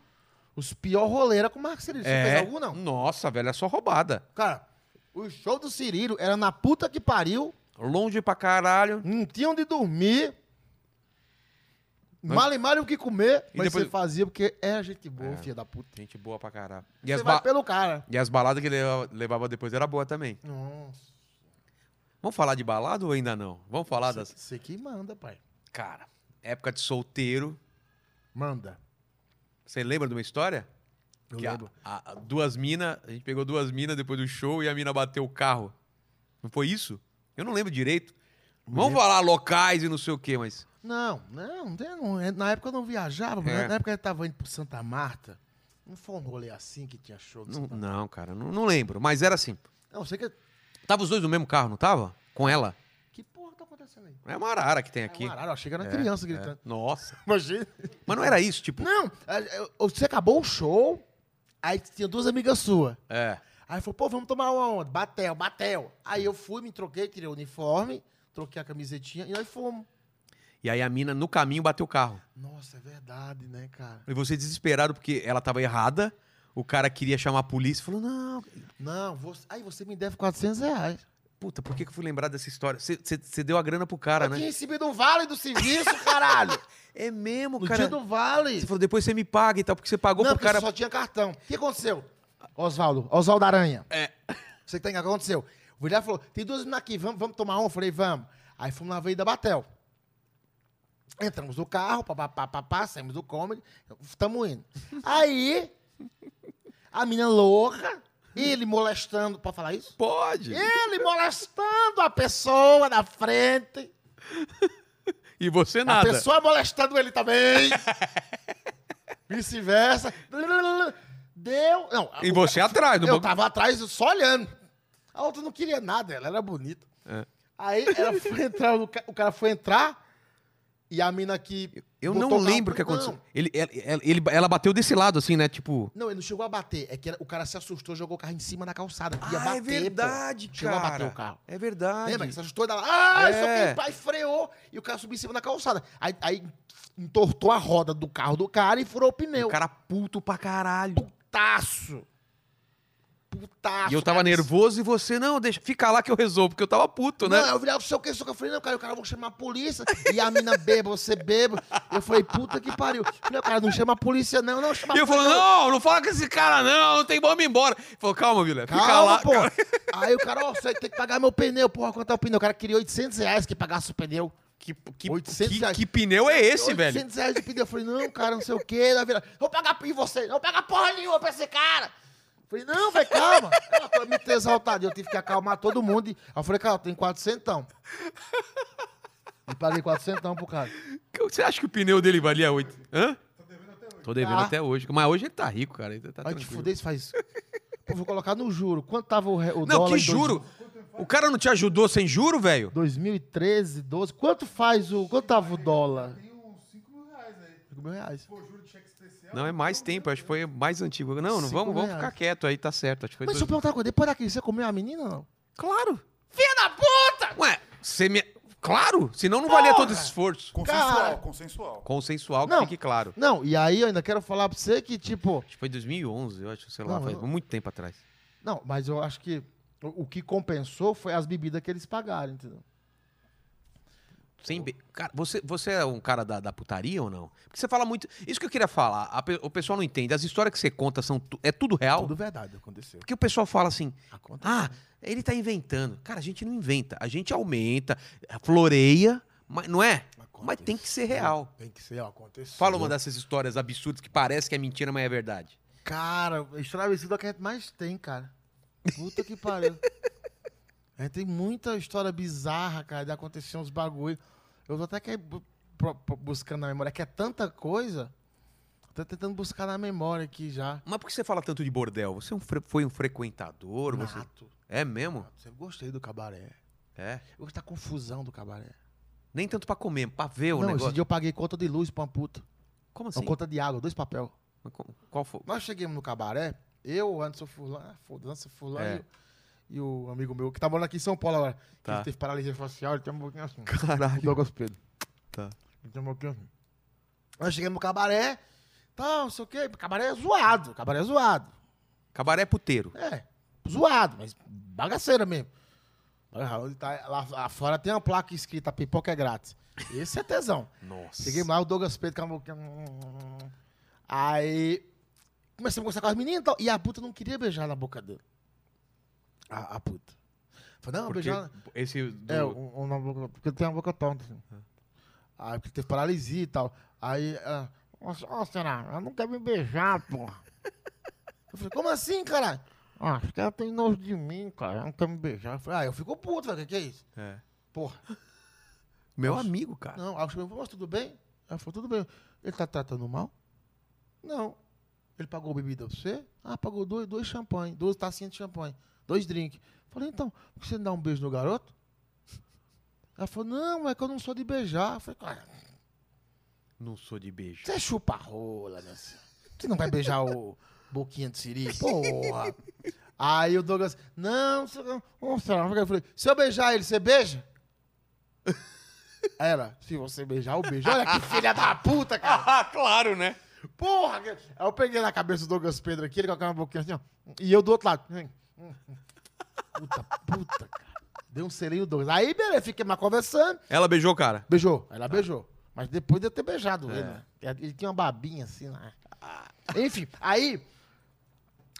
S2: Os pior roleira com o Marco Cirilo. Você
S1: É.
S2: fez algum, não?
S1: Nossa, velho, é só roubada.
S2: Cara, o show do Cirilo era na puta que pariu,
S1: Longe pra caralho.
S2: não tinha onde dormir,
S1: Não.
S2: mal e mal o que comer,
S1: E
S2: mas
S1: depois-
S2: você fazia porque era gente boa,
S1: É.
S2: filha da puta.
S1: Gente boa pra caralho. E
S2: Você
S1: as,
S2: vai
S1: ba-
S2: pelo cara.
S1: e as baladas que ele leva- levava depois era boa também.
S2: Nossa.
S1: Vamos falar de balada ou ainda não? Vamos falar das.
S2: Você, você que manda, pai.
S1: Cara, época de solteiro.
S2: Manda.
S1: Você lembra de uma história?
S2: Eu
S1: que a-
S2: lembro.
S1: a- a- duas minas, a gente pegou duas minas depois do show e a mina bateu o carro. Não foi isso? Eu não lembro direito. Vamos falar locais e não sei o quê, mas.
S2: Não, não, não, tem- não, é- na época eu não viajava, mas
S1: É.
S2: na época eu tava indo pro Santa Marta. Não foi um rolê assim que tinha show de
S1: Não,
S2: Santa Marta.
S1: não, cara, não, não lembro. Mas era assim.
S2: Não, eu sei que
S1: Tava os dois no mesmo carro, não tava? Com ela?
S2: Que porra tá acontecendo aí?
S1: É uma arara que é. tem
S2: É
S1: aqui.
S2: um arara, ó, chega na criança gritando.
S1: Nossa.
S2: Imagina.
S1: Mas não era isso, tipo.
S2: Não, é, é, você acabou o show, aí tinha duas amigas suas.
S1: É.
S2: Aí falou, pô, vamos tomar uma onda. Batel, batel. Aí eu fui, me troquei, tirei o uniforme, troquei a camisetinha e nós fomos.
S1: E aí a mina, no caminho, bateu o carro.
S2: Nossa, é verdade, né, cara?
S1: E você desesperado porque ela tava errada, o cara queria chamar a polícia e falou: Não,
S2: Não, você, aí você me deve 400 reais.
S1: puta, por que, que eu fui lembrar dessa história? Você deu a grana pro cara,
S2: eu
S1: né?
S2: tinha recebido um vale do serviço,
S1: (laughs)
S2: caralho.
S1: É mesmo,
S2: No
S1: cara.
S2: dia do vale.
S1: Você falou: Depois você me paga e tal, porque você pagou
S2: Não,
S1: pro
S2: porque
S1: cara.
S2: só tinha cartão. O que aconteceu? Oswaldo, Oswaldo Aranha.
S1: É.
S2: Você que tá enganado, o que aconteceu? O Vilhar falou, tem duas meninas aqui, vamos, vamos tomar uma? Eu falei, vamos. Aí fomos na veia da Batel. Entramos no carro, papapá, papá, saímos do comedy, estamos indo. Aí, a menina louca, ele molestando, pode falar isso?
S1: Pode.
S2: Ele molestando a pessoa na frente.
S1: E você
S2: A
S1: nada.
S2: pessoa molestando
S1: (laughs)
S2: ele também. Vice-versa. Deu. Não,
S1: E
S2: o-
S1: você atrás do
S2: eu
S1: banco.
S2: tava atrás só olhando. A outra não queria nada, ela era bonita.
S1: É.
S2: Aí
S1: (laughs)
S2: ela foi entrar, o ca- o cara foi entrar e a mina que.
S1: Eu
S2: botou
S1: não
S2: o carro-
S1: lembro o que
S2: Não,
S1: aconteceu. Ele, ela, ela- ele- ela bateu desse lado, assim, né? Tipo.
S2: Não, ele não chegou a bater. É que ela- o cara se assustou, jogou o carro em cima da calçada. Ia
S1: Ah,
S2: bater,
S1: é verdade,
S2: pô.
S1: cara.
S2: Chegou a bater o carro.
S1: É verdade.
S2: Lembra que se assustou e ela. Ah, isso
S1: É.
S2: aqui, pai, freou. E o cara subiu em cima da calçada. Aí, aí entortou a roda do carro do cara e furou o pneu.
S1: O cara puto pra caralho.
S2: Putaço. putaço.
S1: E eu tava
S2: cara.
S1: nervoso e você, não, deixa, fica lá que eu resolvo, porque eu tava puto, né?
S2: Não, eu virava, sei o que, sei o que. Eu falei, não, cara, o cara, eu vou chamar a polícia. E a mina beba, você beba. Eu falei, puta que pariu. Não, cara, não chama a polícia, não, não chama a
S1: E eu
S2: polícia,
S1: falando, não, não fala com esse cara, não, não tem bomba ir embora. Ele Falou, calma, Vila, fica
S2: Calma,
S1: lá.
S2: pô.
S1: cara."
S2: Aí o cara, ó, você tem que pagar meu pneu. Porra, quanto é o pneu? O cara queria 800 reais que pagasse o pneu.
S1: Que, que,
S2: 800
S1: que,
S2: reais.
S1: que pneu é esse, velho?
S2: 800 reais de pneu. Eu falei, não, cara, não sei o quê. Daí vira, vou pagar pra você. Não vou pagar porra nenhuma pra esse cara. Eu Falei, não, velho, calma. Ela foi muito exaltada. Eu tive que acalmar todo mundo. Aí eu falei, cara, tem 400. E paguei 400 pro cara.
S1: Você acha que o pneu dele valia 8? Hã? Tô devendo
S2: Tá.
S1: até hoje. Mas hoje ele tá rico, cara. Ele tá
S2: Vai te
S1: tranquilo.
S2: fuder, isso faz. Pô, vou colocar no juro. Quanto tava o, re- o
S1: Não,
S2: dólar?
S1: que
S2: em dois-
S1: juro? O cara não te ajudou sem juro, velho?
S2: 2013, 12. Quanto faz o. Quanto tava o dólar?
S3: Tem uns 5 mil reais aí.
S2: Cinco mil reais.
S3: Pô, juro de cheque especial.
S1: Não, é mais tempo, acho que foi mais antigo. Não, não
S2: Cinco
S1: vamos, vamos
S2: reais.
S1: ficar quieto aí, tá certo. Acho que foi
S2: Mas
S1: dois-
S2: deixa eu perguntar uma coisa. Depois daquele, você comeu a menina ou não?
S1: Claro!
S2: Filha da puta!
S1: Ué, você me. Claro! Senão não valia todo esse esforço.
S3: Consensual,
S2: Cara.
S3: consensual.
S1: Consensual, que
S2: Não.
S1: fique claro.
S2: Não, e aí eu ainda quero falar pra você que, tipo.
S1: Acho que foi 2011, eu acho, sei lá,
S2: Não,
S1: faz
S2: eu-
S1: muito tempo atrás.
S2: Não, mas eu acho que o, o que compensou foi as bebidas que eles pagaram, entendeu?
S1: Sem be- Cara, você, você é um cara da, da putaria ou não? Porque você fala muito. Isso que eu queria falar, a pe- o pessoal não entende. As histórias que você conta são tu- é tudo real?
S2: Tudo verdade, aconteceu.
S1: Porque o pessoal fala assim:
S2: Aconteceu.
S1: ah, ele tá inventando. Cara, a gente não inventa, a gente aumenta, floreia, mas, não é? Mas tem que ser real.
S2: Tem que ser, ó, aconteceu.
S1: Fala uma dessas histórias absurdas que parece que é mentira, mas é verdade.
S2: Cara, história absurda é o que a gente mais tem, cara. Puta que
S1: (laughs)
S2: pariu. A gente tem muita história bizarra, cara, de acontecer uns bagulho. Eu tô até que bu- pro- pro- buscando na memória, que é tanta coisa. Tô tentando buscar na memória aqui já.
S1: Mas por que você fala tanto de bordel? Você é um fre- foi um frequentador? Você...
S2: Nato.
S1: É mesmo?
S2: Nato. Sempre gostei do cabaré.
S1: É.
S2: Eu gostei da confusão do cabaré.
S1: Nem tanto pra comer, pra ver o
S2: não,
S1: negócio.
S2: esse dia eu paguei conta de luz pra uma puta.
S1: Como assim?
S2: Não, conta de água, dois papel.
S1: Mas co- Qual foi?
S2: Nós chegamos no cabaré, eu, Anderson Furlan, ah, foda-se, Anderson Furlan
S1: É.
S2: e, o- e o amigo meu, que tá morando aqui em São Paulo agora, que
S1: Tá.
S2: ele teve paralisia facial, ele tem um pouquinho assim. O
S1: Caralho.
S2: Douglas Pedro.
S1: Tá.
S2: Ele tem um pouquinho assim. Nós chegamos no cabaré, tal, não sei o quê, cabaré é zoado, cabaré é zoado.
S1: Cabaré puteiro.
S2: É, zoado, mas bagaceira mesmo. Ah, onde tá- lá, lá fora tem uma placa escrita, pipoca é grátis. Esse é tesão.
S1: Nossa.
S2: Cheguei lá, o Douglas Pedro, é com a boquinha. um, Aí. Comecei a conversar com as meninas e tal. E a puta não queria beijar na boca dele. A, a puta. Falei, não,
S1: Porque
S2: beijar.
S1: esse do-
S2: É, um, um na boca, porque ele tem uma boca tonta. Assim. Aí, porque teve paralisia e tal. Aí, ah, nossa, ó, será? Ela não quer me beijar, porra. Eu falei, como assim, caralho? Ah, acho que ela tem nojo de mim, cara. Ela não quer me beijar. Eu falei, ah, eu fico puto, velho. O que, que é isso?
S1: É.
S2: Porra.
S1: Meu amigo, cara.
S2: Não, aí eu cheguei e falei, "Moço, tudo bem? Ela falou, tudo bem. Ele tá tratando mal? Não. Ele pagou bebida pra você? Ah, pagou dois, dois champanhe, duas tacinhas de champanhe, dois drinks. Falei, então, por que você não dá um beijo no garoto? Ela falou, não, é que eu não sou de beijar. Eu falei, cara,
S1: Não sou de beijo.
S2: você chupa rola, né? Você não vai beijar o boquinha de siri? Porra. Aí o Douglas, não, você não, não, sei lá. eu falei, se eu beijar ele, você beija? Aí Ela, se você beijar, eu beijo. Olha que filha da puta, cara.
S1: (laughs) Ah, claro, né?
S2: Porra. que- Aí eu peguei na cabeça do Douglas Pedro aqui, ele colocava uma boquinha assim, ó. E eu do outro lado. Hum, Puta, puta, cara. Deu um selinho Douglas. Aí, beleza, fiquei mais conversando.
S1: Ela Tá. beijou o cara.
S2: Beijou. Ela beijou. Mas depois de eu ter beijado ele. né? Ele tinha uma babinha assim. Né? Enfim, aí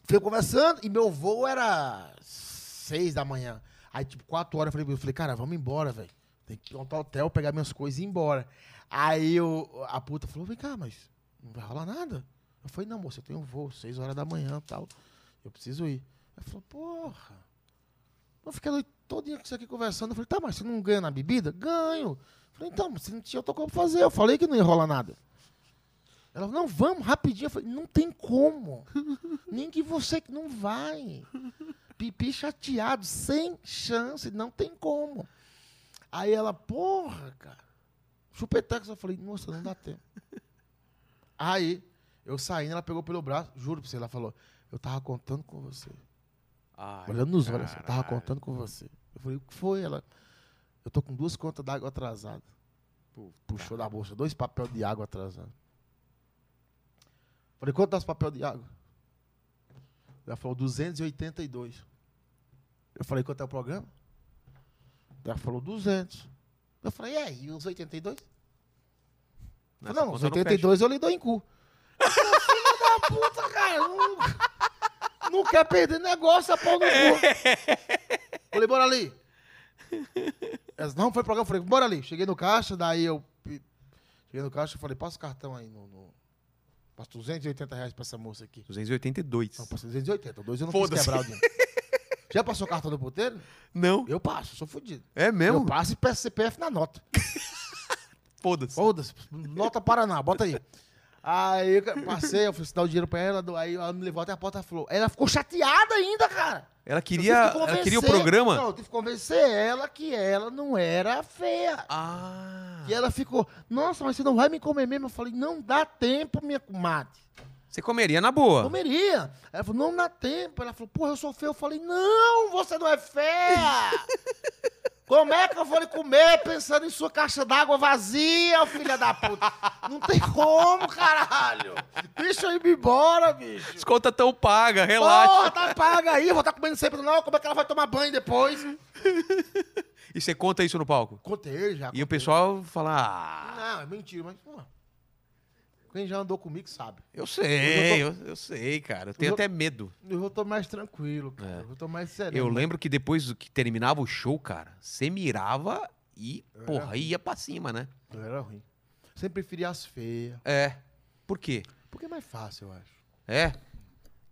S2: fui conversando e meu voo era seis da manhã. Aí, tipo, quatro horas, eu falei, eu falei cara, vamos embora, velho. Tem que montar hotel, pegar minhas coisas e ir embora. Aí eu, a puta falou, vem cá, mas não vai rolar nada? Eu falei, não, moça, eu tenho um voo, seis horas da manhã e tal. Eu preciso ir. Ela falou, porra. Eu fiquei a noite todinha com isso aqui conversando. Eu falei, tá, mas você não ganha na bebida? Ganho. Eu falei, então, mas você não tinha outra coisa pra fazer. Eu falei que não ia rolar nada. Ela falou, não, vamos, rapidinho. Eu falei, não tem como. Nem que você que não vai. Pipi chateado, sem chance, não tem como. Aí ela, porra, cara. Chupetex, eu falei, nossa, não dá tempo. Aí, eu saindo, ela pegou pelo braço, juro pra você, ela falou, eu tava contando com você.
S1: Ai,
S2: Olhando nos olhos, assim, eu tava
S1: caralho.
S2: contando com você. Eu falei, o que foi? Ela, eu tô com duas contas d'água atrasadas. Puxou da bolsa dois papel de água tá atrasado. Falei, quanto dá esse papel de água? Ela falou 282. Eu falei, quanto é o programa? Ela falou 200. Eu falei, e aí, os 82? Ela
S1: Nessa
S2: falou, não,
S1: conta
S2: os
S1: eu não
S2: 82 eu lhe dou em cu. Eu falei, Filho da puta, cara. Não, não quer perder negócio, a pau no cu. Falei, bora ali. Elas, não, foi programa. Eu falei, bora ali. Cheguei no caixa, daí eu... pe- Cheguei no caixa, eu falei, passa o cartão aí no... no... Passa 280 reais pra essa moça aqui.
S1: 282.
S2: Não, passa 280. Dois eu não quis
S1: Foda-se.
S2: quebrar o dinheiro. Já passou o cartão do ponteiro?
S1: Não.
S2: Eu passo, sou fudido.
S1: É
S2: Eu
S1: mesmo?
S2: passo e peço CPF na nota.
S1: Foda-se.
S2: Foda-se, nota Paraná, bota aí. Aí eu passei, eu fui dar o dinheiro pra ela, aí ela me levou até a porta e falou. Ela ficou chateada ainda, cara.
S1: Ela
S2: Eu
S1: queria,
S2: tive que
S1: ela queria o
S2: convencer-
S1: programa?
S2: Não, eu tive que convencer ela que ela não era feia.
S1: Ah.
S2: E ela ficou, nossa, mas você não vai me comer mesmo? Eu falei, não dá tempo, minha comadre.
S1: Você comeria na boa.
S2: Comeria. Ela falou, não dá tempo. Ela falou, porra, eu sou feio. Eu falei, não, você não
S1: (laughs)
S2: é feia. Como é que eu vou lhe comer pensando em sua caixa d'água vazia, filha da puta? Não tem como, caralho. Deixa eu ir embora, bicho.
S1: Desconta tão paga, relaxa.
S2: Porra, tá paga aí. Vou estar comendo sempre. Não, como é que ela vai tomar banho depois?
S1: E você conta isso no palco.
S2: Contei já.
S1: E o
S2: contei.
S1: pessoal fala, ah,
S2: Não, é mentira, mas... pô, Quem já andou comigo sabe.
S1: eu sei, eu, eu sei, cara. Eu tenho
S2: Eu-
S1: até medo.
S2: Eu tô mais tranquilo, cara. Eu tô mais sereno.
S1: É. Eu lembro que depois que terminava o show, cara, você mirava e, porra, ia pra cima, né?
S2: Eu era ruim. Sempre preferi as feias.
S1: É. Por quê?
S2: Porque é mais fácil, eu acho.
S1: É.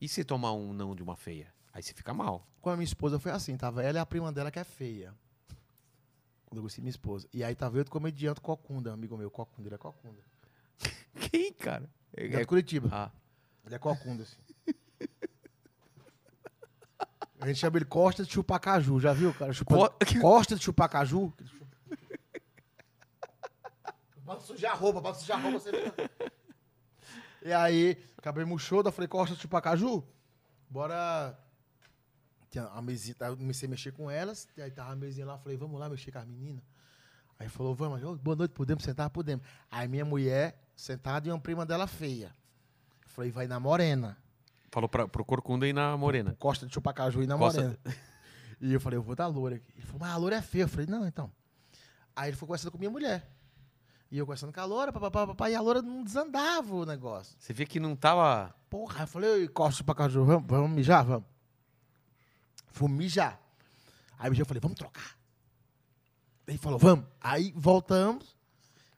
S1: E se tomar um não de uma feia? Aí você fica mal.
S2: Com a minha esposa foi assim, tava ela e a prima dela que é feia. Quando eu conheci minha esposa. E aí tava eu do comediante Cocunda, amigo meu. Cocunda, ele é Cocunda.
S1: (laughs) Quem, cara? É-
S2: Ele é
S1: é-
S2: de Curitiba.
S1: Ah,
S2: Ele é Cocunda, assim. A gente chama ele Costa de Chupacaju, já viu, cara? Chupa...
S1: Co-
S2: Costa de Chupacaju. Bota sujar a roupa, bota sujar a roupa. Você... fica- e aí, acabei murchou, daí falei, Costa de Chupacaju, bora... Tinha a mesinha, tá, eu comecei a mexer com elas, e aí tava a mesinha lá, falei, vamos lá mexer com as meninas. Aí falou, vamos, Ô, boa noite, podemos sentar? Podemos. Aí minha mulher sentada e uma prima dela feia. Eu falei, vai na morena.
S1: falou pra, pro Corcunda e na Morena.
S2: Costa de Chupacaju e na
S1: Costa-
S2: morena. E eu falei, eu vou dar loura aqui. Ele falou, mas a loura é feia. Eu falei, não, então. Aí ele foi conversando com minha mulher. E eu conversando com a loura, papapá, papapá, e a loura não desandava o negócio.
S1: Você vê que não tava...
S2: Porra, eu falei, "Ei, Costa de Chupacaju, vamos, vamos mijar, vamos. Fui mijar. Aí mijei, eu falei, vamos trocar. Ele falou, vamos. Aí voltamos.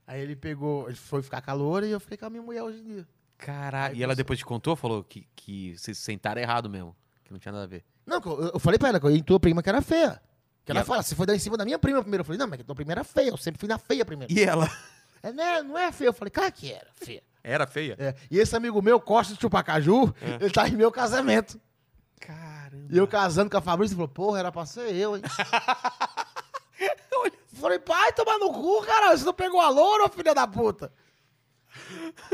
S2: Aí ele pegou, ele foi ficar com a loura e eu fiquei com a minha mulher hoje em dia.
S1: Caralho.
S2: Aí
S1: E ela
S2: você-
S1: depois te contou, falou que, que vocês sentaram errado mesmo. Que não tinha nada a ver.
S2: Não, que eu, eu falei pra ela que eu ia em tua prima que era feia. Que
S1: E
S2: ela
S1: ela-
S2: fala, você foi dar em cima da minha prima primeiro. Eu falei, não, mas que tua prima era feia, eu sempre fui na feia primeiro.
S1: E ela?
S2: É, né, não é feia. Eu falei, cara que era feia.
S1: (laughs) Era feia?
S2: É, e esse amigo meu, Costa de Chupacaju, ele tá em meu casamento.
S1: É. Caramba.
S2: E eu casando com a Fabrícia, falou, porra, era pra ser eu, hein? Eu falei, pai, toma no cu, cara, você não pegou a loura, ô filha da puta.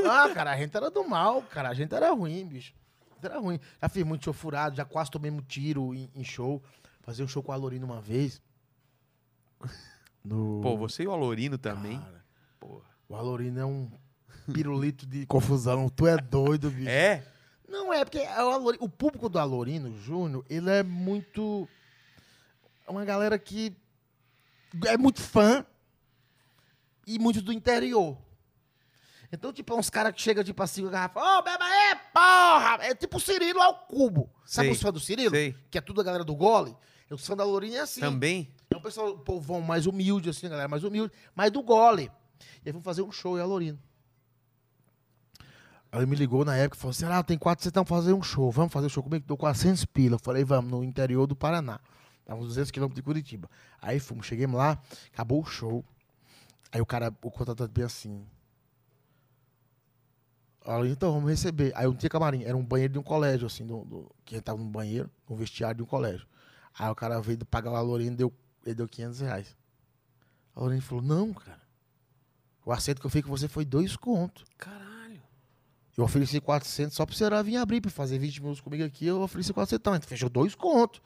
S2: Ah, cara, a gente era do mal, cara, a gente era ruim, bicho. A gente Era ruim. Já fiz muito show furado, já quase tomei um tiro em, em show. Fazer um show com a Lorina uma vez. No...
S1: Pô, você e o Alorino também.
S2: Cara,
S1: Porra.
S2: o Alorino é um pirulito de confusão. Tu é doido, bicho.
S1: É?
S2: Não é, porque é o, Alori- o público do Alorino Júnior, ele é muito. É uma galera que é muito fã e muito do interior. Então, tipo, é uns caras que chegam, tipo assim, com a garrafa, ô, beba aí, porra! É tipo o Cirilo ao cubo. Sabe
S1: Sei,
S2: os fãs do Cirilo?
S1: sei.
S2: Que é tudo a galera do gole. E Os fãs da Alorino é assim.
S1: Também?
S2: É um pessoal, um povão mais humilde, assim, a galera mais humilde, mas do gole. E aí fomos fazer um show em Alorino. Aí ele me ligou na época e falou assim: Ah, tem quatro, vocês estão fazendo um show, vamos fazer um show comigo? Dou 400 pila. Eu falei: Vamos, no interior do Paraná. Tava uns 200 quilômetros de Curitiba. Aí fomos, chegamos lá, acabou o show. Aí o cara, o contratante, bem assim: Aí, então, vamos receber. Aí eu não tinha camarim, era um banheiro de um colégio, assim, do, do- que a gente tava num banheiro, num vestiário de um colégio. Aí o cara veio pagar a Lorena deu, ele deu 500 reais. A Lorena falou, não, cara. O acerto que eu fiz com você foi dois conto.
S1: Caralho.
S2: Eu ofereci 400 só pro Ceará vir abrir, pra fazer 20 minutos comigo aqui, eu ofereci 400. Então, a gente fechou dois conto.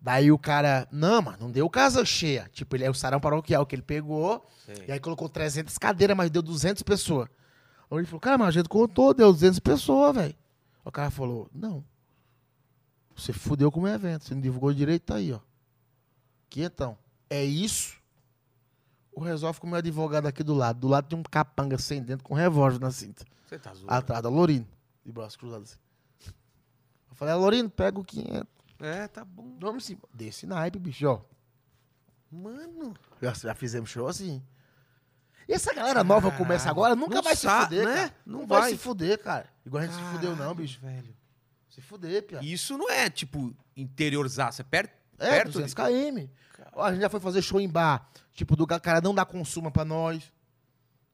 S2: Daí o cara, não, mano, não deu casa cheia. Tipo, ele é o sarão paroquial que ele pegou,
S1: Sei.
S2: e aí colocou 300 cadeiras, mas deu 200 pessoas. Aí ele falou, cara, mas a gente contou, deu 200 pessoas, velho. O cara falou, não. Você fudeu com o meu evento, você não divulgou direito, tá aí, ó. Quietão. É isso? O resolve com o meu advogado aqui do lado. Do lado tem um capanga sem dentro com um revólver na cinta.
S1: Você tá zoando.
S2: Atrás da Lorino. De braço cruzado assim. Eu falei, Lorino, pega o 500.
S1: É, tá bom.
S2: Vamos embora. Desse naipe, bicho, ó.
S1: Mano.
S2: Já, já fizemos show assim. E essa galera nova que começa agora nunca
S1: Não
S2: vai se
S1: sa-
S2: fuder,
S1: né?
S2: cara.
S1: Não
S2: Não, vai.
S1: vai.
S2: se fuder, cara. Igual a gente se fudeu, não,
S1: Caralho,
S2: bicho.
S1: Velho.
S2: Se fuder, pia.
S1: E Isso não é, tipo, interiorzar. É perto,
S2: É,
S1: perto
S2: 200
S1: de...
S2: km. Ó, A gente já foi fazer show em bar. Tipo, do cara não dar consuma pra nós.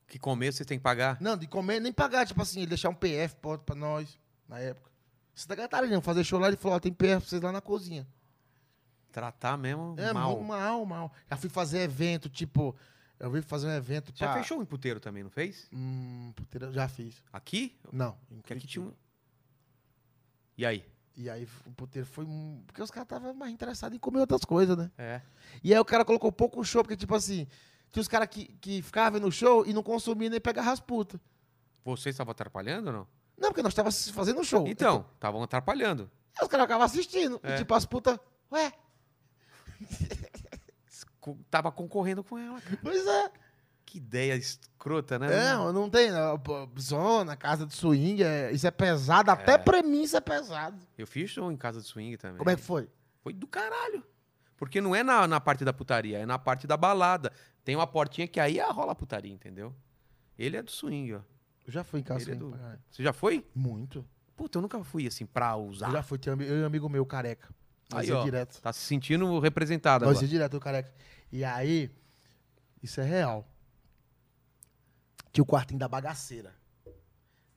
S1: que comer você tem que pagar.
S2: Não, de comer, nem pagar. Tipo assim, ele deixar um PF pra- pra nós, na época. Santa Catarina, fazer show lá, ele falou, ó, tem PF pra vocês lá na cozinha.
S1: Tratar mesmo
S2: É,
S1: mal.
S2: mal, mal, mal. Já fui fazer evento, tipo... Eu vim fazer um evento
S1: Já
S2: pra...
S1: fechou em puteiro também, não fez?
S2: Hum, puteira, já fiz.
S1: Aqui?
S2: Não. em
S1: Que aqui
S2: Curitiba.
S1: tinha um... E aí?
S2: E aí o puteiro foi... um- Porque os caras estavam mais interessados em comer outras coisas, né?
S1: É.
S2: E aí o cara colocou pouco show, porque, tipo assim... Tinha os caras que, que ficavam no show e não consumiam nem pegava as putas.
S1: Vocês estavam atrapalhando ou não?
S2: Não, porque nós estávamos fazendo um show.
S1: Então, estavam atrapalhando.
S2: Aí os caras acabavam assistindo.
S1: É.
S2: E tipo, as putas, ué,
S1: Co- Tava concorrendo com ela, cara.
S2: pois é.
S1: Que ideia escrota, né?
S2: É,
S1: mano?
S2: não, não tem. né? Pô, Zona, casa de swing, é- isso é pesado. Até pra mim isso é pesado.
S1: Eu fiz show em casa de swing também.
S2: Como é que foi?
S1: Foi do caralho. Porque não é na, na parte da putaria, é na parte da balada. Tem uma portinha que aí ah, rola a putaria, entendeu? Ele é do swing, ó.
S2: Eu já fui em casa de
S1: Ele é
S2: swing.
S1: do-
S2: pra caralho.
S1: Você já foi?
S2: Muito.
S1: Puta, eu nunca fui assim pra usar.
S2: Eu já fui, tinha ami- eu e um amigo meu, careca. Nós
S1: Aí,
S2: ia
S1: ó.
S2: direto.
S1: Tá se sentindo representado
S2: Nós
S1: agora.
S2: ia direto, eu careca. E aí, isso é real. Tinha o quartinho da bagaceira.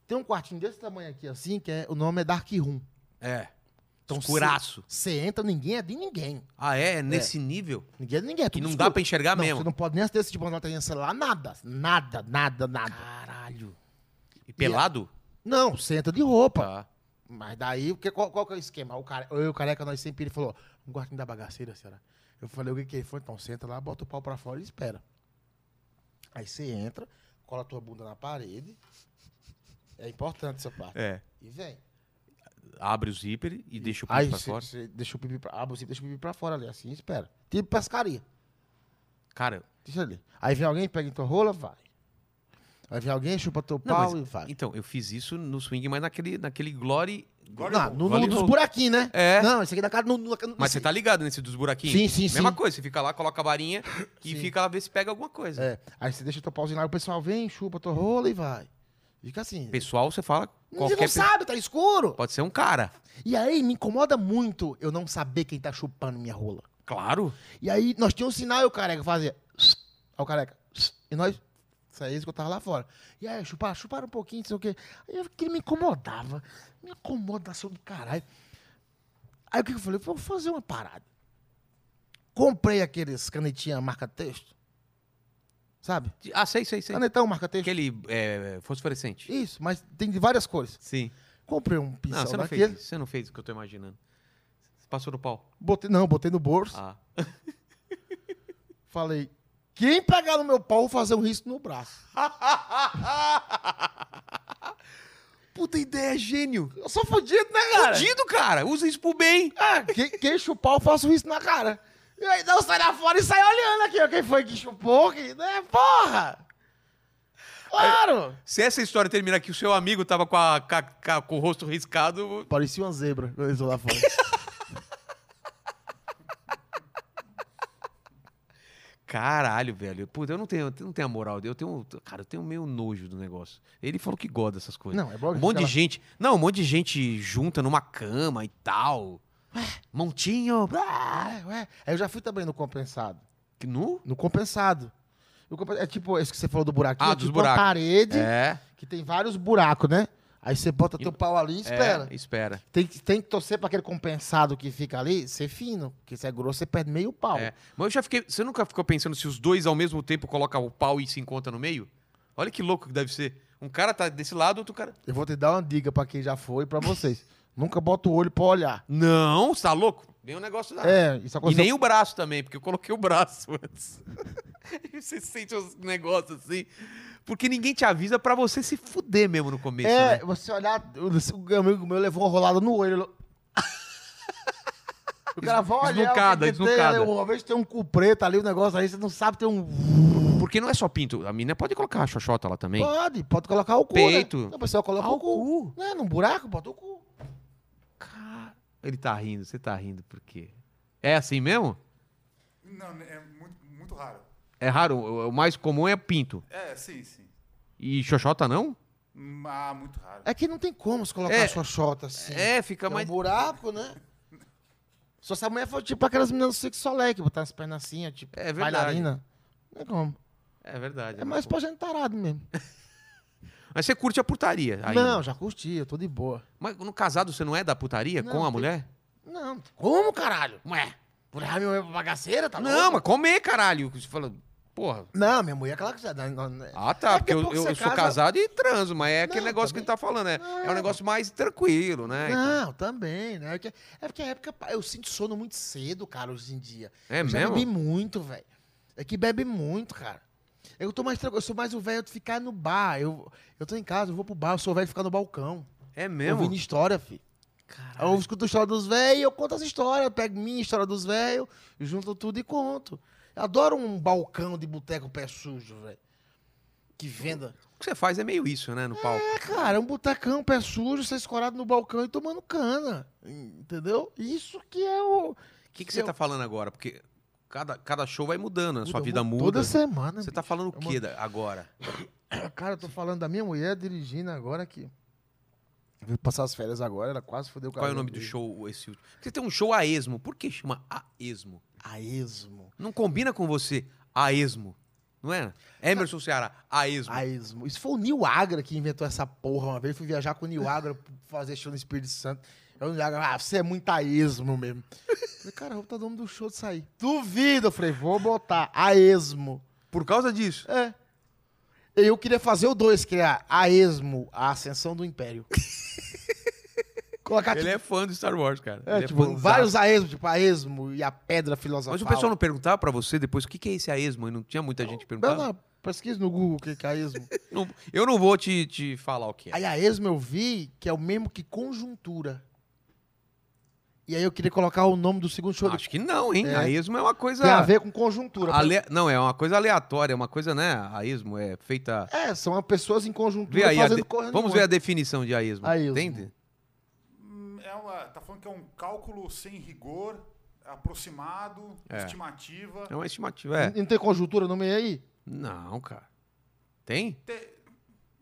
S2: Tem um quartinho desse tamanho aqui, assim, que é, o nome é Dark Room.
S1: É.
S2: Então,
S1: Escuraço.
S2: Você entra, ninguém é de ninguém.
S1: Ah, é? Nesse nível?
S2: Ninguém é de ninguém. É
S1: Que
S2: tudo
S1: não
S2: escuro.
S1: dá pra enxergar
S2: não,
S1: mesmo.
S2: Você não pode nem assistir esse tipo de nota em celular, nada. Nada, nada, nada.
S1: Caralho. E pelado?
S2: Não, você entra de roupa.
S1: Tá.
S2: Mas daí, porque, qual, qual que é o esquema? O cara, eu e o careca, nós sempre, ele falou, um quartinho da bagaceira, senhora. Eu falei, o que que é? Ele falou, então, senta lá, bota o pau pra fora e espera. Aí você entra, cola a tua bunda na parede. É importante essa parte.
S1: É.
S2: E vem.
S1: Abre o zíper e deixa o
S2: Aí
S1: pinto pra
S2: cê-
S1: fora.
S2: cê deixa o pipi pra, abre, você deixa o pipi pra fora ali, assim, espera. Tipo pescaria.
S1: Cara,
S2: Deixa ali. Aí vem alguém, pega em tua rola, vai. Aí vem alguém, chupa teu
S1: Não,
S2: pau
S1: mas-
S2: e vai.
S1: então, eu fiz isso no swing, mas naquele, naquele glory...
S2: Não, no, no,
S1: Glory
S2: dos
S1: hole.
S2: buraquinhos, né?
S1: É.
S2: Não, esse aqui da cara. No, no, no-
S1: Mas
S2: esse-
S1: você tá ligado nesse dos buraquinhos?
S2: Sim, sim,
S1: Mesma
S2: sim.
S1: coisa, você fica lá, coloca a varinha e
S2: Sim.
S1: fica lá, ver se pega alguma coisa.
S2: É. Aí você deixa teu pauzinho lá, o pessoal vem, chupa tua rola e vai. Fica assim.
S1: Pessoal, você fala
S2: Você
S1: qualquer...
S2: não
S1: pe-
S2: sabe, tá escuro.
S1: Pode ser um cara.
S2: E aí me incomoda muito eu não saber quem tá chupando minha rola.
S1: Claro.
S2: E aí nós tínhamos um sinal e o careca fazia. Aí o careca. E nós. Isso aí é isso que eu tava lá fora. E aí, chuparam, chuparam um pouquinho, não sei o quê. Aí eu que me incomodava. Me incomodação do caralho. Aí o que que eu falei? Eu vou fazer uma parada. Comprei aqueles canetinha marca-texto. Sabe?
S1: Ah, sei, sei, sei.
S2: Canetão marca-texto.
S1: Aquele é, fosforescente.
S2: Isso, mas tem de várias cores.
S1: Sim.
S2: Comprei um pincel
S1: Não, você não fez
S2: daquele.
S1: isso. Você não fez o que eu tô imaginando. Você passou no pau.
S2: Botei, não, botei no bolso.
S1: Ah.
S2: Falei, quem pegar no meu pau, eu vou fazer um risco no braço.
S1: (laughs) Puta ideia, gênio.
S2: Eu sou fudido, né, cara?
S1: Fudido, cara. Usa isso pro bem.
S2: Ah, quem, quem chupar, eu faço isso na cara. E aí, não, sai lá fora e sai olhando aqui, ó. Quem foi que chupou? Que, né? Porra! Claro!
S1: Se essa história terminar que o seu amigo tava com, a- ca- ca- com o rosto riscado...
S2: Parecia uma zebra quando eles lá fora.
S1: Caralho, velho. Puta, eu não tenho, eu não tenho a moral. Eu tenho, cara, eu tenho meio nojo do negócio. Ele falou que gosta dessas coisas.
S2: Não, é bom
S1: Um
S2: que
S1: monte de
S2: fica
S1: gente. Não, um monte de gente junta numa cama e tal. Montinho.
S2: lá. Ah, ué. Aí eu já fui também no compensado.
S1: Que Nu?
S2: No compensado. No compen- É tipo esse que você falou do buraquinho.
S1: Ah,
S2: é
S1: dos
S2: tipo uma
S1: buracos.
S2: parede
S1: É.
S2: que tem vários buracos, né? Aí você bota teu pau ali e espera.
S1: É, espera.
S2: Tem, que- tem que torcer pra aquele compensado que fica ali ser fino. Porque se é grosso, você perde meio pau.
S1: É. Mas eu já fiquei. Você nunca ficou pensando se os dois ao mesmo tempo colocam o pau e se encontram no meio? Olha que louco que deve ser. Um cara tá desse lado, outro cara.
S2: Eu vou te dar uma dica pra quem já foi e pra vocês. (laughs) Nunca bota o olho pra olhar.
S1: Não, você tá louco? Nem o negócio da.
S2: É,
S1: Ah. E
S2: isso aconteceu.
S1: nem o braço também, porque eu coloquei o braço antes. (laughs) E você sente os negócios assim. Porque ninguém te avisa pra você se fuder mesmo no começo. né?
S2: É,
S1: (laughs)
S2: você olhar. O o amigo meu levou uma rolada no olho. ele- O cara vai
S1: Desnucada,
S2: olhar. o que que tem,
S1: desnucada.
S2: ali, Uma vez tem um cu preto ali, o negócio aí, você não sabe, tem um.
S1: Porque não é só pinto. A menina pode colocar a xoxota lá também.
S2: Pode, pode colocar o cu.
S1: Peito.
S2: Né? Não, o pessoal coloca
S1: Ah,
S2: o
S1: cu.
S2: cu. Né? Num buraco, bota o cu.
S1: Cara, Ele tá rindo, você tá rindo por quê? É assim mesmo?
S3: Não, é muito, muito raro.
S1: É raro, o o mais comum é pinto.
S3: É, sim, sim.
S1: E xoxota não?
S3: Hum, Ah, muito raro.
S2: É que não tem como se colocar
S1: É.
S2: a sua xota assim.
S1: É, fica
S2: Tem um buraco, né? Só se a mulher for tipo aquelas meninas do Six Soleil, que botar as pernas assim, ó, tipo,
S1: É verdade.
S2: bailarina. Não é como.
S1: É verdade.
S2: É mais pra gente tarado mesmo.
S1: Mas você curte a putaria ainda.
S2: Não, já curti, eu tô de boa.
S1: Mas no casado você não é da putaria
S2: Não,
S1: com a
S2: tem-
S1: mulher?
S2: Não, como, caralho?
S1: Ué.
S2: Por levar minha mulher pra bagaceira, tá
S1: não,
S2: louco?
S1: mas comer, caralho. Você fala, porra.
S2: Não, minha mulher, claro que já dá. não, né?
S1: Ah, tá,
S2: É
S1: porque
S2: porque
S1: eu,
S2: pouco
S1: eu-
S2: você
S1: eu sou
S2: casa-
S1: casado e transo, mas é aquele
S2: Não,
S1: negócio que a gente tá falando, né? É um negócio mais tranquilo, né?
S2: Não, também, né? É que- É porque a época pá, eu sinto sono muito cedo, cara, hoje em dia.
S1: É
S2: eu já
S1: mesmo?
S2: bebi muito, velho. É que bebe muito, cara. Eu tô mais tranquilo, eu sou mais o velho de ficar no bar. Eu, eu tô em casa, eu vou pro bar, eu sou o velho de ficar no balcão.
S1: É
S2: Eu
S1: mesmo?
S2: Ouvindo história, filho. Aí Eu escuto a história dos velhos, eu conto as histórias, eu pego minha história dos velhos, junto tudo e conto. Eu adoro um balcão de boteco pé sujo, velho. Que venda.
S1: O que você faz é meio isso, né, no palco.
S2: É, cara, é um botecão, pé sujo, você escorado no balcão e tomando cana. Entendeu? Isso que é o.
S1: O que, que você
S2: eu-
S1: tá falando agora? Porque cada, cada show vai mudando, a sua vida muda.
S2: Toda semana.
S1: Você tá falando o
S2: É uma-
S1: quê da- agora?
S2: Cara, eu tô falando da minha mulher dirigindo agora aqui. Veio passar as férias agora, ela quase fodeu o
S1: Qual é o
S2: carro
S1: nome do
S2: dele.
S1: show esse último? Porque tem um show a esmo. Por que chama a esmo?
S2: A esmo.
S1: Não combina com você a esmo, não é? Emerson Ceará, a esmo.
S2: A esmo. Isso foi o Nil Agra que inventou essa porra uma vez. Eu fui viajar com o Nil Agra pra fazer show no Espírito Santo. Eu Nil Agra, ah, você é muito a esmo mesmo. Eu falei, cara, eu vou botar o nome do show de sair. Duvido, eu falei, vou botar a esmo.
S1: Por causa disso.
S2: É. Eu queria fazer o dois, que era a esmo, a ascensão do império. (laughs) Colocar,
S1: Ele
S2: tipo,
S1: é fã do Star Wars, cara.
S2: é,
S1: Ele é
S2: tipo,
S1: fãzaço.
S2: vários a esmo, tipo, a esmo e a pedra filosofal.
S1: Mas o pessoal não perguntava pra você depois o que, que é esse a esmo? E não tinha muita gente
S2: Não,
S1: perguntando.
S2: não, pesquisa no Google o que que é a
S1: (laughs)
S2: esmo.
S1: Não- eu não vou te, te falar o que é.
S2: Aí a esmo eu vi que é o mesmo que conjuntura. E aí eu queria colocar o nome do segundo show.
S1: Acho Ah, que não, hein?
S2: É.
S1: A esmo é uma coisa.
S2: Tem a ver com conjuntura.
S1: ale- Não, é uma coisa aleatória, é uma coisa, né? A esmo é feita.
S2: É, são pessoas em
S1: Vê
S2: conjuntura
S1: aí, a
S2: fazendo
S1: de-
S2: coisa
S1: vamos ver
S2: nenhuma.
S1: a definição de aísmo.
S2: Aísmo.
S1: Entende?
S3: Hum, É uma, tá falando que é um cálculo sem rigor, aproximado,
S1: É.
S3: estimativa.
S1: É uma estimativa. É.
S2: Não tem conjuntura no meio aí?
S1: Não, cara. Tem?
S3: Te-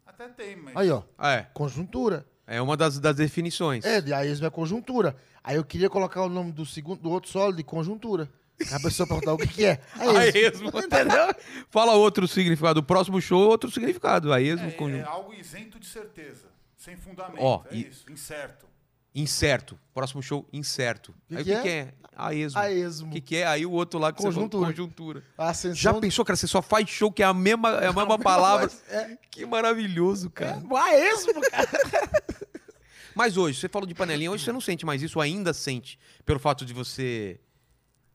S3: até tem, mas.
S2: Aí, ó.
S1: Ah, é.
S2: Conjuntura.
S1: É uma das, das definições. (laughs)
S2: É, de aísmo é conjuntura. Aí eu queria colocar o nome do segundo, do outro solo de conjuntura. A pessoa perguntar o que,
S1: (laughs)
S2: que é.
S1: Aísmo.
S2: (laughs) Entendeu?
S1: Fala outro significado. O próximo show, é outro significado. Aísmo,
S3: É, é
S1: um conjunto.
S3: algo isento de certeza, sem fundamento.
S1: Ó,
S3: é
S1: e-
S3: isso, incerto.
S1: Incerto. Próximo show, incerto.
S2: Que
S1: aí
S2: que
S1: o que, que é? Aísmo.
S2: A
S1: O
S2: esmo.
S1: que, que é? Aí o outro lá que
S2: Conjuntura.
S1: você falou, conjuntura.
S2: A
S1: Já
S2: ascensão. (laughs)
S1: pensou, cara? Você só faz show que é a mesma, é a mesma palavra.
S2: É,
S1: Que maravilhoso, cara.
S2: a esmo, cara.
S1: Mas hoje, você falou de panelinha, hoje você não sente mais isso, ou ainda sente, pelo fato de você.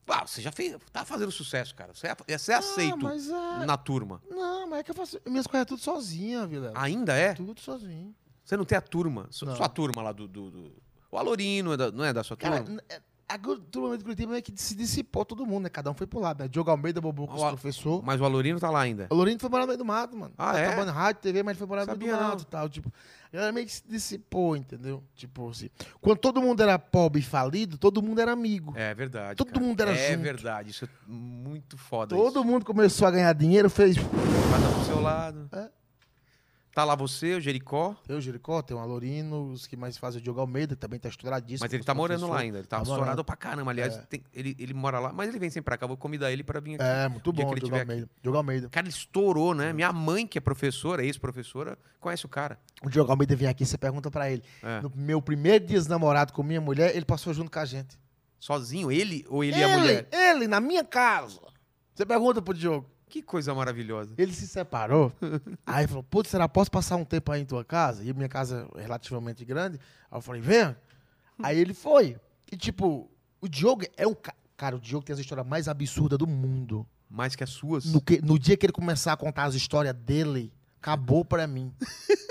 S1: Ah, você já fez. Tá fazendo sucesso, cara. Você é, você é aceito
S2: Ah, mas é...
S1: na turma.
S2: Não, mas é que eu faço minhas coisas tudo sozinha, Vila.
S1: Ainda é?
S2: Tudo sozinho.
S1: Você não tem a turma. Su-
S2: Não.
S1: Sua turma lá do. do, do- O Alorino é da- não é da sua
S2: Cara,
S1: turma?
S2: n- é- a gru- turma do Curitiba meio que se dissipou todo mundo, né? Cada um foi pro lado, né? Diogo Almeida bobou com os
S1: Ó,
S2: professor.
S1: Mas o Alorino tá lá ainda.
S2: O Lourinho foi morar no meio do mato, mano.
S1: Ah,
S2: Tá
S1: é?
S2: Acabando rádio, TV, mas ele foi morar no meio do
S1: Sabia não.
S2: mato e tal. Tipo, a galera meio que se dissipou, entendeu? Tipo assim. Quando todo mundo era pobre e falido, todo mundo era amigo.
S1: É verdade.
S2: Todo
S1: cara.
S2: mundo era
S1: É
S2: junto.
S1: verdade. Isso é muito foda.
S2: todo
S1: isso.
S2: mundo começou a ganhar dinheiro, fez.
S1: Cada um do seu lado.
S2: É.
S1: Tá lá você, o Jericó.
S2: Tem o Jericó, tem o Alorino, os que mais fazem o Diogo Almeida, que também tá estouradíssimo.
S1: Mas ele
S2: com
S1: tá
S2: os
S1: morando lá
S2: professores.
S1: ainda. Ele tá
S2: Tá morando.
S1: estourado pra caramba. Aliás,
S2: É.
S1: tem- ele, ele mora lá. Mas ele vem sempre pra cá. Vou convidar ele pra vir aqui.
S2: É, muito
S1: O dia
S2: bom,
S1: que ele
S2: Diogo
S1: tiver aqui.
S2: Almeida. Diogo Almeida.
S1: Cara, ele estourou, né? Minha mãe, que é professora, ex-professora, conhece o cara.
S2: O Diogo Almeida vem aqui, você pergunta pra ele.
S1: É.
S2: No meu primeiro dia de namorado com minha mulher, ele passou junto com a gente.
S1: Sozinho, ele ou ele, e a mulher?
S2: Ele, na minha casa. Você pergunta pro Diogo.
S1: Que coisa maravilhosa.
S2: Ele
S1: (laughs)
S2: se separou. aí falou, putz, será posso passar um tempo aí em tua casa? E minha casa é relativamente grande. Aí eu falei, vem. Aí ele foi. E tipo, o Diogo é um... ca- Cara, o Diogo tem as histórias mais absurdas do mundo.
S1: Mais que as suas.
S2: No, que- no dia que ele começar a contar as histórias dele, acabou pra mim.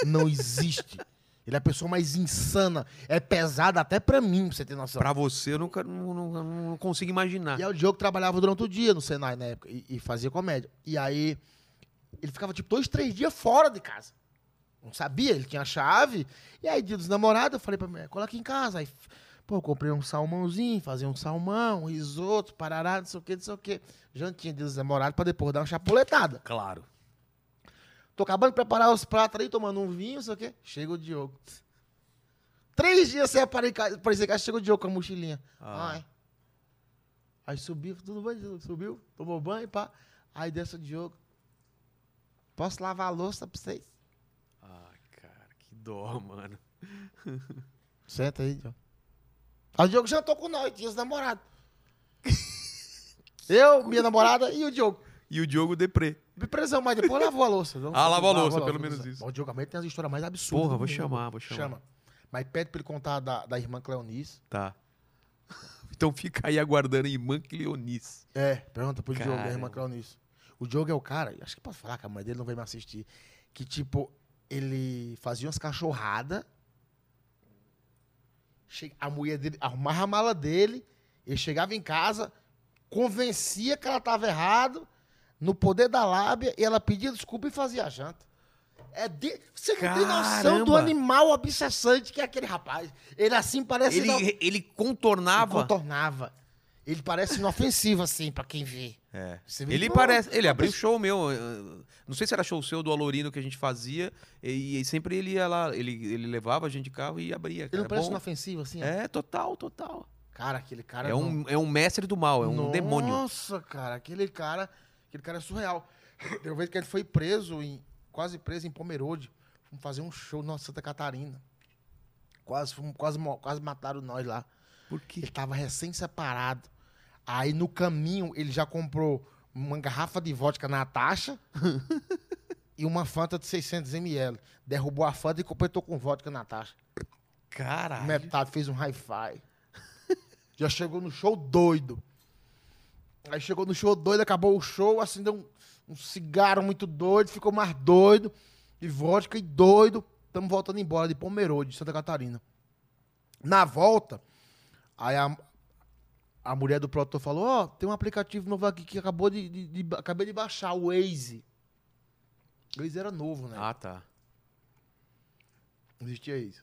S2: Não existe. Ele é a pessoa mais insana. É pesado até pra mim, pra você ter noção.
S1: Pra você, eu nunca, não, não- não consigo imaginar.
S2: E aí o Diogo trabalhava durante o dia no Senai na época e, e fazia comédia. E aí ele ficava tipo dois, três dias fora de casa. Não sabia, ele tinha a chave. E aí, dia dos namorados, eu falei pra mulher, coloca aqui em casa. Aí, pô, eu comprei um salmãozinho, fazia um salmão, um risoto, parará, não sei o que, não sei o que. Jantinha dia dos namorados pra depois dar uma chapuletada.
S1: Claro.
S2: Tô acabando de preparar os pratos aí, tomando um vinho, não sei o quê. Chega o Diogo. Três dias sem aparecer em casa, aparecer em casa, chega o Diogo com a mochilinha.
S1: Ah.
S2: Ai. Aí subiu, tudo bem, Diogo? subiu, tomou banho, pá. Aí desce o Diogo. Posso lavar a louça pra vocês?
S1: Ai, ah, cara, que dó, (laughs) mano.
S2: Senta aí, Diogo. Aí o Diogo jantou com nós, dias namorado. (laughs) Eu, minha namorada e o Diogo.
S1: E o Diogo Deprê.
S2: Depressão, mas depois lavou a louça. Não,
S1: Ah, lavou a louça, pelo
S2: não
S1: menos
S2: sei.
S1: isso.
S2: Mas O Diogo Amado tem as histórias mais absurdas.
S1: Porra,
S2: do
S1: vou
S2: mundo.
S1: chamar, vou chamar.
S2: Chama. Mas pede pra ele contar da, da irmã Cleonice.
S1: Tá. (laughs) Então fica aí aguardando irmã Cleonice.
S2: É, pergunta pro Diogo, da
S1: Caramba.
S2: irmã Cleonice. O Diogo é o cara, acho que posso falar que a mãe dele não veio me assistir, que tipo, ele fazia umas cachorradas, che- a mulher dele arrumava a mala dele, ele chegava em casa, convencia que ela tava errado, no poder da lábia, e ela pedia desculpa e fazia a janta. É de... Você não tem noção do
S1: Caramba.
S2: animal obsessante que é aquele rapaz. Ele assim parece... não-
S1: Ele, ele contornava.
S2: contornava. Ele parece inofensivo, assim, pra quem vê.
S1: É.
S2: Você vê
S1: Ele
S2: que,
S1: parece. Ele abriu show meu. eh, Não sei se era show seu do Alorino que a gente fazia. E, e sempre ele ia lá. Ele, ele levava a gente de carro e abria.
S2: Ele
S1: Cara.
S2: não parece
S1: Bom,
S2: inofensivo, assim? ó.
S1: é, total, total.
S2: Cara, aquele cara...
S1: É
S2: não.
S1: um, é um mestre do mal, é um demônio.
S2: Nossa, cara, aquele cara... Aquele cara é surreal. Eu vejo que ele foi preso, em, quase preso em Pomerode. Fomos fazer um show na Santa Catarina. Quase, fomos, quase, mo- quase mataram nós lá.
S1: Por
S2: Ele
S1: quê?
S2: tava recém-separado. Aí, no caminho, ele já comprou uma garrafa de vodka Natasha e uma Fanta de 600ml. Derrubou a Fanta e completou com vodka Natasha.
S1: Caralho.
S2: Metade fez um hi-fi. (laughs) Já chegou no show doido. Aí chegou no show doido, acabou o show, acendeu um, um cigarro muito doido, ficou mais doido. E vodka e doido. Estamos voltando embora de Pomerode, de Santa Catarina. Na volta, aí a, a mulher do produtor falou: Ó, tem um aplicativo novo aqui que acabou de, de- de ba- Acabei de baixar, o Waze. O Waze era novo, né?
S1: Ah, tá.
S2: Não existia isso.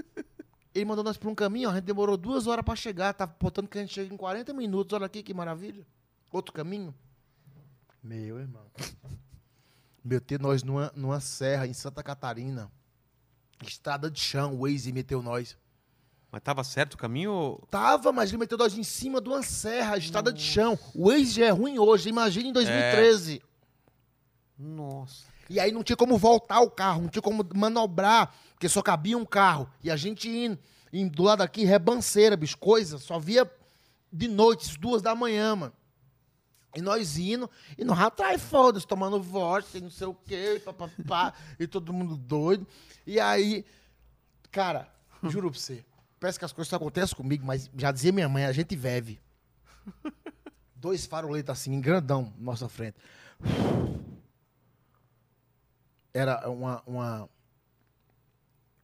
S2: (laughs) Ele mandou nós pra um caminho, ó, a gente demorou duas horas pra chegar, tava botando que a gente chega em 40 minutos, olha aqui que maravilha. Outro caminho. Meu irmão. (laughs) Meteu nós numa, numa serra em Santa Catarina. Estrada de chão, o Waze meteu nós.
S1: Mas tava certo o caminho? ou-
S2: Tava, mas ele meteu nós em cima de uma serra, estrada de chão. O Waze já é ruim hoje, imagina em 2013.
S1: Nossa.
S2: E aí não tinha como voltar o carro, não tinha como manobrar, porque só cabia um carro. E a gente indo, indo do lado aqui, rebanceira, bicho, coisa, só via de noite, às duas da manhã, mano. E nós indo, e nós atrás, foda-se, tomando vodka, e não sei o quê, e papapá, (laughs) e todo mundo doido. E aí, cara, juro pra você, parece que as coisas só acontecem comigo, mas já dizia minha mãe, a gente vive. Dois faroletos assim, em grandão, na nossa frente era uma. uma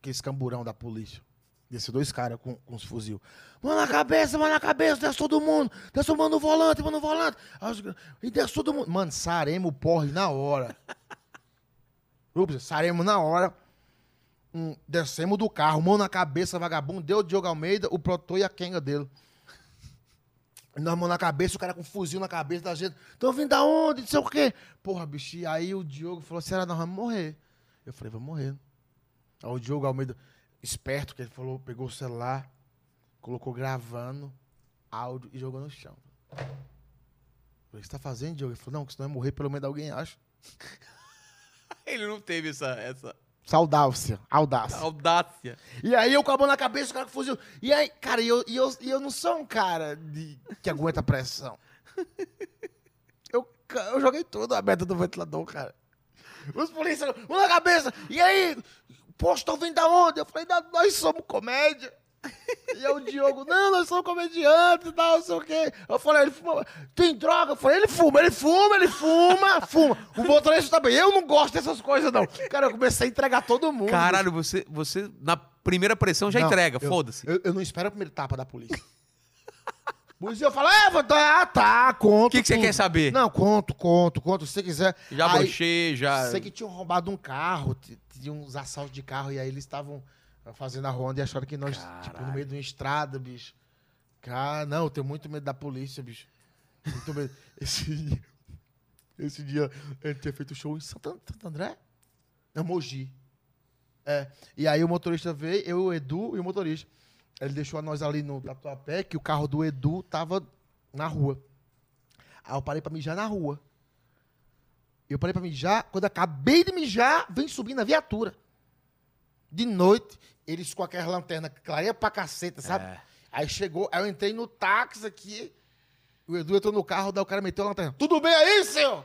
S2: aquele escamburão da polícia. Desses dois caras com, com os fuzil. Mão na cabeça, mão na cabeça, desce todo mundo. Desce o mano no volante, mano no volante. Aí os caras, E desce todo mundo. Mano, saremos o porre na hora. (laughs) Ups, saremos na hora. Hum, descemos do carro, mão na cabeça, vagabundo. Deu o Diogo Almeida, o protor e a quenga dele. E Nós mão na cabeça, o cara com um fuzil na cabeça da gente. Tão vindo da onde? Não sei o quê. Porra, bicho. E aí o Diogo falou: assim, será que nós vamos morrer? Eu falei: vamos morrer. Aí o Diogo Almeida, esperto, que ele falou, pegou o celular, colocou gravando áudio e jogou no chão. Eu falei: o que você tá fazendo, Diogo? Ele falou: não, que se nós morrer, pelo menos alguém acha.
S1: (laughs) Ele não teve essa, essa
S2: Saudácia, audácia.
S1: audácia.
S2: E aí eu com a mão na cabeça, o cara com fuzil. E aí, cara, e eu, e eu, e eu não sou um cara de, que aguenta pressão. (laughs) Eu, ca- eu joguei tudo a meta do ventilador, cara. Os policiais, mão na cabeça. E aí, poxa, tô vindo da onde? Eu falei, "Da- nós somos comédia. (laughs) E eu, o Diogo, não, nós somos comediantes e tal, não sei o quê. Eu falei, ele fuma. Tem droga? Eu falei, ele fuma, ele fuma, ele fuma, fuma. O motorista também. Eu não gosto dessas coisas, não. Cara, eu comecei a entregar todo mundo.
S1: Caralho, você, você na primeira pressão Então já
S2: Não,
S1: entrega,
S2: eu-
S1: foda-se.
S2: Eu, eu não espero a primeira etapa da polícia. (laughs) Polícia fala, é, tá, tá, conto. O
S1: Que que você quer saber?
S2: Não, conto, conto, conto, se você quiser.
S1: Já
S2: Aí,
S1: brochei, já.
S2: Sei que tinham roubado um carro, t- tinha uns assaltos de carro, e aí eles estavam ah, fazendo a ronda e acharam que nós, tipo, no meio de uma estrada, bicho. Cara, não, eu tenho muito medo da polícia, bicho. Muito medo. Esse dia, esse dia ele tinha feito show em Santo An- Santo André? Não, Mogi. É. E aí o motorista veio, eu, o Edu e o motorista. Ele deixou nós ali no Tatuapé, que o carro do Edu tava na rua. Aí eu parei pra mijar na rua. Eu parei pra mijar, quando eu acabei de mijar, vem subindo a viatura. De noite, eles com aquela lanterna clareia pra caceta, sabe?
S1: É.
S2: Aí chegou, aí eu entrei no táxi aqui, o Edu entrou no carro, daí o cara meteu a lanterna. Tudo bem
S1: (laughs)
S2: aí, senhor?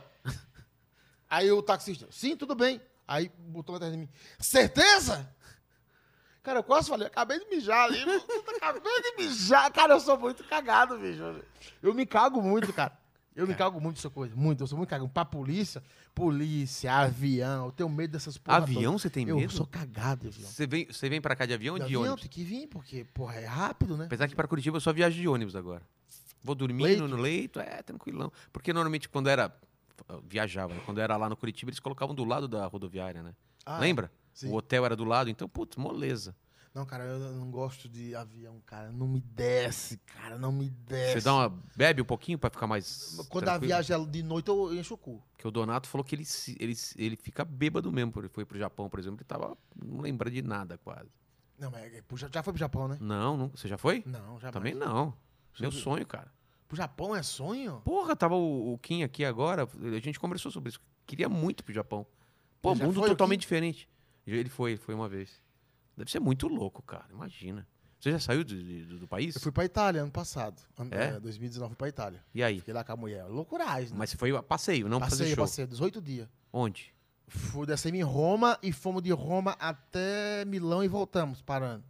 S2: aí o taxista, sim, tudo bem. Aí botou a lanterna em mim. Certeza? Cara, eu quase falei, acabei de mijar ali, mano. (laughs) acabei de mijar. Cara, eu sou muito cagado, bicho. Eu me cago muito, cara. Eu
S1: É.
S2: me cago muito dessa coisa, muito. Eu sou muito cagado. Pra polícia, polícia, avião, eu tenho medo dessas porra
S1: Avião, você tem
S2: toda. Eu
S1: medo?
S2: sou cagado, de avião.
S1: Você vem, você vem pra cá de avião ou de
S2: avião
S1: ônibus?
S2: tem que vir, porque, porra, é rápido, né?
S1: Apesar que pra Curitiba eu só viajo de ônibus agora. Vou dormindo
S2: Leito?
S1: no leito, é, tranquilão. Porque normalmente quando era. eu Viajava, né? quando era lá no Curitiba, eles colocavam do lado da rodoviária, né?
S2: Ah,
S1: Lembra?
S2: sim.
S1: O hotel era do lado, então, putz, moleza.
S2: Não, cara, eu não gosto de avião, cara. Não me desce, cara, não me desce.
S1: Você dá uma. Bebe um pouquinho pra ficar mais.
S2: É. Quando a
S1: tranquilo?
S2: viagem é de noite, eu encho o cu.
S1: Porque o Donato falou que ele, se- ele, se- ele fica bêbado mesmo. porque Ele foi pro Japão, por exemplo, ele tava. Não lembra de nada quase.
S2: Não, mas é- já já foi pro Japão, né?
S1: Não, não você já foi?
S2: Não, já
S1: Também não. Meu
S2: Juro.
S1: sonho, cara.
S2: Pro Japão é sonho?
S1: Porra, tava o, o Kim aqui agora, a gente conversou sobre isso. Queria muito pro Japão. Pô,
S2: Ele já
S1: mundo
S2: foi, o
S1: totalmente
S2: Kim?
S1: diferente. Ele foi, foi uma vez. Deve ser muito louco, cara. Imagina. Você já saiu de- de- do, país?
S2: Eu fui pra Itália ano passado. Ano-
S1: É?
S2: é, 2019 fui pra Itália.
S1: E aí?
S2: Fiquei lá com a mulher. Loucurais, né?
S1: Mas você foi a passeio, não pra fazer
S2: passei,
S1: show.
S2: passei 18 dias.
S1: Onde?
S2: Fui, descemos em Roma e fomos de Roma até Milão e voltamos, parando.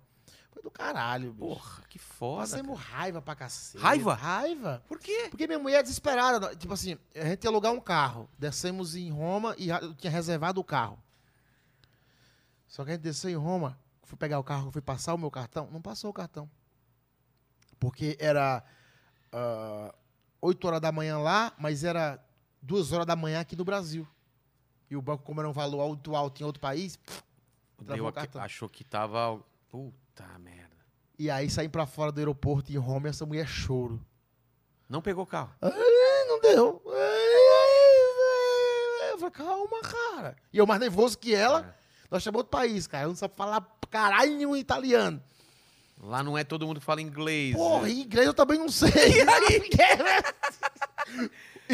S2: Foi do caralho, bicho.
S1: Porra, que foda.
S2: Passamos
S1: cara.
S2: raiva pra cacete.
S1: Raiva?
S2: Raiva.
S1: Por quê?
S2: Porque minha mulher é desesperada. nó- Tipo assim, a gente ia alugar um carro. Descemos em Roma e ra- eu tinha reservado o carro. Só que a gente desceu em Roma, fui pegar o carro, fui passar o meu cartão. Não passou o cartão. Porque era ah, 8 horas da manhã lá, mas era 2 horas da manhã aqui no Brasil. E o banco, como era um valor muito alto em outro país,
S1: Deu
S2: o
S1: aqui-
S2: cartão.
S1: achou que tava. Puta merda.
S2: e aí saí pra fora do aeroporto em Roma e essa mulher choro.
S1: Não pegou o carro.
S2: Ai, não deu. É, Ai, ai, ai. é. Eu falei, calma, cara. E eu mais nervoso que ela, nós chamamos outro país, cara. Eu não sabe falar caralho nenhum italiano.
S1: Lá não é todo mundo que fala inglês.
S2: Porra,
S1: né?
S2: em inglês eu também não sei. é, né?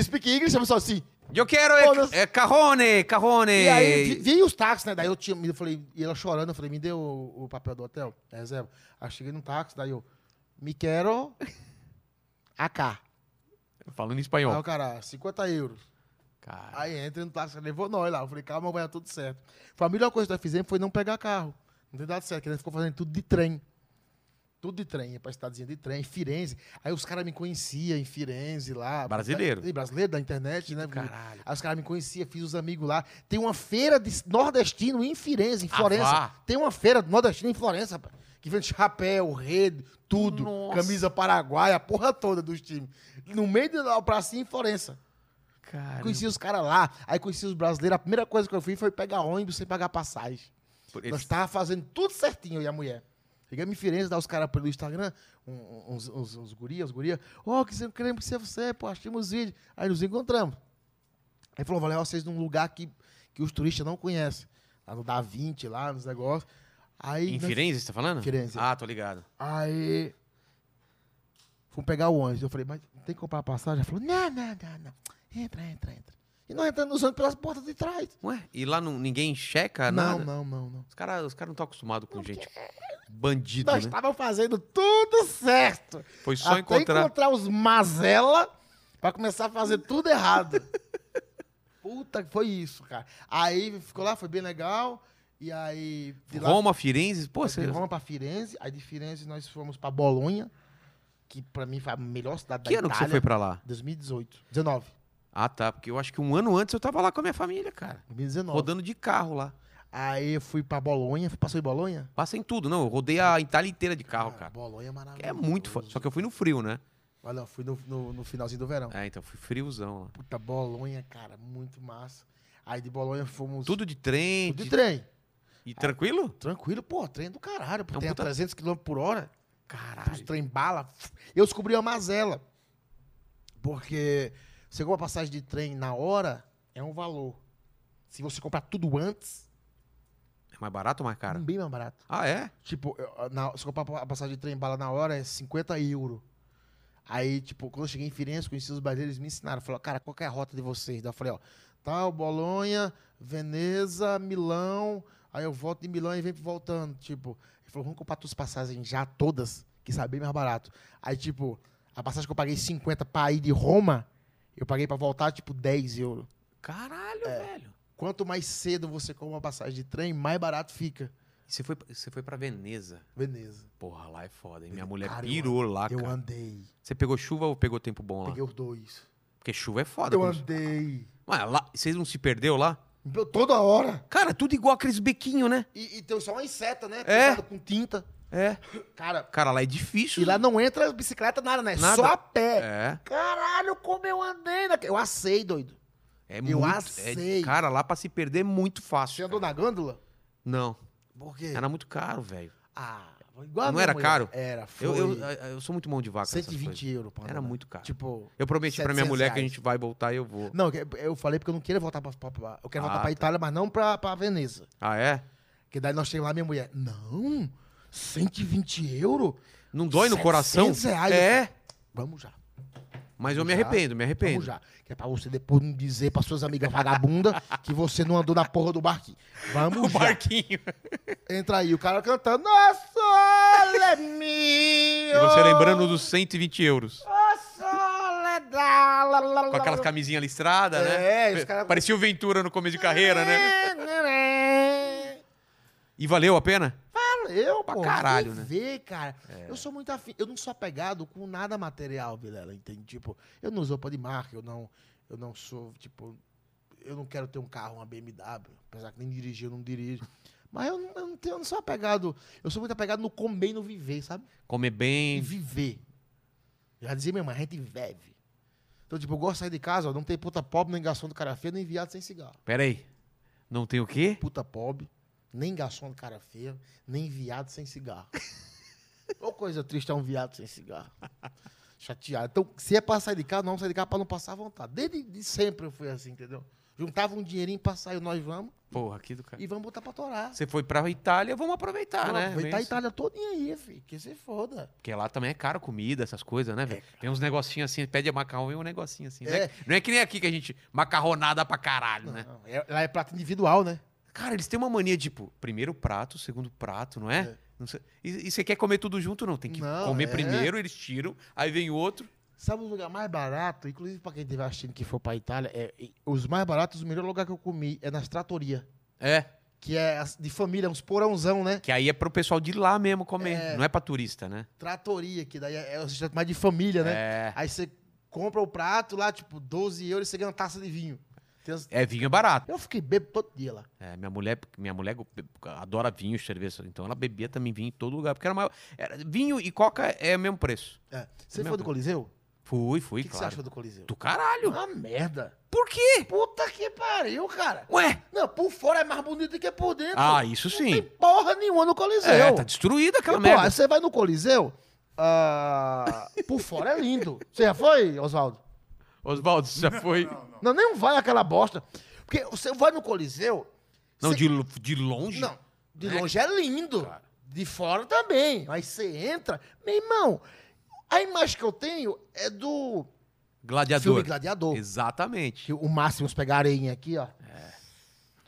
S2: Speak English, chama só assim.
S1: Eu quero é,
S2: Porra,
S1: é carrone, carrone.
S2: E aí, vi, vi os táxis, né? Daí eu tinha, eu falei, e ela chorando, eu falei, me deu o, o papel do hotel, a reserva. Aí eu cheguei no táxi, daí eu, me quero AK.
S1: Falando em
S2: Aí
S1: espanhol.
S2: o cara, 50 euros.
S1: Cara.
S2: Aí entra tá no táxi, levou nós lá. Eu falei, calma, vai dar tudo certo. Foi a melhor coisa que nós fizemos foi não pegar carro. Não deu dado certo, que nós ficou fazendo tudo de trem. Tudo de trem, ia pra cidadezinha de trem, Firenze. Aí os caras me conheciam em Firenze lá.
S1: Brasileiro.
S2: E brasileiro da internet, né?
S1: caralho.
S2: Aí os caras me conheciam, fiz os amigos lá. Tem uma feira de nordestino em Firenze, em
S1: Ah,
S2: Florença.
S1: vá.
S2: Tem uma feira de nordestino em Florença, rapaz. Que vende chapéu, rede, tudo.
S1: Nossa.
S2: Camisa paraguaia, a porra toda dos times. No meio da pracinha em Florença.
S1: Cara.
S2: Conheci os caras lá, aí conheci os brasileiros. A primeira coisa que eu fiz foi pegar ônibus sem pagar passagem.
S1: Por-
S2: Nós tava fazendo tudo certinho, eu e a mulher. Chegamos em Firenze, dá os caras pelo Instagram, um- uns, uns, uns gurias, uns gurias. Ó, que sempre queremos ser você, pô, achamos vídeo. Aí nos encontramos. Aí falou, vou levar vocês num lugar que, que os turistas não conhecem. Lá no Da 20, lá nos negócios. Aí,
S1: Em
S2: nós-
S1: Firenze, você tá falando?
S2: Firenze. é.
S1: Ah, tô ligado.
S2: Aí. Fomos pegar o ônibus. Eu falei, mas tem que comprar passagem? Ela falou, não, não, não, não. Entra, entra, entra. E nós entramos nos ônibus pelas portas de trás.
S1: Ué, e lá não, ninguém checa
S2: Não,
S1: É nada?
S2: não, não, não.
S1: Os caras os cara não estão acostumados com gente bandido,
S2: Nós
S1: né?
S2: estávamos fazendo tudo certo.
S1: Foi só
S2: Até
S1: encontrar.
S2: os mazela pra começar a fazer tudo
S1: (laughs)
S2: errado. Puta, que foi isso, cara. Aí ficou lá, foi bem legal. E aí. de lá-
S1: Roma, Firenze, pô,
S2: de
S1: você...
S2: Roma pra Firenze. Aí de Firenze nós fomos pra Bolonha, que pra mim foi a melhor cidade
S1: que
S2: da
S1: ano que
S2: Itália.
S1: você foi pra lá?
S2: 2018. 19.
S1: Ah, tá, porque eu acho que um ano antes eu tava lá com a minha família, cara.
S2: 2019.
S1: Rodando de carro lá.
S2: Aí eu fui pra Bolonha. Passou em Bolonha?
S1: Passa em tudo, não, eu rodei a Itália inteira de carro, cara.
S2: Bolonha é maravilhoso.
S1: É muito foda. Só que eu fui no frio, né?
S2: Olha, eu fui no, no- no finalzinho do verão.
S1: É, então fui friozão lá.
S2: Puta, Bolonha, cara, muito massa. Aí de Bolonha fomos.
S1: Tudo de trem,
S2: Tudo de
S1: de-
S2: trem.
S1: e tranquilo?
S2: Tranquilo, pô, trem do caralho. Pô,
S1: É um
S2: tem
S1: puta-
S2: a 300 km por hora. Os
S1: Caralho.
S2: trem bala. Eu descobri uma mazela. Porque você compra passagem de trem na hora, é um valor. Se você comprar tudo antes,
S1: É mais barato ou mais
S2: é
S1: caro?
S2: bem mais barato.
S1: Ah, é?
S2: Tipo, eu- na, se comprar a passagem de trem bala na hora, é 50 euros. Aí, tipo, quando eu cheguei em Firenze, conheci os brasileiros, me ensinaram. Falaram, cara, qual que é a rota de vocês? Daí eu falei, ó, tal, Bolonha, Veneza, Milão. Aí eu volto de Milão e venho voltando. Tipo, ele falou, vamos comprar tuas passagens já todas, que sai bem mais barato. Aí, tipo, a passagem que eu paguei 50 pra ir de Roma, eu paguei pra voltar, tipo, 10 euros.
S1: Caralho,
S2: É.
S1: velho.
S2: Quanto mais cedo você compra uma passagem de trem, mais barato fica.
S1: E Você foi, você foi pra Veneza.
S2: Veneza.
S1: Porra, lá é foda, hein? Minha
S2: Cara,
S1: mulher
S2: eu
S1: pirou lá,
S2: eu
S1: cara.
S2: andei.
S1: Você pegou chuva ou pegou tempo bom lá?
S2: Peguei os dois.
S1: Porque chuva é foda.
S2: Eu
S1: como-
S2: andei.
S1: Mas lá, vocês não se perdeu lá?
S2: Eu- Toda hora.
S1: Cara, tudo igual aqueles bequinhos, né?
S2: E, e tem só uma inseta, né?
S1: É.
S2: Pintada Com tinta.
S1: É.
S2: Cara,
S1: Cara, lá é difícil.
S2: e lá não entra bicicleta, nada, né?
S1: Nada.
S2: Só a pé.
S1: É.
S2: Caralho, como eu andei. naque- Eu assei, doido.
S1: É
S2: Eu
S1: muito.
S2: assei.
S1: É, cara, lá pra se perder é muito
S2: Você
S1: fácil.
S2: andou É. na gôndola?
S1: Não.
S2: Por quê?
S1: Era muito caro, velho.
S2: Ah, igual a
S1: Não
S2: minha
S1: era
S2: mulher.
S1: caro?
S2: Era, foi.
S1: Eu, eu, Ah, eu sou muito mão de vaca. nessas
S2: 120 euros. pra
S1: Era
S2: andar.
S1: muito caro.
S2: Tipo...
S1: Eu prometi pra minha
S2: 700
S1: mulher que a
S2: reais.
S1: gente vai voltar e eu vou.
S2: Não, eu- eu falei porque eu não queria voltar pra... pra- pra- eu quero
S1: Ah,
S2: voltar pra
S1: tá.
S2: Itália, mas não pra, pra Veneza.
S1: Ah, é?
S2: Que daí nós chegamos lá, minha mulher... Não, 120 euros?
S1: Não dói no coração?
S2: 700 reais.
S1: É.
S2: Vamos já.
S1: Mas eu me
S2: Já.
S1: arrependo, me arrependo.
S2: Vamos já. Que é pra você depois não dizer pras suas amigas vagabunda que você não andou na porra do barquinho.
S1: (laughs) O
S2: Vamos já.
S1: barquinho.
S2: Entra aí, o cara cantando. Nossa, é
S1: E
S2: meu.
S1: você lembrando dos 120 euros.
S2: Nossa, é da... lá, lá, lá,
S1: Com aquelas camisinhas listradas,
S2: É,
S1: né?
S2: os cara-
S1: Parecia o Ventura no começo de carreira, né?
S2: (laughs) né?
S1: E valeu a pena?
S2: Valeu,
S1: Pra
S2: pô.
S1: caralho,
S2: tem
S1: né?
S2: ver, cara. Eu sou muito afim. Eu não sou apegado com nada material, Vilela, entende? Tipo, eu não uso roupa de marca, eu não, eu não sou, tipo, eu não quero ter um carro, uma BMW, apesar que nem dirigir, eu não dirijo. Mas eu não, eu não tenho, eu não sou apegado. Eu sou muito apegado no comer e no viver, sabe?
S1: Comer
S2: E
S1: bem.
S2: viver. Já dizia minha mãe, a gente vive. Então, tipo, eu gosto de sair de casa, ó, não tem puta pobre, nem garçom do cara feia, nem viado sem cigarro.
S1: Pera aí. Não tem o quê?
S2: puta pobre, nem garçom de cara feia, nem viado sem
S1: (laughs)
S2: cigarro. Ô coisa triste é um viado sem cigarro. Chateado. Então, se é pra sair de casa, não sai de casa pra não passar vontade. Desde de sempre eu fui assim, entendeu? Juntava um dinheirinho pra sair, nós vamos,
S1: Porra, aqui do cara.
S2: e vamos botar pra torar.
S1: Você foi pra Itália, vamos aproveitar,
S2: Vamos
S1: né?
S2: Aproveitar a
S1: Meio-
S2: Itália todinha aí, filho. Que se foda.
S1: Porque lá também é caro comida, essas coisas, né, velho? Tem uns negocinhos assim, pede macarrão e um negocinho assim. Não, é,
S2: É.
S1: que- não é que nem aqui que a gente macarronada pra caralho, né?
S2: Não, é- lá é prato individual, né?
S1: Cara, eles têm uma mania, tipo, primeiro prato, segundo prato, não é?
S2: É.
S1: Não sei- E, e você quer comer tudo junto? Não, tem que
S2: Não,
S1: comer
S2: é.
S1: primeiro, eles tiram, aí vem o outro.
S2: Sabe o lugar mais barato? Inclusive, pra quem estiver assistindo que for pra Itália, é, e- os mais baratos, o melhor lugar que eu comi é nas tratorias.
S1: É,
S2: Que é as- de família, uns porãozão, né?
S1: que aí é pro pessoal de lá mesmo comer, não é pra turista, né?
S2: tratoria, que daí é é um restaurante mais de família, né?
S1: É.
S2: Aí você compra o prato lá, tipo, 12 euros e você ganha uma taça de vinho. Tem as-
S1: É vinho é barato.
S2: Eu fiquei bebo todo dia lá.
S1: É, minha mulher, minha mulher be- adora vinho, cerveja, então ela bebia também vinho em todo lugar, porque era maior. era- vinho e coca é o mesmo preço.
S2: É. Você
S1: Meu
S2: foi do
S1: Deus.
S2: Coliseu?
S1: Fui,
S2: O
S1: fui,
S2: que, que você
S1: claro.
S2: achou do Coliseu?
S1: Do caralho.
S2: Uma merda.
S1: Por quê?
S2: Puta que pariu, cara.
S1: Ué?
S2: Não, por fora é mais bonito que por dentro.
S1: Ah, isso
S2: Não tem
S1: sim.
S2: porra nenhuma no Coliseu.
S1: É, tá destruída aquela
S2: Pô,
S1: merda.
S2: aí você vai no Coliseu, ah, por fora é lindo. Você já foi, Oswaldo?
S1: Oswaldo, você já foi.
S3: Não,
S2: Não,
S3: não.
S2: nem vai aquela bosta. Porque você vai no Coliseu...
S1: Não,
S2: você-
S1: de, lo- de longe?
S2: Não, de
S1: né?
S2: longe é lindo. De fora também. Mas você entra. Meu irmão, a imagem que eu tenho é do
S1: Gladiador.
S2: filme Gladiador.
S1: Exatamente.
S2: Que o Máximos pega a areinha aqui, ó.
S1: É.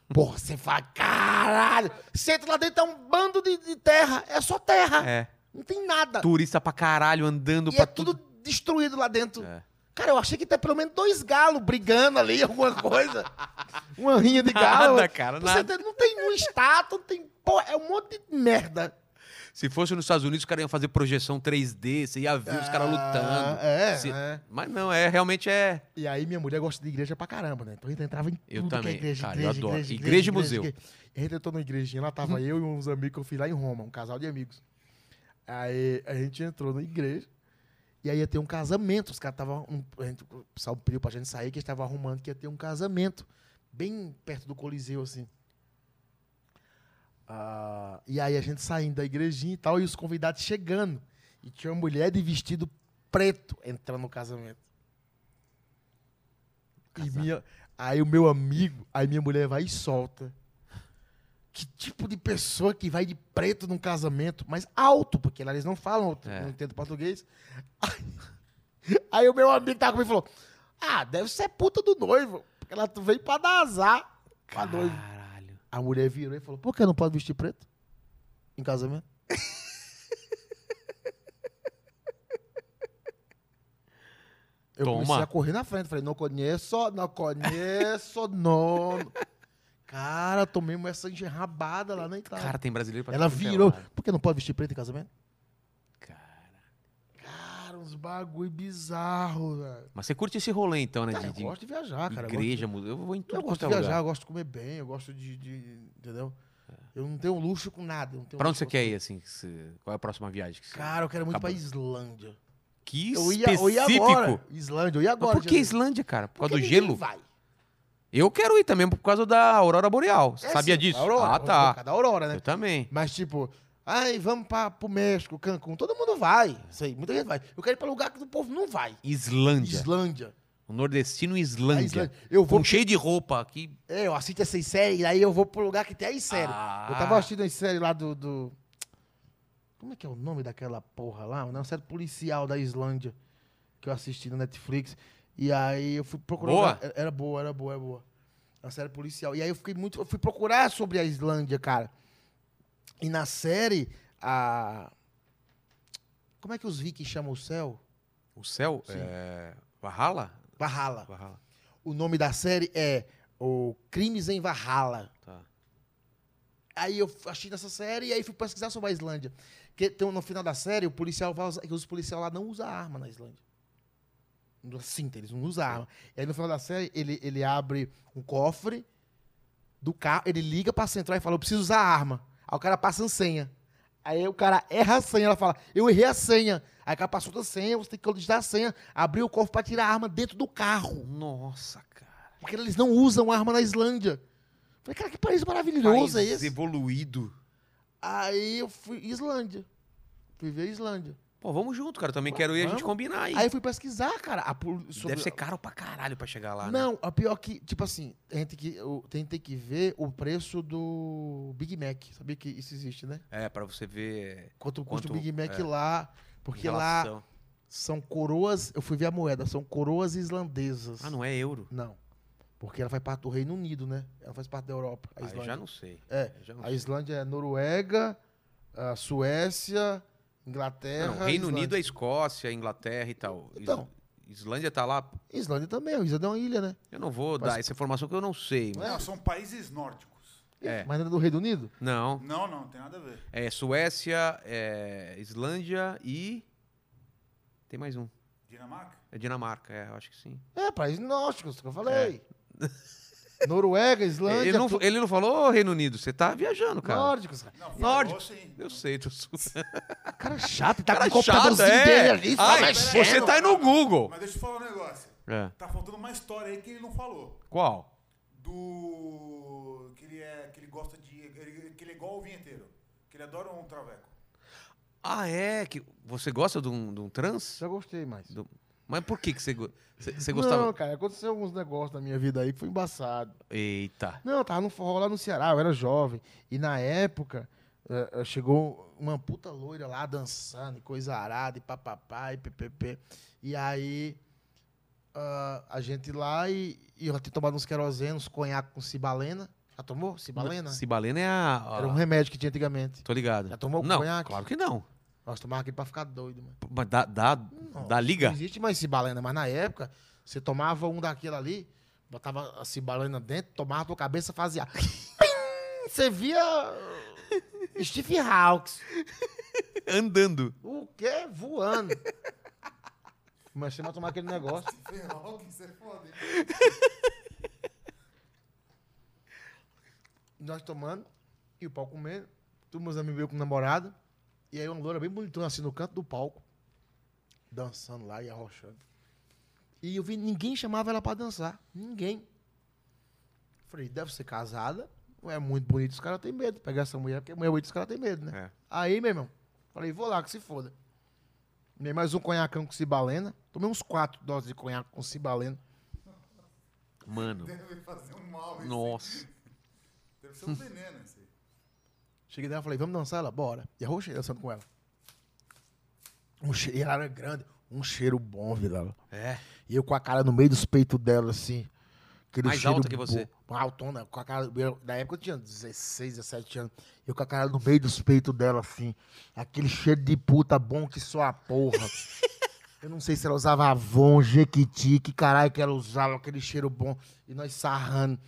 S2: Porra, você fala, caralho! Você entra lá dentro, é um bando de, de terra. É só terra.
S1: É.
S2: Não tem nada.
S1: Turista pra caralho andando
S2: e
S1: pra
S2: é tudo destruído lá dentro.
S1: É.
S2: Cara, eu achei que tem pelo menos dois galos brigando ali, (laughs) alguma coisa. Uma rinha de
S1: Nada,
S2: galo.
S1: cara,
S2: Pra você
S1: nada.
S2: ter- Não tem um estátua, não tem. Pô, é um monte de merda.
S1: Se fosse nos Estados Unidos, os caras iam fazer projeção 3D, você ia ver os caras lutando.
S2: Ah, É,
S1: Se-
S2: é.
S1: Mas não, é realmente é.
S2: E aí minha mulher gosta de igreja pra caramba, né? Então a gente entrava em
S1: Eu
S2: tudo que é
S1: também,
S2: igreja,
S1: cara, eu
S2: igreja,
S1: adoro.
S2: igreja,
S1: Igreja e museu. Uhum.
S2: A gente entrou numa igrejinha, lá tava eu e uns amigos que eu fui lá em Roma, um casal de amigos. Aí a gente entrou na igreja e aí ia ter um casamento. Os caras estavam. Um, a gente- o pessoal pediu pra gente sair, que eles estavam arrumando que ia ter um casamento. Bem perto do Coliseu, assim. Ah, e aí a gente saindo da igrejinha e tal, e os convidados chegando. E tinha uma mulher de vestido preto entrando no casamento. E minha, aí o meu amigo, aí minha mulher vai e solta. Que tipo de pessoa que vai de preto num casamento, mas alto, porque lá eles não falam, outro-
S1: É.
S2: não entendo português. (laughs) Aí, aí o meu amigo tava comigo e falou: Ah, deve ser puta do noivo, porque ela tu veio pra dar azar pra noivo.
S1: Caralho.
S2: A mulher virou e falou: Por que não pode vestir preto? Em casamento? Eu
S1: Toma.
S2: comecei a correr na frente. Falei: Não conheço, não conheço, não. Cara, tomei uma essa engerrabada lá na Itália.
S1: Cara, tem brasileiro pra
S2: Tá. Ela
S1: tudo quanto é
S2: virou:
S1: lado.
S2: Por que não pode vestir preto em casamento?
S1: Cara.
S2: Cara, uns bagulho bizarro, velho.
S1: Mas você curte esse rolê então, né?
S2: Cara,
S1: De,
S2: eu
S1: de
S2: gosto de viajar, cara. eu gosto de-
S1: igreja, museu. Eu vou em tudo
S2: Eu gosto
S1: quanto
S2: de
S1: é
S2: viajar,
S1: lugar.
S2: eu gosto de comer bem, eu gosto de. de- entendeu? Eu não tenho luxo com nada. eu Não tenho
S1: Pra onde
S2: luxo
S1: você
S2: com-
S1: quer ir, assim? que você- Qual é a próxima viagem? Que, você...
S2: um Cara, eu quero muito
S1: Acabou.
S2: pra Islândia.
S1: que
S2: Eu ia,
S1: específico!
S2: eu ia agora. Islândia, eu ia
S1: Mas
S2: agora.
S1: por que
S2: dia
S1: Islândia, cara? Por
S2: Porque
S1: causa do
S2: ninguém
S1: gelo?
S2: Vai.
S1: Eu quero ir também por causa da aurora boreal. Você
S2: É
S1: sabia
S2: sim,
S1: disso?
S2: Aurora,
S1: ah,
S2: por
S1: tá.
S2: causa Da Aurora, né?
S1: Eu também.
S2: Mas tipo, ai, vamos pra, pro México, Cancún. Todo mundo vai. Sei, muita gente vai. Eu quero ir pra lugar que o povo não vai.
S1: Islândia.
S2: Islândia.
S1: O nordestino
S2: A
S1: Islândia.
S2: Islândia. Eu
S1: Vão
S2: vou.
S1: cheio de roupa aqui.
S2: É, eu assisto essas séries, aí eu vou pro lugar que tem as séries.
S1: Ah.
S2: Eu tava assistindo as séries lá do, do- Como é que é o nome daquela porra lá? Uma série policial da Islândia que eu assisti na Netflix. E aí eu fui procurar.
S1: Boa?
S2: Era, era boa, era boa, era boa. Uma série policial. E aí eu fiquei muito. Eu fui procurar sobre a Islândia, cara. E na série, a. Como é que os vikings chamam o céu?
S1: O céu?
S2: Sim. Ah.
S1: É... Valhalla?
S2: Valhalla.
S1: Valhalla.
S2: O nome da série é O Crimes em Valhalla.
S1: Tá.
S2: Aí eu achei nessa série e aí fui pesquisar sobre a Islândia. Que tem, um- no final da série, o policial vai usar, que os policiais lá não usam arma na Islândia. No- Sim, eles não usam arma. E aí no final da série, ele, ele abre um cofre do carro, ele liga pra central e fala: Eu preciso usar arma. Aí o cara passa a senha. Aí o cara erra a senha, ela fala: Eu errei a senha. Aí o cara passou outra senha, você tem que codificar a senha, abrir o cofre pra tirar a arma dentro do carro.
S1: Nossa, cara.
S2: Porque eles não usam arma na Islândia. Falei, cara, que país maravilhoso
S1: País
S2: é esse?
S1: evoluído.
S2: Aí eu fui Islândia. Fui ver a Islândia.
S1: Pô, vamos junto, cara. Eu também quero ir a gente
S2: Vamos.
S1: combinar aí.
S2: Aí eu fui pesquisar, cara. a pol- sobre-
S1: Deve ser caro pra caralho pra chegar lá, né?
S2: Não, a pior que, tipo assim, a gente tem que, eu- tem tem que ver o preço do Big Mac. Sabia que isso existe, né?
S1: É, pra você ver...
S2: Quanto custa o
S1: Quanto-
S2: Big Mac
S1: é.
S2: lá. Porque lá
S1: relação.
S2: são coroas. Eu fui ver a moeda, são coroas islandesas.
S1: Ah, não é euro?
S2: Não. Porque ela faz parte do Reino Unido, né? Ela faz parte da Europa. A
S1: Ah, eu
S2: Islândia.
S1: já não sei.
S2: É,
S1: Eu já não
S2: a
S1: sei.
S2: Islândia é Noruega, a Suécia, Inglaterra.
S1: Não, Reino
S2: Islândia.
S1: Unido é Escócia, Inglaterra e tal. Is-
S2: Então.
S1: Islândia tá lá.
S2: Islândia também, a Islândia é uma ilha, né?
S1: Eu não vou
S2: Mas-
S1: dar essa informação que eu não é? sei. mas-
S3: Não, são países nórdicos.
S1: É.
S2: Mas não é do Reino Unido?
S1: Não.
S3: Não, não, não tem nada a ver.
S1: É Suécia, é Islândia e. Tem mais um.
S3: Dinamarca?
S1: É Dinamarca, é, eu acho que sim.
S2: É, países nórdicos, que eu falei. Noruega, Islândia,
S1: É. Ele não,
S2: tudo
S1: ele não falou "Ô, Reino Unido, você tá viajando, cara.
S2: nórdicos, cara.
S3: Não,
S1: Nórdicos.
S3: falou assim.
S1: Eu sei, tô su-
S2: Cara chato, tá
S1: Cara
S2: com o computadorzinho
S1: chato, é.
S2: dele ali, só
S1: Ai,
S2: mexendo.
S1: Você tá aí no Google.
S3: Mas deixa eu falar um negócio.
S1: É.
S3: Tá faltando uma história aí que ele não falou.
S1: Qual?
S3: Do. Que ele é. Que ele gosta de. ele- que ele é igual o vinheteiro. Que ele adora um traveco.
S1: Ah, é? Que você gosta de um, de um trans?
S2: Já gostei mais.
S1: Do- Mas por que, que você, go- você, você gostava?
S2: Não, cara, aconteceu alguns negócios na minha vida aí que foi embaçado.
S1: Eita.
S2: Não, eu tava no forró lá no Ceará, eu era jovem. E na época, eh, eh, chegou uma puta loira lá dançando, e coisa arada, e papapá, e ppp. E aí, ah, a gente lá e, e eu tinha tomado uns querosenos, uns conhaque com cibalena. Já tomou cibalena?
S1: Cibalena é a. a-
S2: Era um remédio que tinha antigamente.
S1: Tô ligado.
S2: Já tomou
S1: não,
S2: conhaque?
S1: Claro que não.
S2: Nossa, tomava aquilo pra ficar doido, mano.
S1: Mas Da, da, da liga? (laughs)
S2: Não existe mais cibalena, mas na época, você tomava um daquilo ali, botava a cibalena dentro, tomava a tua cabeça, fazia. (laughs) Pim! Você via. Steve Hawks.
S1: Andando.
S2: O quê? Voando. Comecei a tomar aquele negócio.
S3: (laughs) Ferrol, que você foda. hein?
S2: Nós tomando, e o pau comendo, todos meus amigos meus com namorada. E aí uma loura bem bonitona, assim, no canto do palco, dançando lá e arrochando. E eu vi, ninguém chamava ela pra dançar. Ninguém. Falei, deve ser casada. Não é muito bonito, os caras têm medo. Pegar essa mulher, porque mulher bonita, os caras têm medo, né?
S1: É.
S2: Aí, meu irmão, falei, vou lá, que se foda. Tomei mais um conhacão com cibalena. Tomei uns quatro doses de conhaque com cibalena.
S1: Mano.
S3: Deve fazer um mal isso.
S1: Nossa.
S3: Deve ser um veneno esse. aí.
S2: Cheguei dela e falei, vamos dançar? Ela, bora. E arrochei dançando com ela. Um cheiro, e ela era grande. Um cheiro bom, Vilela.
S1: É.
S2: E eu com a cara no meio dos peitos dela, assim. Aquele
S1: Mais
S2: cheiro
S1: alta que você?
S2: bom. Altona, com a cara. eu- na época eu tinha 16, 17 anos. Eu com a cara no meio dos peitos dela, assim. Aquele cheiro de puta bom que só
S1: (laughs)
S2: a porra. eu não sei se ela usava Avon, Jequiti, que caralho que ela usava, aquele cheiro bom. E nós sarrando.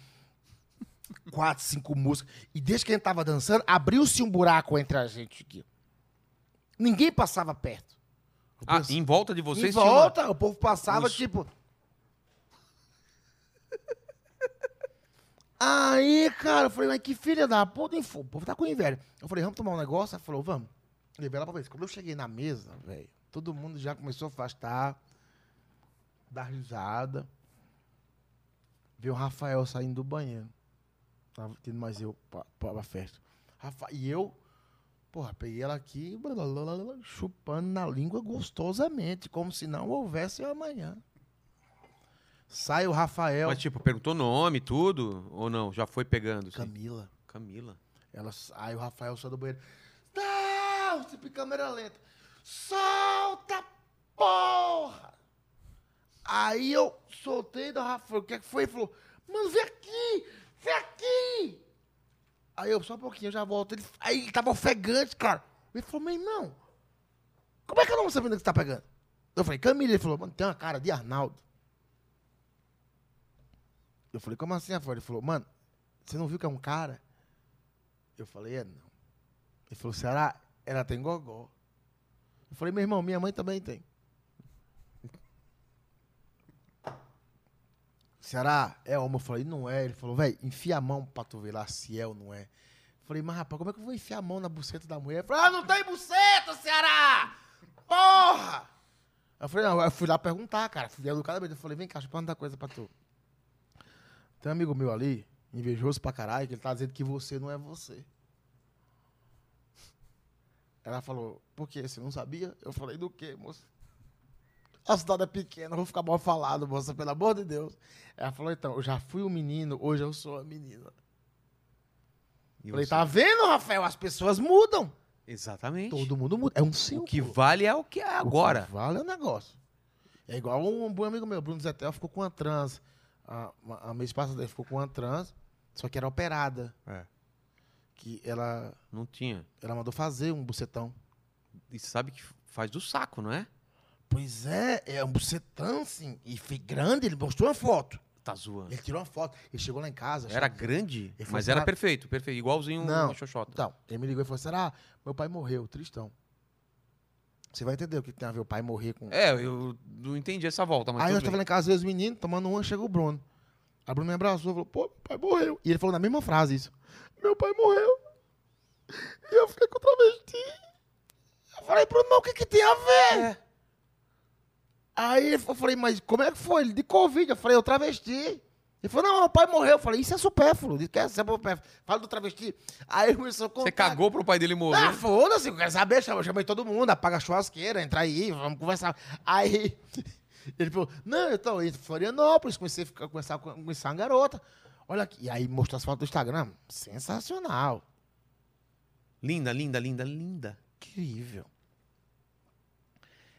S2: Quatro, cinco músicas. E desde que a gente tava dançando, abriu-se um buraco entre a gente aqui. Ninguém passava perto. Eu
S1: Ah,
S2: pensei-
S1: em volta de vocês
S2: em
S1: tinha uma-
S2: volta, o povo passava,
S1: Os-
S2: tipo. Aí, cara, eu falei, mas que filha da puta, hein? fo- O povo tá com inveja. Eu falei, vamos tomar um negócio? Ela falou, vamos. Levei ela pra ver. Quando eu cheguei na mesa, velho, todo mundo já começou a afastar, dar risada. Veio o Rafael saindo do banheiro. Tava tendo mais eu pra, pra, pra festa. Rafa, e eu, porra, peguei ela aqui, blá, blá, blá, blá, blá, chupando na língua gostosamente, como se não houvesse amanhã. Sai o Rafael.
S1: Mas, tipo, perguntou nome, tudo? Ou não? Já foi pegando? assim?
S2: Camila.
S1: Camila.
S2: Ela, aí o Rafael sai do banheiro. Não! Tipo, câmera lenta. Solta, porra! Aí eu soltei do Rafael. O que é que foi? Ele falou, mano, vem aqui! Vem aqui! Aí eu, só um pouquinho, eu já volto. Ele, aí ele tava ofegante, cara. Ele falou, meu irmão, como é que eu não vou saber onde que você tá pegando? Eu falei, Camila. Ele falou, mano, tem uma cara de Arnaldo. Eu falei, como assim, Rafael? Ele falou, mano, você não viu que é um cara? Eu falei, é não. Ele falou, será? Ela tem gogó. Eu falei, meu irmão, minha mãe também tem. Será? É homem? Eu falei, não é. Ele falou, velho, enfia a mão pra tu ver lá se é ou não é. Eu falei, mas rapaz, como é que eu vou enfiar a mão na buceta da mulher? Ele falou, ah, não tem buceta, Ceará! Porra! Eu falei, não, eu fui lá perguntar, cara. Fui educadamente. Eu falei, vem cá, deixa eu perguntar uma coisa pra tu. Tem um amigo meu ali, invejoso pra caralho, que ele tá dizendo que você não é você. Ela falou, por quê? Você não sabia? Eu falei, do quê, moça? A cidade é pequena, eu vou ficar mal falado, moça, pelo amor de Deus. Ela falou, então, eu já fui um menino, hoje eu sou a menina.
S1: E
S2: Eu falei,
S1: você?
S2: tá vendo, Rafael? As pessoas mudam.
S1: Exatamente.
S2: Todo mundo muda. É um
S1: O
S2: ciclo.
S1: que vale é o que é
S2: O
S1: agora.
S2: que vale é o negócio. É igual um bom amigo meu, Bruno Zetel, ficou com uma trans. A, uma- a mês passada ele ficou com uma trans, só que era operada.
S1: É.
S2: Que ela,
S1: Não tinha.
S2: ela mandou fazer um bucetão.
S1: E sabe que faz do saco, não é?
S2: Pois é, é um bucetão, sim. E foi grande, ele mostrou uma foto.
S1: Tá zoando.
S2: Ele tirou uma foto. Ele chegou lá em casa.
S1: Era
S2: achava-
S1: grande,
S2: Ele foi
S1: mas era
S2: pra-
S1: perfeito, perfeito. Igualzinho
S2: Não.
S1: uma xoxota.
S2: Então, ele me ligou e falou: será? Meu pai morreu, tristão. Você vai entender o que tem a ver o pai morrer com.
S1: É, eu não entendi essa volta, mas
S2: Aí nós
S1: tá tudo
S2: tava
S1: bem.
S2: lá em casa, eu e os meninos, tomando uma, chega o Bruno. Aí o Bruno me abraçou e falou, pô, meu pai morreu. E ele falou na mesma frase isso. Meu pai morreu. E eu fiquei com travesti. Eu falei, Bruno, mas o que que tem a ver?
S1: É.
S2: Aí ele fa- eu falei, mas como é que foi? Ele, de Covid. Eu falei, eu travesti. Ele falou, não, meu pai morreu. Eu falei, isso é supérfluo. Ele quer ser supérfluo. Fala do travesti. Aí ele começou a contar.
S1: Você cagou pro pai dele
S2: Ah,
S1: morrer.
S2: foda-se, eu quero saber, chama- chamei todo mundo, apaga a churrasqueira, entra aí, vamos conversar. Aí (laughs) ele falou, não, eu tô em Florianópolis, comecei a ficar, começar a conversar uma garota. Olha aqui, e aí mostrou as fotos do Instagram, sensacional,
S1: Linda, linda, linda, linda.
S2: incrível.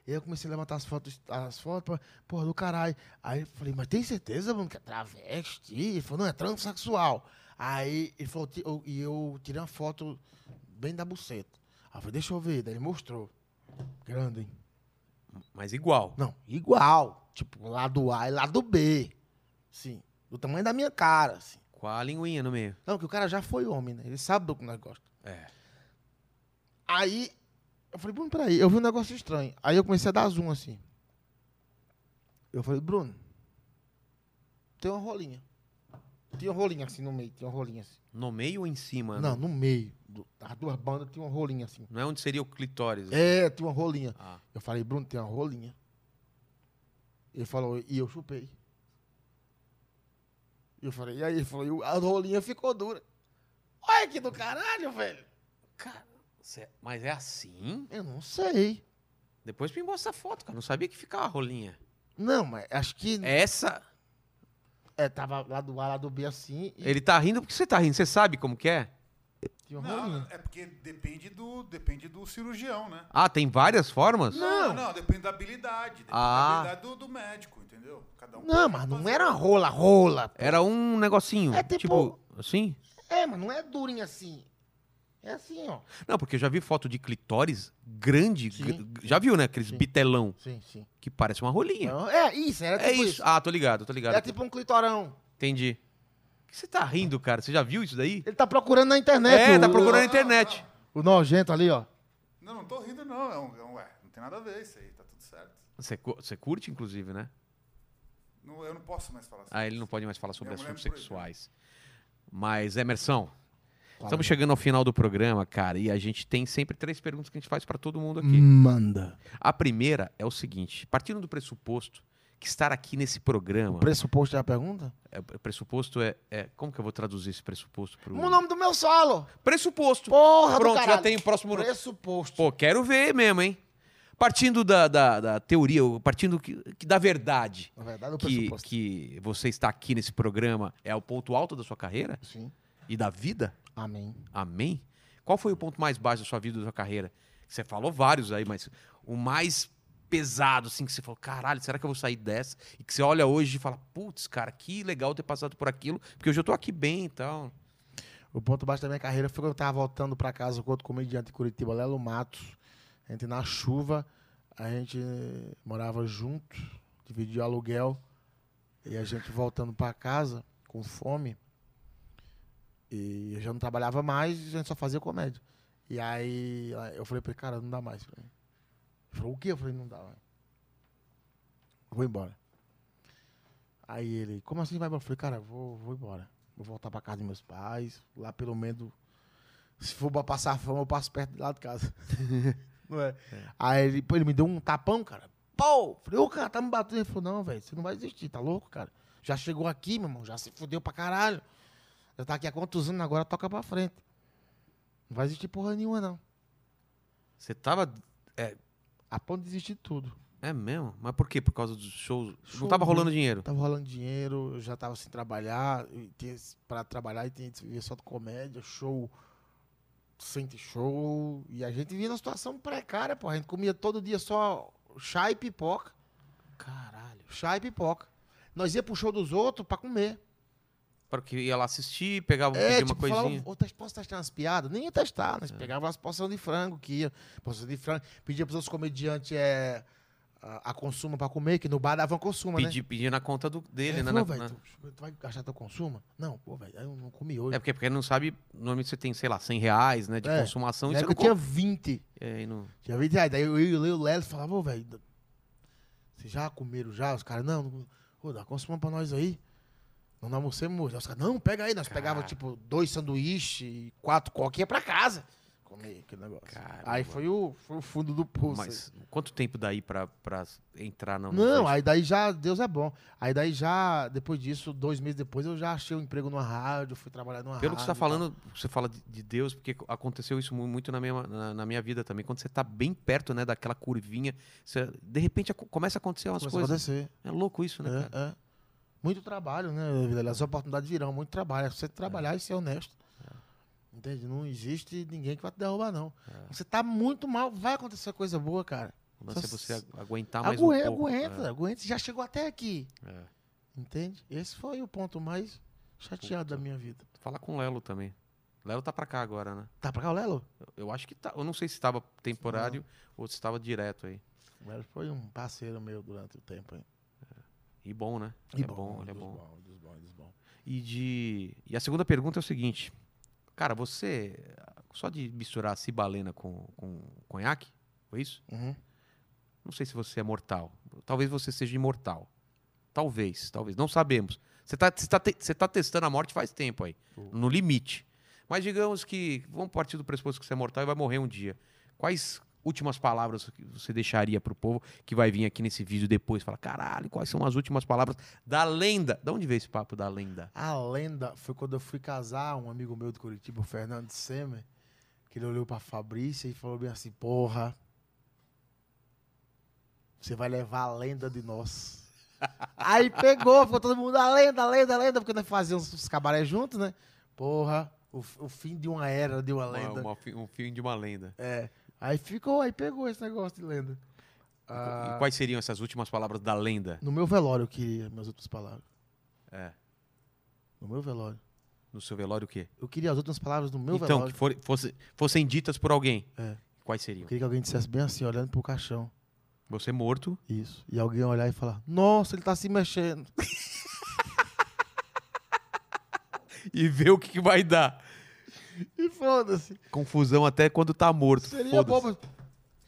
S2: E aí eu comecei a levantar as fotos, as fotos, pra- porra, do caralho. Aí eu falei, mas tem certeza, mano, que é travesti? Ele falou, não, é transexual. Aí ele falou, "Ti- eu- e eu tirei uma foto bem da buceta. Aí eu falei, deixa eu ver. Daí ele mostrou. Grande, hein?
S1: Mas igual.
S2: Não, igual. Tipo, lado A e lado B. Sim. Do tamanho da minha cara, assim.
S1: Com a linguinha no meio.
S2: Não, que o cara já foi homem, né? Ele sabe do que nós gostamos.
S1: É.
S2: Aí, eu falei, Bruno, peraí, eu vi um negócio estranho. Aí eu comecei a dar zoom, assim. Eu falei, Bruno, tem uma rolinha. Tinha uma rolinha assim no meio, tinha uma rolinha assim.
S1: No meio ou em cima?
S2: Não, no meio. do- das duas bandas tinha uma rolinha assim.
S1: Não é onde seria o clitóris.
S2: É, tinha uma rolinha.
S1: Ah.
S2: Eu falei, Bruno, tem uma rolinha. Ele falou, e eu chupei. Eu falei, e aí? Ele falou, "E a rolinha ficou dura. Olha que do caralho, velho.
S1: Cara, cê- mas é assim?
S2: Eu não sei.
S1: Depois me mostra a foto, cara. Não sabia que ficava a rolinha.
S2: Não, mas acho que
S1: Essa.
S2: é, tava lá do A, lá do B assim e
S1: Ele tá rindo porque você tá rindo. Você sabe como que é?
S2: tinha uma
S3: Não,
S2: rolinha.
S3: é porque depende do, depende do cirurgião, né?
S1: Ah, tem várias formas?
S2: Não.
S3: não, depende da habilidade. Depende
S1: Ah.
S3: da habilidade do, do médico, entendeu? Cada um
S2: Não, mas não era rola, rola.
S1: Era um negocinho.
S2: É tipo-
S1: tipo... assim?
S2: É, mas não é durinha assim. É assim, ó.
S1: Não, porque eu já vi foto de clitóris grande.
S2: Sim.
S1: gr- Já viu, né? Aqueles
S2: Sim.
S1: bitelão
S2: Sim, sim.
S1: que parece uma rolinha.
S2: Não, é isso, era
S1: É
S2: tipo
S1: isso.
S2: isso.
S1: Ah, tô ligado, tô ligado.
S2: Era tipo um clitorão.
S1: Entendi. Por que você tá rindo, cara? Você já viu isso daí?
S2: Ele tá procurando na internet.
S1: É,
S2: o-
S1: tá procurando na internet.
S2: O nojento ali, ó.
S3: Não, não tô rindo, não. É um, é um- ué, não tem nada a ver isso aí, tá tudo certo.
S1: Você, cu- você curte, inclusive, né?
S3: Não, eu não posso mais falar
S1: Ah, ele não pode mais falar sobre
S3: Minha mulher
S1: assuntos
S3: me proibiu.
S1: sexuais. Mas, Emerson, estamos chegando ao final do programa, cara, e a gente tem sempre três perguntas que a gente faz pra todo mundo
S2: Uhum.
S1: aqui.
S2: Manda.
S1: A primeira é o seguinte: partindo do pressuposto que estar aqui nesse programa.
S2: O pressuposto é a pergunta?
S1: é, o pressuposto é, é- Como que eu vou traduzir esse pressuposto pro.
S2: O nome do meu solo.
S1: Pressuposto!
S2: Porra do
S1: Pronto, já
S2: caralho.
S1: tem o próximo.
S2: um. Pressuposto.
S1: Pô, quero ver mesmo, hein? Partindo da, da, da teoria, partindo que- que da verdade.
S2: Na verdade, o
S1: que,
S2: pressuposto.
S1: que você está aqui nesse programa é o ponto alto da sua carreira
S2: Sim.
S1: e da vida?
S2: Amém.
S1: Amém? Qual foi o ponto mais baixo da sua vida e da sua carreira? Você falou vários aí, mas o mais pesado, assim, que você falou, caralho, será que eu vou sair dessa? E que você olha hoje e fala, putz, cara, que legal ter passado por aquilo, porque hoje eu tô aqui bem e tal.
S2: O ponto baixo da minha carreira foi quando eu tava voltando pra casa com outro comediante de Curitiba, Lelo Matos. A gente na chuva, a gente morava junto, dividia aluguel. E a gente voltando pra casa com fome. E eu já não trabalhava mais, a gente só fazia comédia. E aí a- eu falei pra ele, cara, não dá mais pra mim. Ele falou, o quê? Eu falei, não dá mais. Eu Vou embora. Aí ele, como assim vai embora? Eu falei, cara, eu vou, vou embora. Vou voltar pra casa dos meus pais. Lá pelo menos, se for pra passar fome, eu passo perto de lá de casa. (laughs) não é? Aí ele, pô, ele me deu um tapão, cara. Pô! Falei, ô cara, tá me batendo. Ele falou, não, velho, você não vai desistir, tá louco, cara? Já chegou aqui, meu irmão, já se fudeu pra caralho. Já tá aqui há quantos anos, agora toca pra frente. Não vai desistir porra nenhuma, não.
S1: Você tava.
S2: A ponto de desistir de tudo.
S1: É mesmo? Mas por quê? Por causa dos shows?
S2: Show
S1: Não tava
S2: ruim.
S1: rolando dinheiro.
S2: Tava rolando dinheiro, eu já tava sem trabalhar, e tinha esse- pra trabalhar e tinha que viver só de comédia, show, sem ter show. E a gente vivia numa situação precária, pô. A gente comia todo dia só chá e pipoca,
S1: Caralho.
S2: chá e pipoca. Nós ia pro show dos outros pra comer.
S1: Para que ia lá assistir, pegava,
S2: É,
S1: pedia
S2: tipo,
S1: uma coisinha. É.
S2: falava, "Ô, test- posso testar umas piadas? Nem ia testar, nós pegava as porções de frango que ia, porção de frango, pedia pros outros comediantes é, a, a consuma pra comer, que no bar dava uma consuma, né?
S1: Pedir, pedir na conta do- dele,
S2: é,
S1: né?
S2: falou,
S1: na-
S2: "Véi,
S1: na-
S2: tu, tu vai gastar teu consumo? Não, pô, velho, eu não comi hoje.
S1: É porque, porque não sabe, normalmente você tem, sei lá, 100 reais, né, de
S2: É.
S1: consumação. E
S2: Na
S1: você
S2: época
S1: não
S2: eu tinha
S1: tinha...
S2: 20.
S1: é, e não...
S2: Tinha 20 reais. Daí eu e o Léo falava, ô, velho, vocês já comeram já? Os caras, não, não ô, dá consumão pra nós aí. Não almocemos hoje. Aí Os caras, não, pega aí. Nós
S1: Cara.
S2: pegava, tipo, dois sanduíches e quatro coquinhas pra casa. Comer aquele negócio.
S1: Caramba.
S2: Aí foi o, foi o fundo do pulso.
S1: Mas quanto tempo daí pra, pra entrar na...
S2: Não,
S1: aí...
S2: aí daí já, Deus é bom. Aí daí já, depois disso, dois meses depois, eu já achei um emprego numa rádio, fui trabalhar numa
S1: Pelo
S2: rádio.
S1: que você tá
S2: e tal.
S1: falando, você fala de, de Deus, porque aconteceu isso mu- muito na minha, na, na minha vida também. Quando você tá bem perto, né, daquela curvinha, você, de repente aco- começa a acontecer umas
S2: Começou a
S1: coisas.
S2: acontecer.
S1: É louco isso, né,
S2: É,
S1: cara?
S2: é. Muito trabalho, né, Vilela? As oportunidades virão, muito trabalho. É você trabalhar e ser honesto.
S1: É.
S2: Entende? Não existe ninguém que vai te derrubar, não. Você tá muito mal, vai acontecer coisa boa, cara.
S1: O lance é
S2: Só
S1: você
S2: se-
S1: agu- aguentar mais
S2: Aguenta,
S1: um pouco.
S2: aguenta, aguenta. Você já chegou até aqui.
S1: É, é.
S2: Entende? Esse foi o ponto mais chateado da minha vida.
S1: Falar com o Lelo também. Lelo tá pra cá agora, né?
S2: Tá pra cá o Lelo?
S1: Eu- Eu acho que tá. Eu não sei se tava temporário ou se tava direto aí.
S2: O Lelo foi um parceiro meu durante o tempo. Hein?
S1: E bom, né?
S2: E
S1: é bom, ele é
S2: um dos
S1: bom.
S2: bons, dos bons, dos bons.
S1: E de. E a segunda pergunta é o seguinte. Cara, você. Só de misturar cibalena com, com conhaque, foi isso?
S2: Uhum.
S1: Não sei se você é mortal. Talvez você seja imortal. Talvez, talvez. Não sabemos. Você está testando a morte faz tempo aí. No limite. Mas digamos que. Vamos partir do pressuposto que você é mortal e vai morrer um dia. Quais últimas palavras que você deixaria pro povo que vai vir aqui nesse vídeo depois? Fala, caralho, quais são as últimas palavras da lenda? Da onde veio esse papo da lenda?
S2: A lenda foi quando eu fui casar um amigo meu de Curitiba, o Fernando Semer, que ele olhou pra Fabrícia e falou bem assim, porra, você vai levar a lenda de
S1: (laughs)
S2: nós. Aí pegou, ficou todo mundo, a lenda, a lenda, a lenda, porque nós fazíamos os cabaré juntos, né? Porra, o, f- o fim de uma era de uma lenda. É.
S1: Uma- uma fi- um filme de uma lenda.
S2: Aí ficou, aí pegou esse negócio de lenda.
S1: E qu- E quais seriam essas últimas palavras da lenda?
S2: No meu velório eu queria minhas últimas palavras.
S1: É.
S2: No meu velório.
S1: No seu velório o quê?
S2: Eu queria as últimas palavras do meu
S1: então,
S2: velório.
S1: que for- fosse- fossem ditas por alguém.
S2: É.
S1: Quais seriam?
S2: Eu queria que alguém dissesse bem assim, olhando pro caixão.
S1: Você morto.
S2: Isso. E alguém olhar e falar, nossa, ele tá se mexendo. (laughs)
S1: E ver o que, que vai dar.
S2: E foda-se.
S1: Confusão até quando tá morto.
S2: Seria né?
S1: Foda-se.
S2: bom, mas...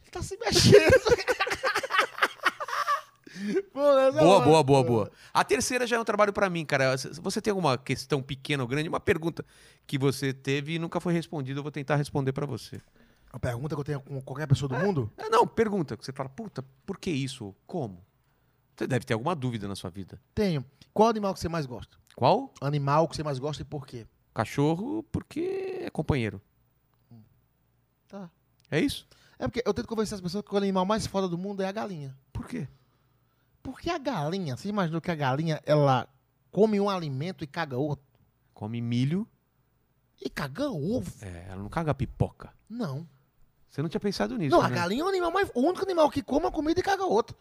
S2: Ele tá se mexendo. (laughs) Pô, essa é
S1: Boa,
S2: uma-
S1: boa, boa, boa. A terceira já é um trabalho pra mim, cara. Se- se Você tem alguma questão pequena ou grande, uma pergunta que você teve e nunca foi respondida, eu vou tentar responder pra você.
S2: Uma pergunta que eu tenho com qualquer pessoa do mundo?
S1: Ah, Não, pergunta que você fala, puta, por que isso? Como? Você deve ter alguma dúvida na sua vida.
S2: Tenho. Qual animal que você mais gosta?
S1: Qual?
S2: Animal que você mais gosta e por quê?
S1: Cachorro, porque é companheiro.
S2: Tá.
S1: É isso?
S2: É porque eu tento convencer as pessoas que o animal mais foda do mundo é a galinha.
S1: Por quê?
S2: Porque a galinha, você imaginou que a galinha, ela come um alimento e caga outro?
S1: Come milho.
S2: E caga ovo?
S1: É, ela não caga pipoca.
S2: Não.
S1: Você não tinha pensado nisso,
S2: não, a
S1: né?
S2: galinha é o animal mais. O único animal que come uma comida e caga outro.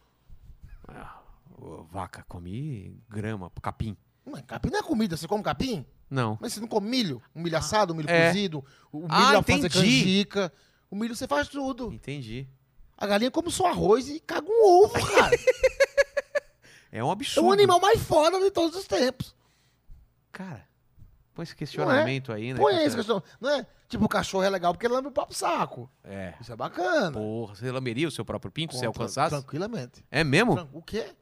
S1: Ah, ô, vaca, comi grama, capim.
S2: Mas capim não é comida, você come capim?
S1: Não.
S2: Mas você não come milho? Um milho assado, um milho
S1: É.
S2: cozido, o milho
S1: Ah,
S2: pra fazer
S1: entendi.
S2: canjica. O milho você faz tudo.
S1: Entendi.
S2: A galinha come só arroz e caga um
S1: (laughs)
S2: ovo, cara.
S1: É um
S2: é
S1: absurdo.
S2: o animal mais foda de todos os tempos.
S1: Cara, põe esse questionamento aí, né?
S2: é? Põe
S1: cara?
S2: essa questão, não é? Tipo, o cachorro é legal porque ele lambe o papo saco.
S1: É.
S2: Isso é bacana.
S1: Porra, você lameria o seu próprio pinto se
S2: Contra-
S1: alcançasse?
S2: Tranquilamente.
S1: É mesmo?
S2: Tran- O quê?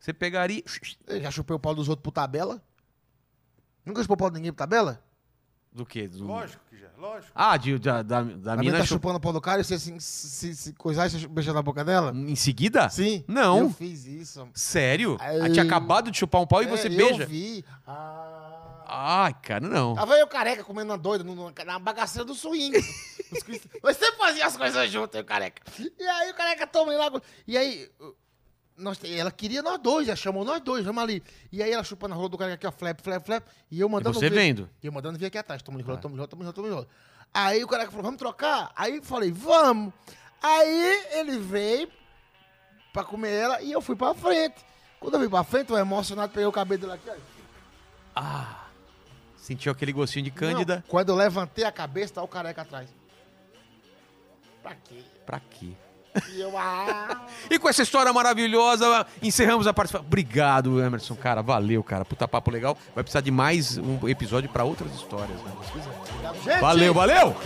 S1: Você pegaria.
S2: Eu já chupei o pau dos outros por tabela? Nunca chupou o pau de ninguém por tabela?
S1: Do quê? Do-
S3: Lógico que já, é, lógico.
S1: Ah, de, da, da, da
S2: A mina
S1: mina
S2: tá
S1: chu-
S2: chupando o pau do cara e você assim, se, se, se coisar e você beijar na boca dela?
S1: Em seguida?
S2: Sim.
S1: Não.
S2: Eu fiz isso.
S1: Sério?
S2: Ai.
S1: Ela tinha acabado de chupar um pau e você
S2: É,
S1: beija?
S2: Eu vi. Ah.
S1: Ai, cara, não.
S2: Tava eu careca comendo uma doida numa, na bagaceira do
S1: (laughs)
S2: swing. Os crist- Nós sempre fazia as coisas juntos, eu careca. E aí o careca toma lá. E aí. eu- Nós, ela queria nós dois, já chamou nós dois, vamos ali. E aí ela chupando a rola do careca aqui, ó, flap, flap, flap. E eu
S1: E
S2: mandando.
S1: você
S2: ver-
S1: vendo. Ah.
S2: E eu mandando vir aqui atrás. Toma de rola, toma de rola, toma de rola, toma de rola. Aí o careca falou, vamos trocar? Aí eu falei, vamos. Aí ele veio pra comer ela e eu fui pra frente. Quando eu vim pra frente, eu emocionado, peguei o cabelo dela aqui, ó.
S1: Ah. Sentiu aquele gostinho de
S2: Não,
S1: Cândida?
S2: quando eu levantei a cabeça, tá o careca atrás. Pra quê?
S1: Pra quê?
S2: E eu, ah, (laughs)
S1: E com essa história maravilhosa, encerramos a participação. Obrigado, Emerson, cara. Valeu, cara. Puta papo legal. Vai precisar de mais um episódio pra outras histórias, né?
S2: gente!
S1: Valeu, valeu!